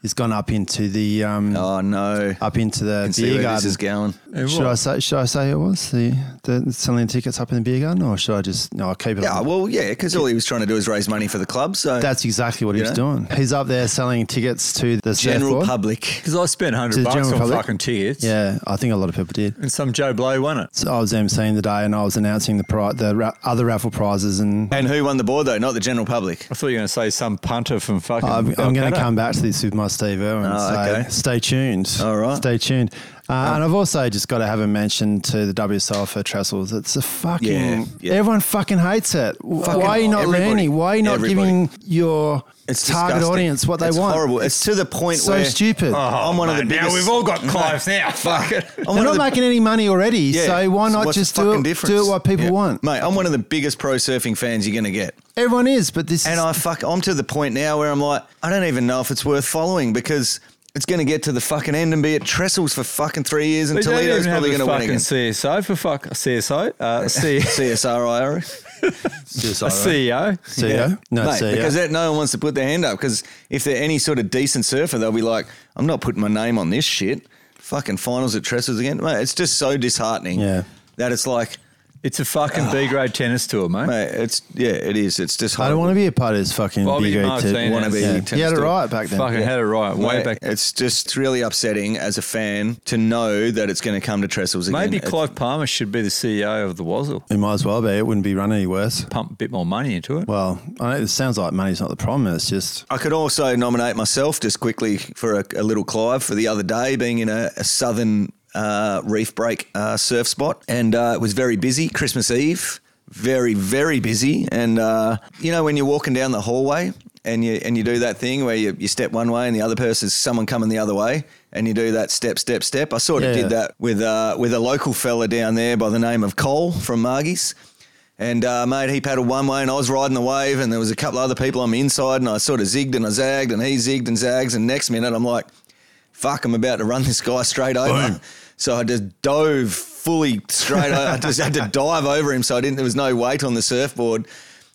Speaker 3: he's gone up into the um,
Speaker 7: Oh, no. I
Speaker 3: up into the
Speaker 7: can see
Speaker 3: beer
Speaker 7: where
Speaker 3: garden.
Speaker 7: this is going.
Speaker 3: Should I say? Should I say it was the, the selling tickets up in the beer garden, or should I just no? I'll keep it.
Speaker 7: Yeah,
Speaker 3: on-
Speaker 7: well, yeah, because all he was trying to do is raise money for the club. So,
Speaker 3: That's exactly what he
Speaker 7: You
Speaker 3: was
Speaker 7: know?
Speaker 3: doing. He's up there selling tickets to the
Speaker 7: general
Speaker 3: surfboard.
Speaker 7: public.
Speaker 6: Because I spent
Speaker 3: To
Speaker 6: 100
Speaker 3: the
Speaker 6: bucks on
Speaker 3: general public?
Speaker 6: fucking tickets.
Speaker 3: Yeah, I think a lot of people did.
Speaker 6: And some Joe Blow won it.
Speaker 3: So I was emceeing the day, and I was announcing the pri- the ra- other raffle prizes, and
Speaker 7: And who won the board, though? Not the general public.
Speaker 6: I thought you were going to say some punter from fucking.
Speaker 3: I'm, I'm going
Speaker 6: Balcatta.
Speaker 3: to come back to this with my Steve Irwin.
Speaker 7: Oh,
Speaker 3: so
Speaker 7: okay.
Speaker 3: stay tuned.
Speaker 7: All right.
Speaker 3: stay tuned. Uh, And I've also just got to have a mention to the WSL for trestles. It's a fucking
Speaker 7: Yeah, yeah.
Speaker 3: everyone fucking hates it. W- Why are you not
Speaker 7: everybody.
Speaker 3: learning? Why are you not
Speaker 7: Everybody.
Speaker 3: giving your target
Speaker 7: disgusting.
Speaker 3: audience what they
Speaker 7: It's
Speaker 3: want?
Speaker 7: Horrible. It's to the point
Speaker 3: So
Speaker 7: where
Speaker 3: stupid.
Speaker 7: I'm one of the biggest.
Speaker 10: Oh, Now we've all got
Speaker 7: [laughs]
Speaker 10: Clives now. Fuck it.
Speaker 7: I'm
Speaker 3: They're
Speaker 7: one
Speaker 3: not
Speaker 7: of the-
Speaker 3: making any money already,
Speaker 7: Yeah.
Speaker 3: so why not
Speaker 7: what's the
Speaker 3: just do
Speaker 7: fucking
Speaker 3: it,
Speaker 7: difference?
Speaker 3: do it what people
Speaker 7: Yeah.
Speaker 3: want?
Speaker 7: Mate, I'm one of the biggest pro surfing fans you're going to get.
Speaker 3: Everyone is, but this
Speaker 7: And
Speaker 3: is,
Speaker 7: I fuck, I'm to the point now where I'm like, I don't even know if it's worth following because it's going to get to the fucking end and be at trestles for fucking three years, and
Speaker 6: They don't
Speaker 7: Toledo's
Speaker 6: even have
Speaker 7: probably
Speaker 6: a
Speaker 7: going to win
Speaker 6: fucking
Speaker 7: again.
Speaker 6: CSO for fuck CSO.
Speaker 7: [laughs]
Speaker 6: Uh, C-
Speaker 7: CSRIR.
Speaker 6: a E CEO.
Speaker 3: CEO, no
Speaker 7: Mate,
Speaker 3: CEO.
Speaker 7: because that, no one wants to put their hand up because if they're any sort of decent surfer, they'll be like, I'm not putting my name on this shit. Fucking finals at trestles again. Mate, it's just so disheartening
Speaker 3: Yeah.
Speaker 7: that it's like,
Speaker 6: It's a fucking B grade tennis tour, mate.
Speaker 7: Ah. mate, it's, yeah, it is. It's just
Speaker 3: I don't want to be a part of this fucking
Speaker 6: Bobby
Speaker 3: big red
Speaker 6: Martinez.
Speaker 3: tip.
Speaker 7: Wanna be
Speaker 3: Yeah.
Speaker 7: tennis
Speaker 3: He had it
Speaker 7: dude.
Speaker 3: right back then.
Speaker 6: fucking had it right way
Speaker 7: Mate,
Speaker 6: back.
Speaker 7: It's just really upsetting as a fan to know that it's going to come to trestles again.
Speaker 6: Maybe
Speaker 7: It's-
Speaker 6: Clive Palmer should be the CEO of the Wazzle.
Speaker 3: It might as well be. It wouldn't be run any worse.
Speaker 6: Pump a bit more money into it.
Speaker 3: Well, I know it sounds like money's not the problem. It's just
Speaker 7: I could also nominate myself just quickly for a, a little Clive for the other day being in a, a southern uh, reef break uh, surf spot. And uh, it was very busy, Christmas Eve, very, very busy. And uh, you know, when you're walking down the hallway and you, and you do that thing where you, you step one way and the other person's someone coming the other way. And you do that step, step, step. I sort of
Speaker 3: Yeah.
Speaker 7: did that with uh, with a local fella down there by the name of Cole from Margie's. And uh, mate, he paddled one way, and I was riding the wave, and there was a couple of other people on the inside, and I sort of zigged and I zagged, and he zigged and zags, and next minute I'm like, "Fuck, I'm about to run this guy straight over." So I just dove fully straight. I I just had to dive over him, so I didn't. There was no weight on the surfboard,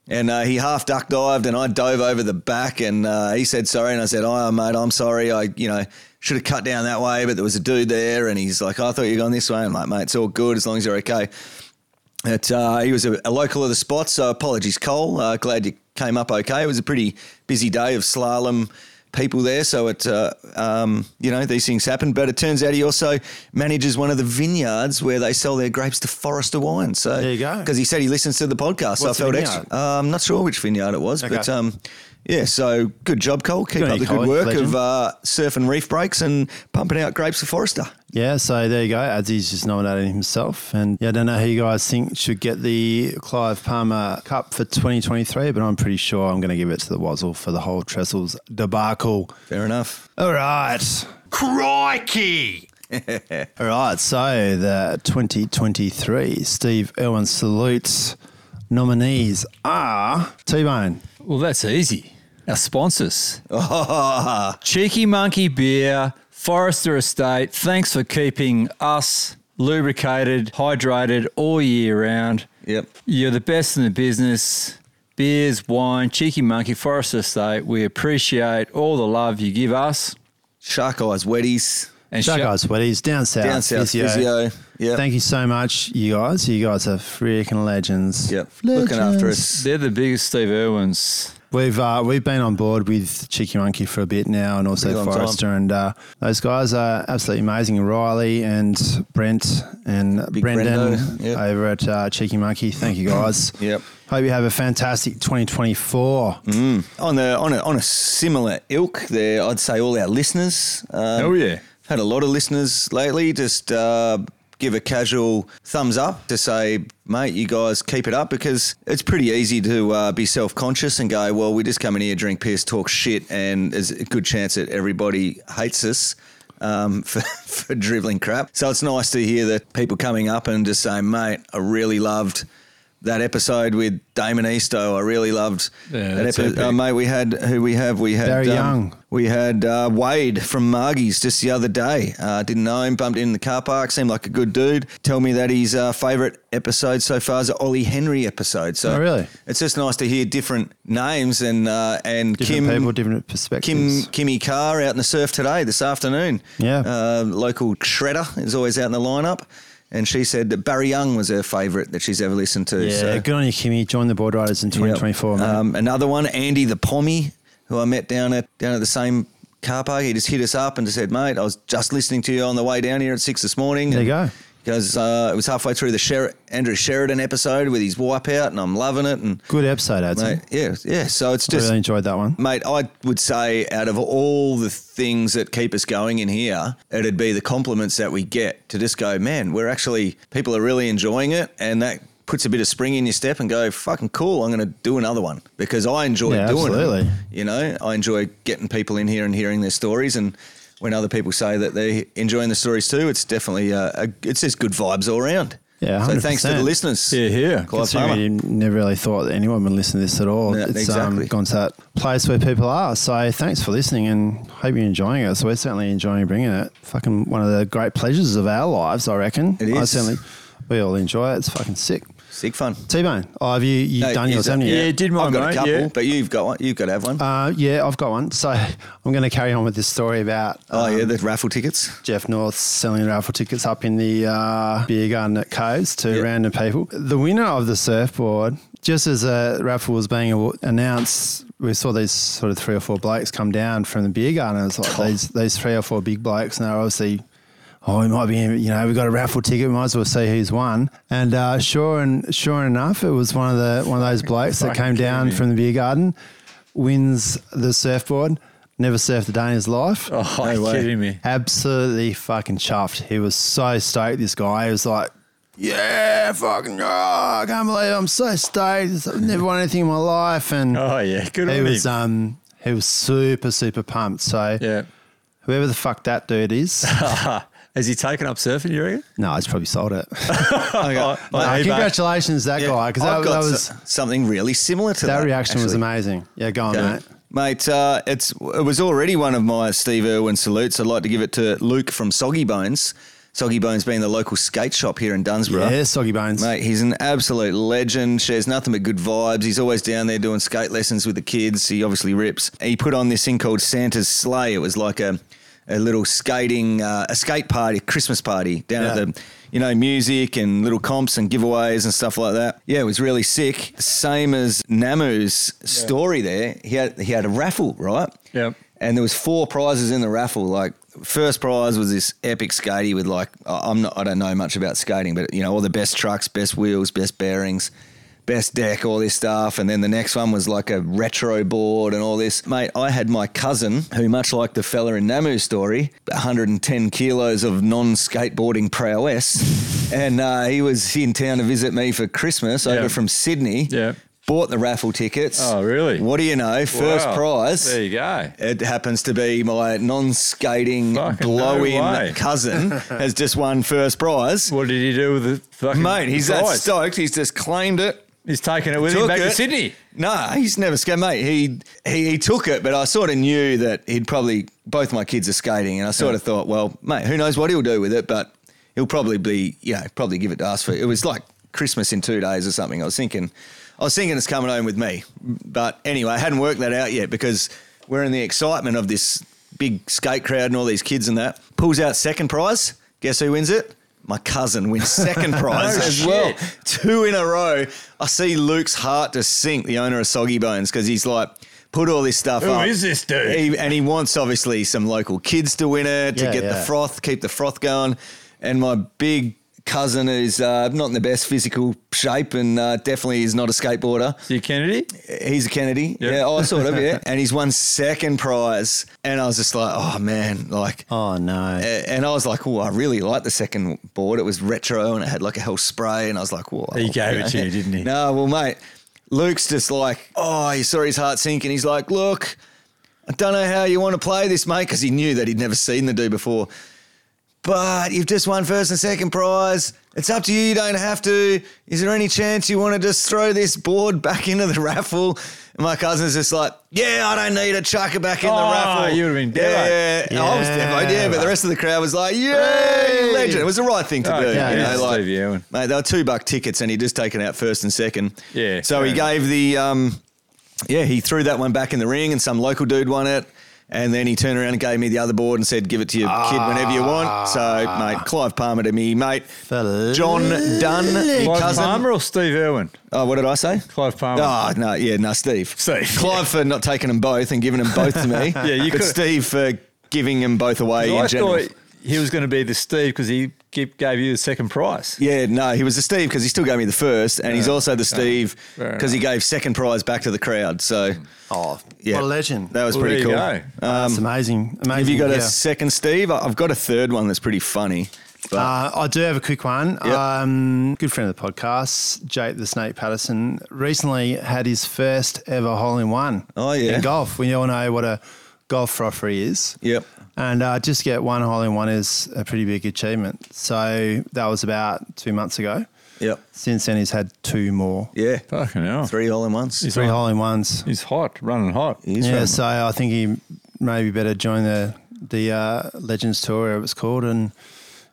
Speaker 7: and uh, he half duck dived, and I dove over the back, and uh, he said sorry, and I said, "Oh, mate, I'm sorry. I, you know." Should have cut down that way, but there was a dude there, and he's like, "I thought you were going this way." I'm like, "Mate, it's all good as long as you're okay." It, uh, he was a, a local of the spot, so apologies, Cole. Uh, glad you came up okay. It was a pretty busy day of slalom people there, so it, uh, um, you know, these things happen. But it turns out he also manages one of the vineyards where they sell their grapes to Forrester Wine. So
Speaker 3: There you go.
Speaker 7: Because he said he listens to the podcast, so I
Speaker 3: What's the
Speaker 7: felt
Speaker 3: vineyard?
Speaker 7: extra. Uh, I'm not sure which vineyard it was, but
Speaker 3: Okay.
Speaker 7: um, yeah. So good job, Cole.
Speaker 3: Good
Speaker 7: Keep
Speaker 3: on
Speaker 7: up
Speaker 3: you,
Speaker 7: the
Speaker 3: Cole.
Speaker 7: good work
Speaker 3: Legend.
Speaker 7: of uh, surf and reef breaks and pumping out grapes for Forrester.
Speaker 3: yeah. So there you go. Adzi's just nominated himself, and yeah, I don't know who you guys think should get the Clive Palmer Cup for 2023, but I'm pretty sure I'm going to give it to the Wazzle for the whole trestles debacle.
Speaker 7: Fair enough.
Speaker 3: All right.
Speaker 11: Crikey!
Speaker 3: [laughs] All right, so the 2023 Steve Irwin Salutes nominees are T Bone.
Speaker 6: Well, that's easy. Our
Speaker 7: [laughs]
Speaker 6: sponsors Cheeky Monkey Beer, Forrester Estate. Thanks for keeping us lubricated, hydrated all year round.
Speaker 7: Yep.
Speaker 6: You're the best in the business. Beers, wine, Cheeky Monkey, Forrester Estate. We appreciate all the love you give us.
Speaker 7: Shark eyes, wetties.
Speaker 2: And
Speaker 3: Shout
Speaker 2: shout-
Speaker 3: out sweaties down south.
Speaker 7: Down south physio. Yeah.
Speaker 3: Thank you so much, you guys. You guys are freaking legends.
Speaker 7: Yep. Looking after
Speaker 3: Legends.
Speaker 7: us.
Speaker 2: They're the biggest Steve Irwins.
Speaker 3: We've uh, we've been on board with Cheeky Monkey for a bit now, and also
Speaker 7: Pretty long
Speaker 3: Forrester, and uh, those guys are absolutely amazing. Riley and Brent and
Speaker 7: Big
Speaker 3: Brendan
Speaker 7: Brendo, yep.
Speaker 3: over at uh, Cheeky Monkey. Thank you guys.
Speaker 7: [clears throat] Yep. Mm-hmm.
Speaker 3: Hope you have a fantastic 2024.
Speaker 7: on the on a on a similar ilk there i'd say all our listeners um,
Speaker 2: Oh, yeah.
Speaker 7: had a lot of listeners lately just uh give a casual thumbs up to say mate you guys keep it up because it's pretty easy to uh, be self-conscious and go well we just come in here drink piss talk shit and there's a good chance that everybody hates us um, [laughs] for, for dribbling crap so it's nice to hear that people coming up and just saying mate i really loved that episode with Damon Easto, I really loved
Speaker 2: Yeah,
Speaker 7: that
Speaker 2: that's
Speaker 7: episode.
Speaker 2: epic.
Speaker 7: Uh, mate, we had who we have. We had um,
Speaker 3: Barry Young.
Speaker 7: We had uh, Wade from Margie's just the other day. Uh, didn't know him. Bumped in the car park. Seemed like a good dude. Tell me that his uh, favourite episode so far is the Ollie Henry episode. So
Speaker 3: Oh, really?
Speaker 7: it's just nice to hear different names and uh, and
Speaker 3: Different
Speaker 7: Kim
Speaker 3: people, different
Speaker 7: Kim
Speaker 3: perspectives.
Speaker 7: Kimmy Carr out in the surf today, this afternoon.
Speaker 3: Yeah.
Speaker 7: Uh, local shredder is always out in the lineup. And she said that Barry Young was her favourite that she's ever listened to.
Speaker 3: yeah,
Speaker 7: so.
Speaker 3: good on you, Kimmy. Join the board riders in 2024.
Speaker 7: Yep.
Speaker 3: man.
Speaker 7: Um, another one, Andy the Pommy, who I met down at down at the same car park. He just hit us up and just said, "Mate, I was just listening to you on the way down here at six this morning."
Speaker 3: There you
Speaker 7: And
Speaker 3: go.
Speaker 7: he Goes, uh, it was halfway through the Sher- Andrew Sheridan episode with his wipeout, and I'm loving it. And
Speaker 3: Good episode, I'd say.
Speaker 7: mate, yeah, yeah. So it's
Speaker 3: I
Speaker 7: just
Speaker 3: really enjoyed that one.
Speaker 7: Mate, I would say out of all the things that keep us going in here, it'd be the compliments that we get to just go, man, we're actually, people are really enjoying it. And that puts a bit of spring in your step and go, fucking cool, I'm going to do another one because I enjoy
Speaker 3: Yeah,
Speaker 7: doing
Speaker 3: absolutely.
Speaker 7: it. You know, I enjoy getting people in here and hearing their stories. And when other people say that they're enjoying the stories too, it's definitely, uh, a, it's just good vibes all around.
Speaker 3: Yeah,
Speaker 7: So thanks to the
Speaker 3: 100%.
Speaker 7: listeners.
Speaker 2: Yeah, yeah.
Speaker 7: Clive
Speaker 3: Considering
Speaker 7: Palmer.
Speaker 3: you never really thought that anyone would listen to this at all.
Speaker 7: Yeah,
Speaker 3: it's
Speaker 7: exactly.
Speaker 3: um, gone to that place where people are. So thanks for listening and hope you're enjoying it. So we're certainly enjoying bringing it. Fucking one of the great pleasures of our lives, I reckon.
Speaker 7: It
Speaker 3: I
Speaker 7: is.
Speaker 3: certainly, we all enjoy it. It's fucking sick.
Speaker 7: Sick fun.
Speaker 3: T-Bone, oh, have you you
Speaker 7: No,
Speaker 3: done yours,
Speaker 7: is it-
Speaker 3: haven't you?
Speaker 2: Yeah, did mine,
Speaker 7: I've got
Speaker 2: mate,
Speaker 7: a couple,
Speaker 2: yeah.
Speaker 7: but you've got one. You've got to have one.
Speaker 3: Uh, yeah, I've got one. So I'm going to carry on with this story about
Speaker 7: Oh
Speaker 3: um,
Speaker 7: yeah, the raffle tickets.
Speaker 3: Jeff North selling raffle tickets up in the uh, beer garden at Coves to
Speaker 7: Yep.
Speaker 3: random people. The winner of the surfboard, just as a raffle was being awa- announced, we saw these sort of three or four blokes come down from the beer garden. It was like these these three or four big blokes, and they're obviously. Oh, we might be, you know, we got a raffle ticket. We might as well see who's won. And uh, sure and sure enough, it was one of the one of those blokes that came down from the beer garden, wins the surfboard. Never surfed a day in his life.
Speaker 2: Oh, are you kidding me?
Speaker 3: Absolutely fucking chuffed. He was so stoked. This guy he was like, "Yeah, fucking, oh, I can't believe I'm so stoked. I've never won anything in my life." And
Speaker 2: Oh yeah, good
Speaker 3: he
Speaker 2: on
Speaker 3: was,
Speaker 2: him.
Speaker 3: um, he was super, super pumped. So
Speaker 2: yeah.
Speaker 3: whoever the fuck that dude is,
Speaker 7: [laughs]
Speaker 2: Has he taken up surfing? You reckon?
Speaker 3: no, he's probably sold
Speaker 7: [laughs]
Speaker 3: it.
Speaker 2: Oh, [laughs] oh,
Speaker 3: Nah,
Speaker 2: hey, mate.
Speaker 3: congratulations, that guy, because that,
Speaker 7: I've got
Speaker 3: that
Speaker 7: so-
Speaker 3: was
Speaker 7: something really similar to that.
Speaker 3: that reaction was
Speaker 7: actually.
Speaker 3: amazing. Yeah, go on,
Speaker 7: Yeah.
Speaker 3: mate.
Speaker 7: Mate, uh, it's it was already one of my Steve Irwin salutes. I'd like to give it to Luke from Soggy Bones. Soggy Bones being the local skate shop here in Dunsborough.
Speaker 3: Yeah, soggy bones.
Speaker 7: Mate, he's an absolute legend. Shares nothing but good vibes. He's always down there doing skate lessons with the kids. He obviously rips. He put on this thing called Santa's Sleigh. It was like a, a little skating, uh, a skate party, Christmas party down
Speaker 3: Yeah.
Speaker 7: at the, you know, music and little comps and giveaways and stuff like that. Yeah, it was really sick. Same as Namu's story there. He had he had a raffle, right?
Speaker 2: Yep.
Speaker 7: and there was four prizes in the raffle. Like first prize was this epic skatey with like I- I'm not I don't know much about skating, but you know all the best trucks, best wheels, best bearings, best deck, all this stuff. And then the next one was like a retro board and all this. Mate, I had my cousin who, much like the fella in Namu's story, 110 kilos of
Speaker 2: [laughs]
Speaker 7: non-skateboarding prowess, and uh, he was in town to visit me for Christmas over from Sydney.
Speaker 2: Yeah.
Speaker 7: Bought the raffle tickets.
Speaker 2: Oh, really?
Speaker 7: What do you know? First
Speaker 2: Wow.
Speaker 7: prize.
Speaker 2: There you go.
Speaker 7: It happens to be my non-skating,
Speaker 2: Fucking
Speaker 7: blow-in
Speaker 2: no way.
Speaker 7: cousin has just won first prize.
Speaker 2: What did he do with the fucking
Speaker 7: Mate, he's that
Speaker 2: prize?
Speaker 7: stoked. He's just claimed it.
Speaker 2: He's taking it with him
Speaker 7: Took
Speaker 2: back to
Speaker 7: it.
Speaker 2: Sydney.
Speaker 7: No, he's never skated, mate. He, he he took it, but I sort of knew that he'd probably both my kids are skating, and I sort of thought, well, mate, who knows what he'll do with it? But he'll probably be, you know, probably give it to us for. It was like Christmas in two days or something. I was thinking, I was thinking it's coming home with me, but anyway, I hadn't worked that out yet because we're in the excitement of this big skate crowd and all these kids and that. Pulls out second prize. Guess who wins it? My cousin wins
Speaker 6: [laughs]
Speaker 7: second prize as well. Two in a row. I see Luke's heart just sink, the owner of Soggy Bones, because he's like, put all this stuff up.
Speaker 6: is this dude?
Speaker 7: He, and he wants, obviously, some local kids to win it,
Speaker 3: Yeah,
Speaker 7: to get the
Speaker 3: yeah.
Speaker 7: froth, keep the froth going. And my big cousin is uh, not in the best physical shape and uh, definitely is not a skateboarder.
Speaker 6: See Kennedy?
Speaker 7: He's a Kennedy.
Speaker 6: Yeah.
Speaker 7: Yeah, I sort of,
Speaker 6: [laughs]
Speaker 7: yeah. And he's won second prize. And I was just like, oh, man, like,
Speaker 3: Oh no.
Speaker 7: a- and I was like, oh, I really like the second board. It was retro and it had like a hell spray. And I was like, whoa.
Speaker 6: He gave it to you, didn't he?
Speaker 7: [laughs] No, well, mate, Luke's just like, oh, he saw his heart sink and he's like, look, I don't know how you want to play this, mate, because he knew that he'd never seen the dude before. But you've just won first and second prize. It's up to you. You don't have to. Is there any chance you want to just throw this board back into the raffle? And my cousin's just like, yeah, I don't need to chuck it back in the
Speaker 6: Oh,
Speaker 7: raffle.
Speaker 6: you would've been
Speaker 7: Yeah,
Speaker 6: devo.
Speaker 7: yeah, yeah. I was devoed, yeah, but the rest of the crowd was like, yay, legend. It was the right thing to do.
Speaker 6: yeah,
Speaker 7: you
Speaker 6: yeah.
Speaker 7: know, like,
Speaker 6: Steve Irwin.
Speaker 7: mate, they were two buck tickets and he'd just taken out first and second.
Speaker 6: Yeah,
Speaker 7: So he
Speaker 6: fair
Speaker 7: gave the, um, yeah, he threw that one back in the ring and some local dude won it. And then he turned around and gave me the other board and said, give it to your kid whenever you want. So,
Speaker 6: Ah.
Speaker 7: mate, Clive Palmer to me, mate.
Speaker 3: Fella.
Speaker 7: John Dunn, your
Speaker 6: Clive
Speaker 7: cousin.
Speaker 6: Palmer or Steve Irwin?
Speaker 7: Oh, what did I say?
Speaker 6: Clive Palmer.
Speaker 7: Oh, no, yeah, no, Steve.
Speaker 6: Steve,
Speaker 7: Clive for not taking them both and giving them both
Speaker 6: [laughs]
Speaker 7: to me. yeah,
Speaker 6: you
Speaker 7: But
Speaker 6: could-
Speaker 7: Steve for giving them both away in
Speaker 6: I
Speaker 7: general.
Speaker 6: thought he was going to be the Steve because he gi- gave you the second prize.
Speaker 7: Yeah, no, he was the Steve because he still gave me the first, and he's also the Steve
Speaker 6: Fair Hmm.
Speaker 7: because he gave second prize back to the crowd. So,
Speaker 3: Oh,
Speaker 7: yeah,
Speaker 3: what a legend.
Speaker 7: That was
Speaker 6: Well,
Speaker 7: pretty
Speaker 6: there you
Speaker 7: cool.
Speaker 6: go.
Speaker 3: that's amazing. Amazing.
Speaker 7: um, Have you got
Speaker 3: yeah.
Speaker 7: a second Steve? I- I've got a third one that's pretty funny. But
Speaker 3: Uh, I do have a quick one.
Speaker 7: Yep.
Speaker 3: Um, good friend of the podcast, Jake the Snake Patterson, recently had his first ever hole in one.
Speaker 7: Oh, yeah.
Speaker 3: in golf. We all know what a golf rofer he is.
Speaker 7: Yep.
Speaker 3: And uh, just get one hole in one is a pretty big achievement. So that was about two months ago.
Speaker 7: yep,
Speaker 3: Since then, he's had two more,
Speaker 7: yeah,
Speaker 6: Fucking hell.
Speaker 7: three all in ones.
Speaker 3: three hole in ones.
Speaker 6: He's hot, running hot.
Speaker 7: He's
Speaker 3: yeah,
Speaker 7: from-
Speaker 3: so I think he maybe better join the the uh, Legends Tour, or it was called, and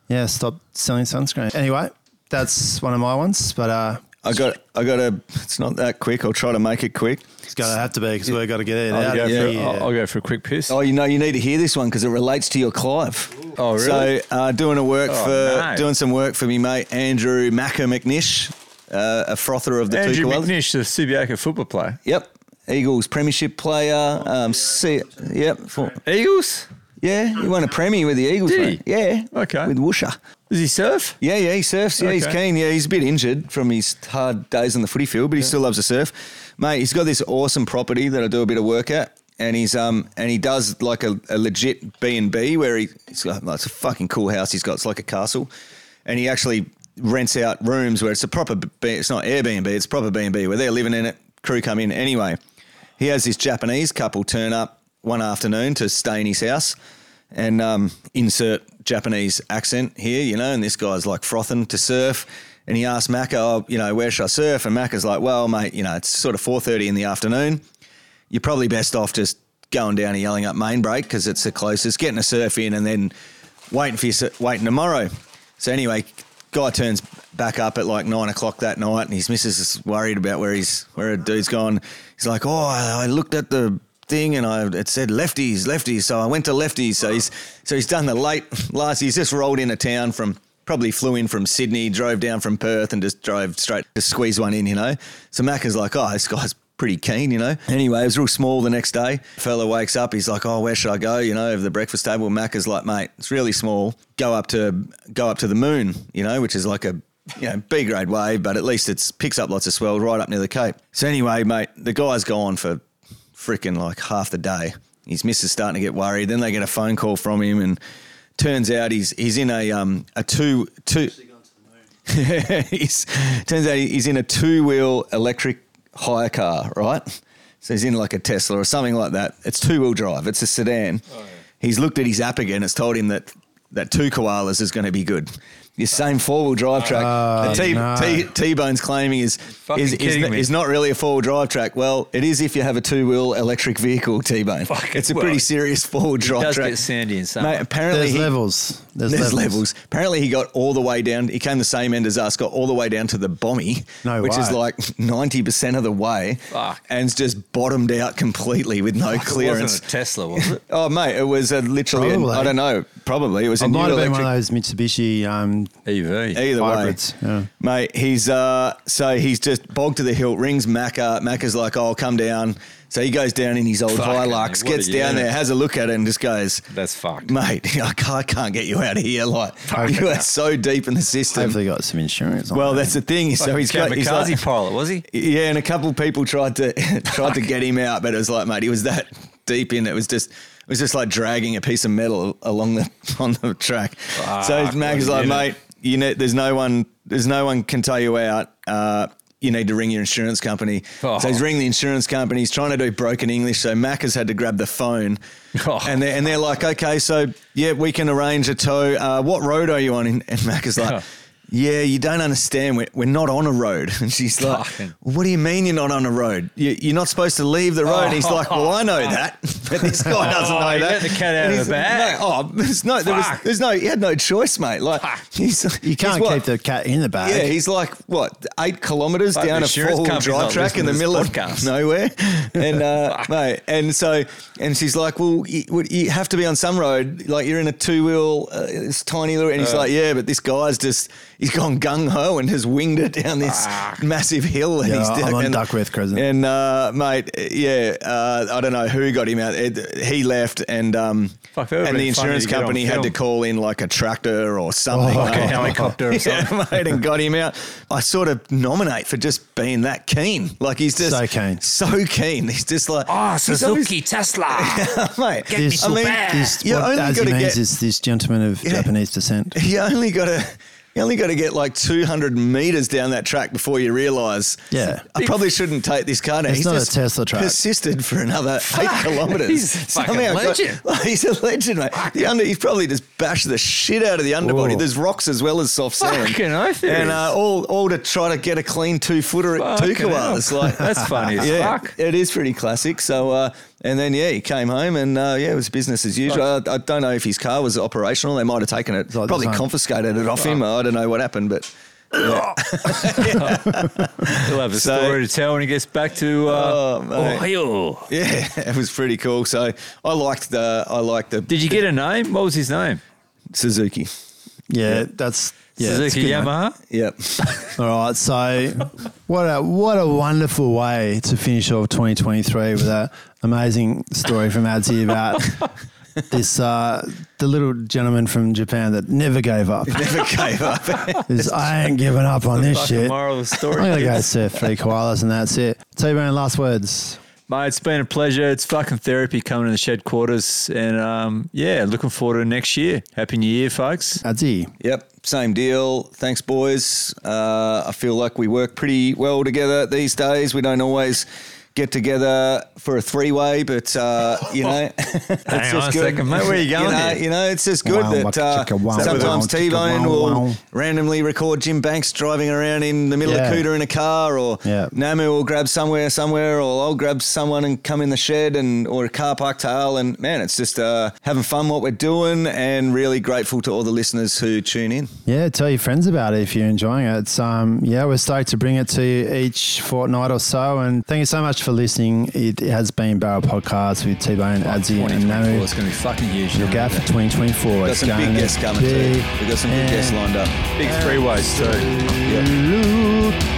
Speaker 3: yeah, stop selling sunscreen. Anyway, that's one of my ones, but uh,
Speaker 7: I got, I got a. It's not that quick. I'll try to make it quick.
Speaker 3: it's gonna have to be because we've got to get it
Speaker 6: I'll,
Speaker 3: out.
Speaker 6: go
Speaker 3: of
Speaker 6: for,
Speaker 3: here.
Speaker 6: I'll, I'll go for a quick piss.
Speaker 7: Oh, you know, you need to hear this one because it relates to your Clive.
Speaker 6: Oh, really?
Speaker 7: So, uh, doing a work
Speaker 6: Oh,
Speaker 7: for
Speaker 6: no.
Speaker 7: doing some work for me, mate Andrew Macca McNish, uh, a frother of the
Speaker 6: Andrew
Speaker 7: Tukawalas.
Speaker 6: McNish, the Subiaco football player.
Speaker 7: Yep. Eagles premiership player. Um, see, yep. for-
Speaker 6: Eagles?
Speaker 7: yeah, he won a premier with the Eagles.
Speaker 6: Did
Speaker 7: mate.
Speaker 6: he?
Speaker 7: Yeah.
Speaker 6: Okay.
Speaker 7: With Woosha.
Speaker 6: Does he surf?
Speaker 7: Yeah, yeah, he surfs. Yeah, he's
Speaker 6: Okay.
Speaker 7: keen. Yeah, he's a bit injured from his hard days on the footy field, but he still loves to surf. Mate, he's got this awesome property that I do a bit of work at. And he's um and he does like a, a legit B and B where he it's got like, it's a fucking cool house he's got it's like a castle, and he actually rents out rooms where it's a proper B, it's not Airbnb it's a proper B and B where they're living in it crew come in anyway. He has this Japanese couple turn up one afternoon to stay in his house, and um, insert Japanese accent here, you know, and this guy's like frothing to surf. And he asked Macca, oh, you know, where should I surf? And Macca's like, well, mate, you know, it's sort of 4.30 in the afternoon. You're probably best off just going down and yelling up main break because it's the closest, getting a surf in and then waiting for your, sur- waiting tomorrow. So anyway, guy turns back up at like nine o'clock that night and his missus is worried about where he's, where a dude's gone. He's like, oh, I I looked at the thing and I it said lefties, lefties. So I went to lefties. So he's so he's done the late [laughs] last. He's just rolled into town from probably flew in from Sydney, drove down from Perth, and just drove straight to squeeze one in. You know. So Mac is like, oh, this guy's pretty keen. You know. Anyway, it was real small the next day. Fella wakes up. He's like, oh, where should I go? You know, over the breakfast table. Mac is like, mate, it's really small. Go up to go up to the moon. You know, which is like a you know, B grade wave, but at least it's picks up lots of swell right up near the Cape. So anyway, mate, the guy's gone for freaking like half the day. His missus starting to get worried. Then they get a phone call from him, and turns out he's he's in a um a two two. [laughs] he's, turns out he's in a two wheel electric hire car, right? So he's in like a Tesla
Speaker 6: Oh,
Speaker 7: or something like that. It's two wheel drive. It's a sedan. He's looked at his app again. It's told him that that two koalas is going to be good. Your same four wheel drive track. the T,
Speaker 3: no.
Speaker 7: T, T-Bone's claiming is is, is,
Speaker 6: kidding me.
Speaker 7: is not really a four wheel drive track. Well, it is if you have a two wheel electric
Speaker 6: [laughs]
Speaker 7: vehicle, T-Bone. it's a
Speaker 6: well,
Speaker 7: pretty serious four wheel drive
Speaker 6: does
Speaker 7: track.
Speaker 6: get sandy in summer.
Speaker 7: Mate, apparently
Speaker 3: There's
Speaker 7: he-
Speaker 3: levels. There's,
Speaker 7: there's
Speaker 3: levels.
Speaker 7: levels. Apparently, he got all the way down. He came the same end as us, got all the way down to the bommy,
Speaker 3: No
Speaker 7: which is
Speaker 3: way.
Speaker 7: like 90% of the way,
Speaker 6: Fuck.
Speaker 7: and it's just bottomed out completely with no
Speaker 6: It
Speaker 7: clearance.
Speaker 6: wasn't a Tesla, was
Speaker 7: [laughs]
Speaker 6: it?
Speaker 7: Oh, mate, it was a literally, an-
Speaker 3: Probably.
Speaker 7: I don't know, probably. It was a
Speaker 3: It
Speaker 7: new
Speaker 3: might have been
Speaker 7: electric.
Speaker 3: one of those Mitsubishi. Um,
Speaker 6: EV.
Speaker 7: Either
Speaker 3: Hybrids,
Speaker 7: way,
Speaker 3: yeah.
Speaker 7: mate, he's uh, so he's just bogged to the hilt. Rings Macca. Macca's like, "Oh, I'll come down." So he goes down in his old
Speaker 6: Fucking what
Speaker 7: Hilux,
Speaker 6: a
Speaker 7: gets down
Speaker 6: unit.
Speaker 7: there, has a look at it, and just goes,
Speaker 6: That's fucked.
Speaker 7: "Mate, [laughs] I can't, I can't get you out of here. Like you are so deep in the system."
Speaker 3: hopefully, got some insurance. On
Speaker 7: well,
Speaker 3: it.
Speaker 7: that's the thing. So he's got he's
Speaker 6: kamikaze
Speaker 7: like,
Speaker 6: pilot, was he?
Speaker 7: yeah, and a couple of people tried to [laughs] tried to get him out, but it was like, mate, he was that deep in. It was just it was just like dragging a piece of metal along the [laughs] on the track. so Mag is
Speaker 6: what a
Speaker 7: like,
Speaker 6: Ah, unit.
Speaker 7: mate, you know, there's no one, there's no one can tow you out. Uh, you need to ring your insurance company.
Speaker 6: Oh.
Speaker 7: So he's ringing the insurance company. He's trying to do broken English. So Mac has had to grab the phone,
Speaker 6: [laughs] Oh.
Speaker 7: and they're and they're like, okay, so yeah, we can arrange a tow. Uh, what road are you on? And, and Mac
Speaker 6: [laughs]
Speaker 7: is like. Yeah, you don't understand. We're, we're not on a road. [laughs] And she's like,
Speaker 6: Fucking-
Speaker 7: What do you mean you're not on a road? You, you're not supposed to leave the road. And he's like, Well, I know that. [laughs] But
Speaker 6: [laughs]
Speaker 7: this guy doesn't know
Speaker 6: he
Speaker 7: that.
Speaker 6: Oh. let the cat out
Speaker 7: And
Speaker 6: of
Speaker 7: he's-
Speaker 6: the bag.
Speaker 7: No, oh, there's no, there was,
Speaker 6: Fuck.
Speaker 7: there's no, he had no choice, mate. Like, [laughs] he's,
Speaker 3: you can't
Speaker 7: he's what-
Speaker 3: keep the cat in the bag.
Speaker 7: yeah, he's like what eight kilometers
Speaker 6: Like
Speaker 7: down
Speaker 6: the
Speaker 7: a
Speaker 6: insurance
Speaker 7: four wheel
Speaker 6: company's
Speaker 7: drive
Speaker 6: not
Speaker 7: track in the
Speaker 6: listening to
Speaker 7: middle
Speaker 6: this podcast.
Speaker 7: of nowhere,
Speaker 6: [laughs]
Speaker 7: and uh, mate, and so and she's like, well, you, would- you have to be on some road, like you're in a two wheel, uh, it's tiny little, and
Speaker 6: Uh.
Speaker 7: he's like, yeah, but this guy's just he's gone gung ho and has winged it down this massive hill, and
Speaker 3: Yeah,
Speaker 7: he's
Speaker 3: I'm on
Speaker 7: and,
Speaker 3: Duckworth Crescent.
Speaker 7: and uh, mate, yeah, uh, I don't know who got him out. It, he left, and um,
Speaker 6: Fuck, that would've
Speaker 7: and the
Speaker 6: been funny
Speaker 7: insurance
Speaker 6: to get on
Speaker 7: company had to
Speaker 6: film.
Speaker 7: call in like a tractor or something,
Speaker 3: Oh,
Speaker 6: Like a helicopter or something.
Speaker 7: [laughs] yeah, mate, and got him out. I sort of nominate for just being that keen. Like he's just
Speaker 3: So keen.
Speaker 7: so keen. He's just like,
Speaker 12: Ah,
Speaker 7: he's always-
Speaker 12: Suzuki
Speaker 7: [laughs]
Speaker 12: Tesla.
Speaker 7: mate.
Speaker 12: Get me
Speaker 3: This-
Speaker 12: so
Speaker 7: I mean,
Speaker 12: bad.
Speaker 3: this,
Speaker 7: You
Speaker 3: what
Speaker 7: only
Speaker 3: Dazzy
Speaker 7: gotta
Speaker 3: means
Speaker 7: get-
Speaker 3: is this gentleman of Japanese descent.
Speaker 7: You only got to, you only got to get like two hundred meters down that track before you realise.
Speaker 3: Yeah.
Speaker 7: I probably shouldn't take this car now.
Speaker 3: It's
Speaker 7: he's
Speaker 3: not a
Speaker 7: just
Speaker 3: Tesla track.
Speaker 7: Persisted for another eight
Speaker 6: [laughs]
Speaker 7: kilometers.
Speaker 6: He's a fucking
Speaker 7: Somehow got- [laughs] Oh,
Speaker 6: legend.
Speaker 7: he's a legend, mate. The under, he's probably just bashed the shit out of the underbody.
Speaker 3: Whoa.
Speaker 7: There's rocks as well as soft sand.
Speaker 6: Fucking oath there
Speaker 7: and
Speaker 6: is.
Speaker 7: uh, all all to try to get a clean two footer at two
Speaker 6: Fucking
Speaker 7: koalas.
Speaker 6: hell. [laughs]
Speaker 7: Like
Speaker 6: That's funny as
Speaker 7: [laughs] yeah,
Speaker 6: fuck.
Speaker 7: It is pretty classic. So, uh, and then yeah, he came home and uh, yeah, it was business as usual. I, I don't know if his car was operational. They might have taken it,
Speaker 3: like
Speaker 7: probably
Speaker 3: this one.
Speaker 7: confiscated it off him. I don't know what happened, but
Speaker 6: He'll have a
Speaker 7: [laughs] So-
Speaker 6: story to tell when he gets back to. Uh,
Speaker 7: oh, mate.
Speaker 12: Ohio.
Speaker 7: yeah, [laughs] it was pretty cool. So I liked the I liked the
Speaker 6: did you get a name? What was his name?
Speaker 7: Suzuki.
Speaker 3: Yeah, that's yeah, it's
Speaker 6: Suzuki
Speaker 3: good, mate.
Speaker 6: Yamaha.
Speaker 7: Yep. [laughs]
Speaker 3: All right, so what a what a wonderful way to finish off 2023 with that amazing story from Adzi about this uh, the little gentleman from Japan that never gave up.
Speaker 7: Never gave up.
Speaker 3: Is I ain't giving up on this
Speaker 6: Fucking
Speaker 3: shit. [laughs] I'm
Speaker 6: moral of the story.
Speaker 3: gonna go
Speaker 6: is-
Speaker 3: surf three koalas and that's it. T-Bone, last words.
Speaker 6: Mate, it's been a pleasure. It's fucking therapy coming to the shed quarters. And um, yeah, looking forward to next year. Happy New Year, folks.
Speaker 3: Adzi.
Speaker 7: Yep, same deal. Thanks, boys. Uh, I feel like we work pretty well together these days. We don't always get together for a three-way, but uh, you know, [laughs] it's
Speaker 6: Hang on a second, mate. Where you going
Speaker 7: know,
Speaker 6: here?
Speaker 7: you know, it's just good
Speaker 3: Wow,
Speaker 7: that uh,
Speaker 3: chicka, wow,
Speaker 7: sometimes
Speaker 3: chicka,
Speaker 7: T-Bone
Speaker 3: wow,
Speaker 7: will
Speaker 3: wow.
Speaker 7: randomly record Jim Banks driving around in the middle
Speaker 3: Yeah.
Speaker 7: of Cooter in a car, or
Speaker 3: Yeah.
Speaker 7: Namu will grab somewhere, somewhere, or I'll grab someone and come in the shed and or a car park tail. And man, it's just uh, having fun what we're doing, and really grateful to all the listeners who tune in.
Speaker 3: Yeah, tell your friends about it if you're enjoying it. It's um yeah, we're stoked to bring it to you each fortnight or so. And thank you so much for listening. It has been Barrel Podcast with T Bone, Adzi, and
Speaker 6: 2024
Speaker 3: Namu.
Speaker 6: is going to be fucking huge.
Speaker 3: Your gaff for 2024.
Speaker 7: We've got
Speaker 3: It's
Speaker 7: some
Speaker 3: going
Speaker 7: big
Speaker 3: to
Speaker 7: guests coming too.
Speaker 3: be
Speaker 7: We've got some big guests lined up.
Speaker 6: Big three ways, too.
Speaker 7: Yeah.
Speaker 3: loot.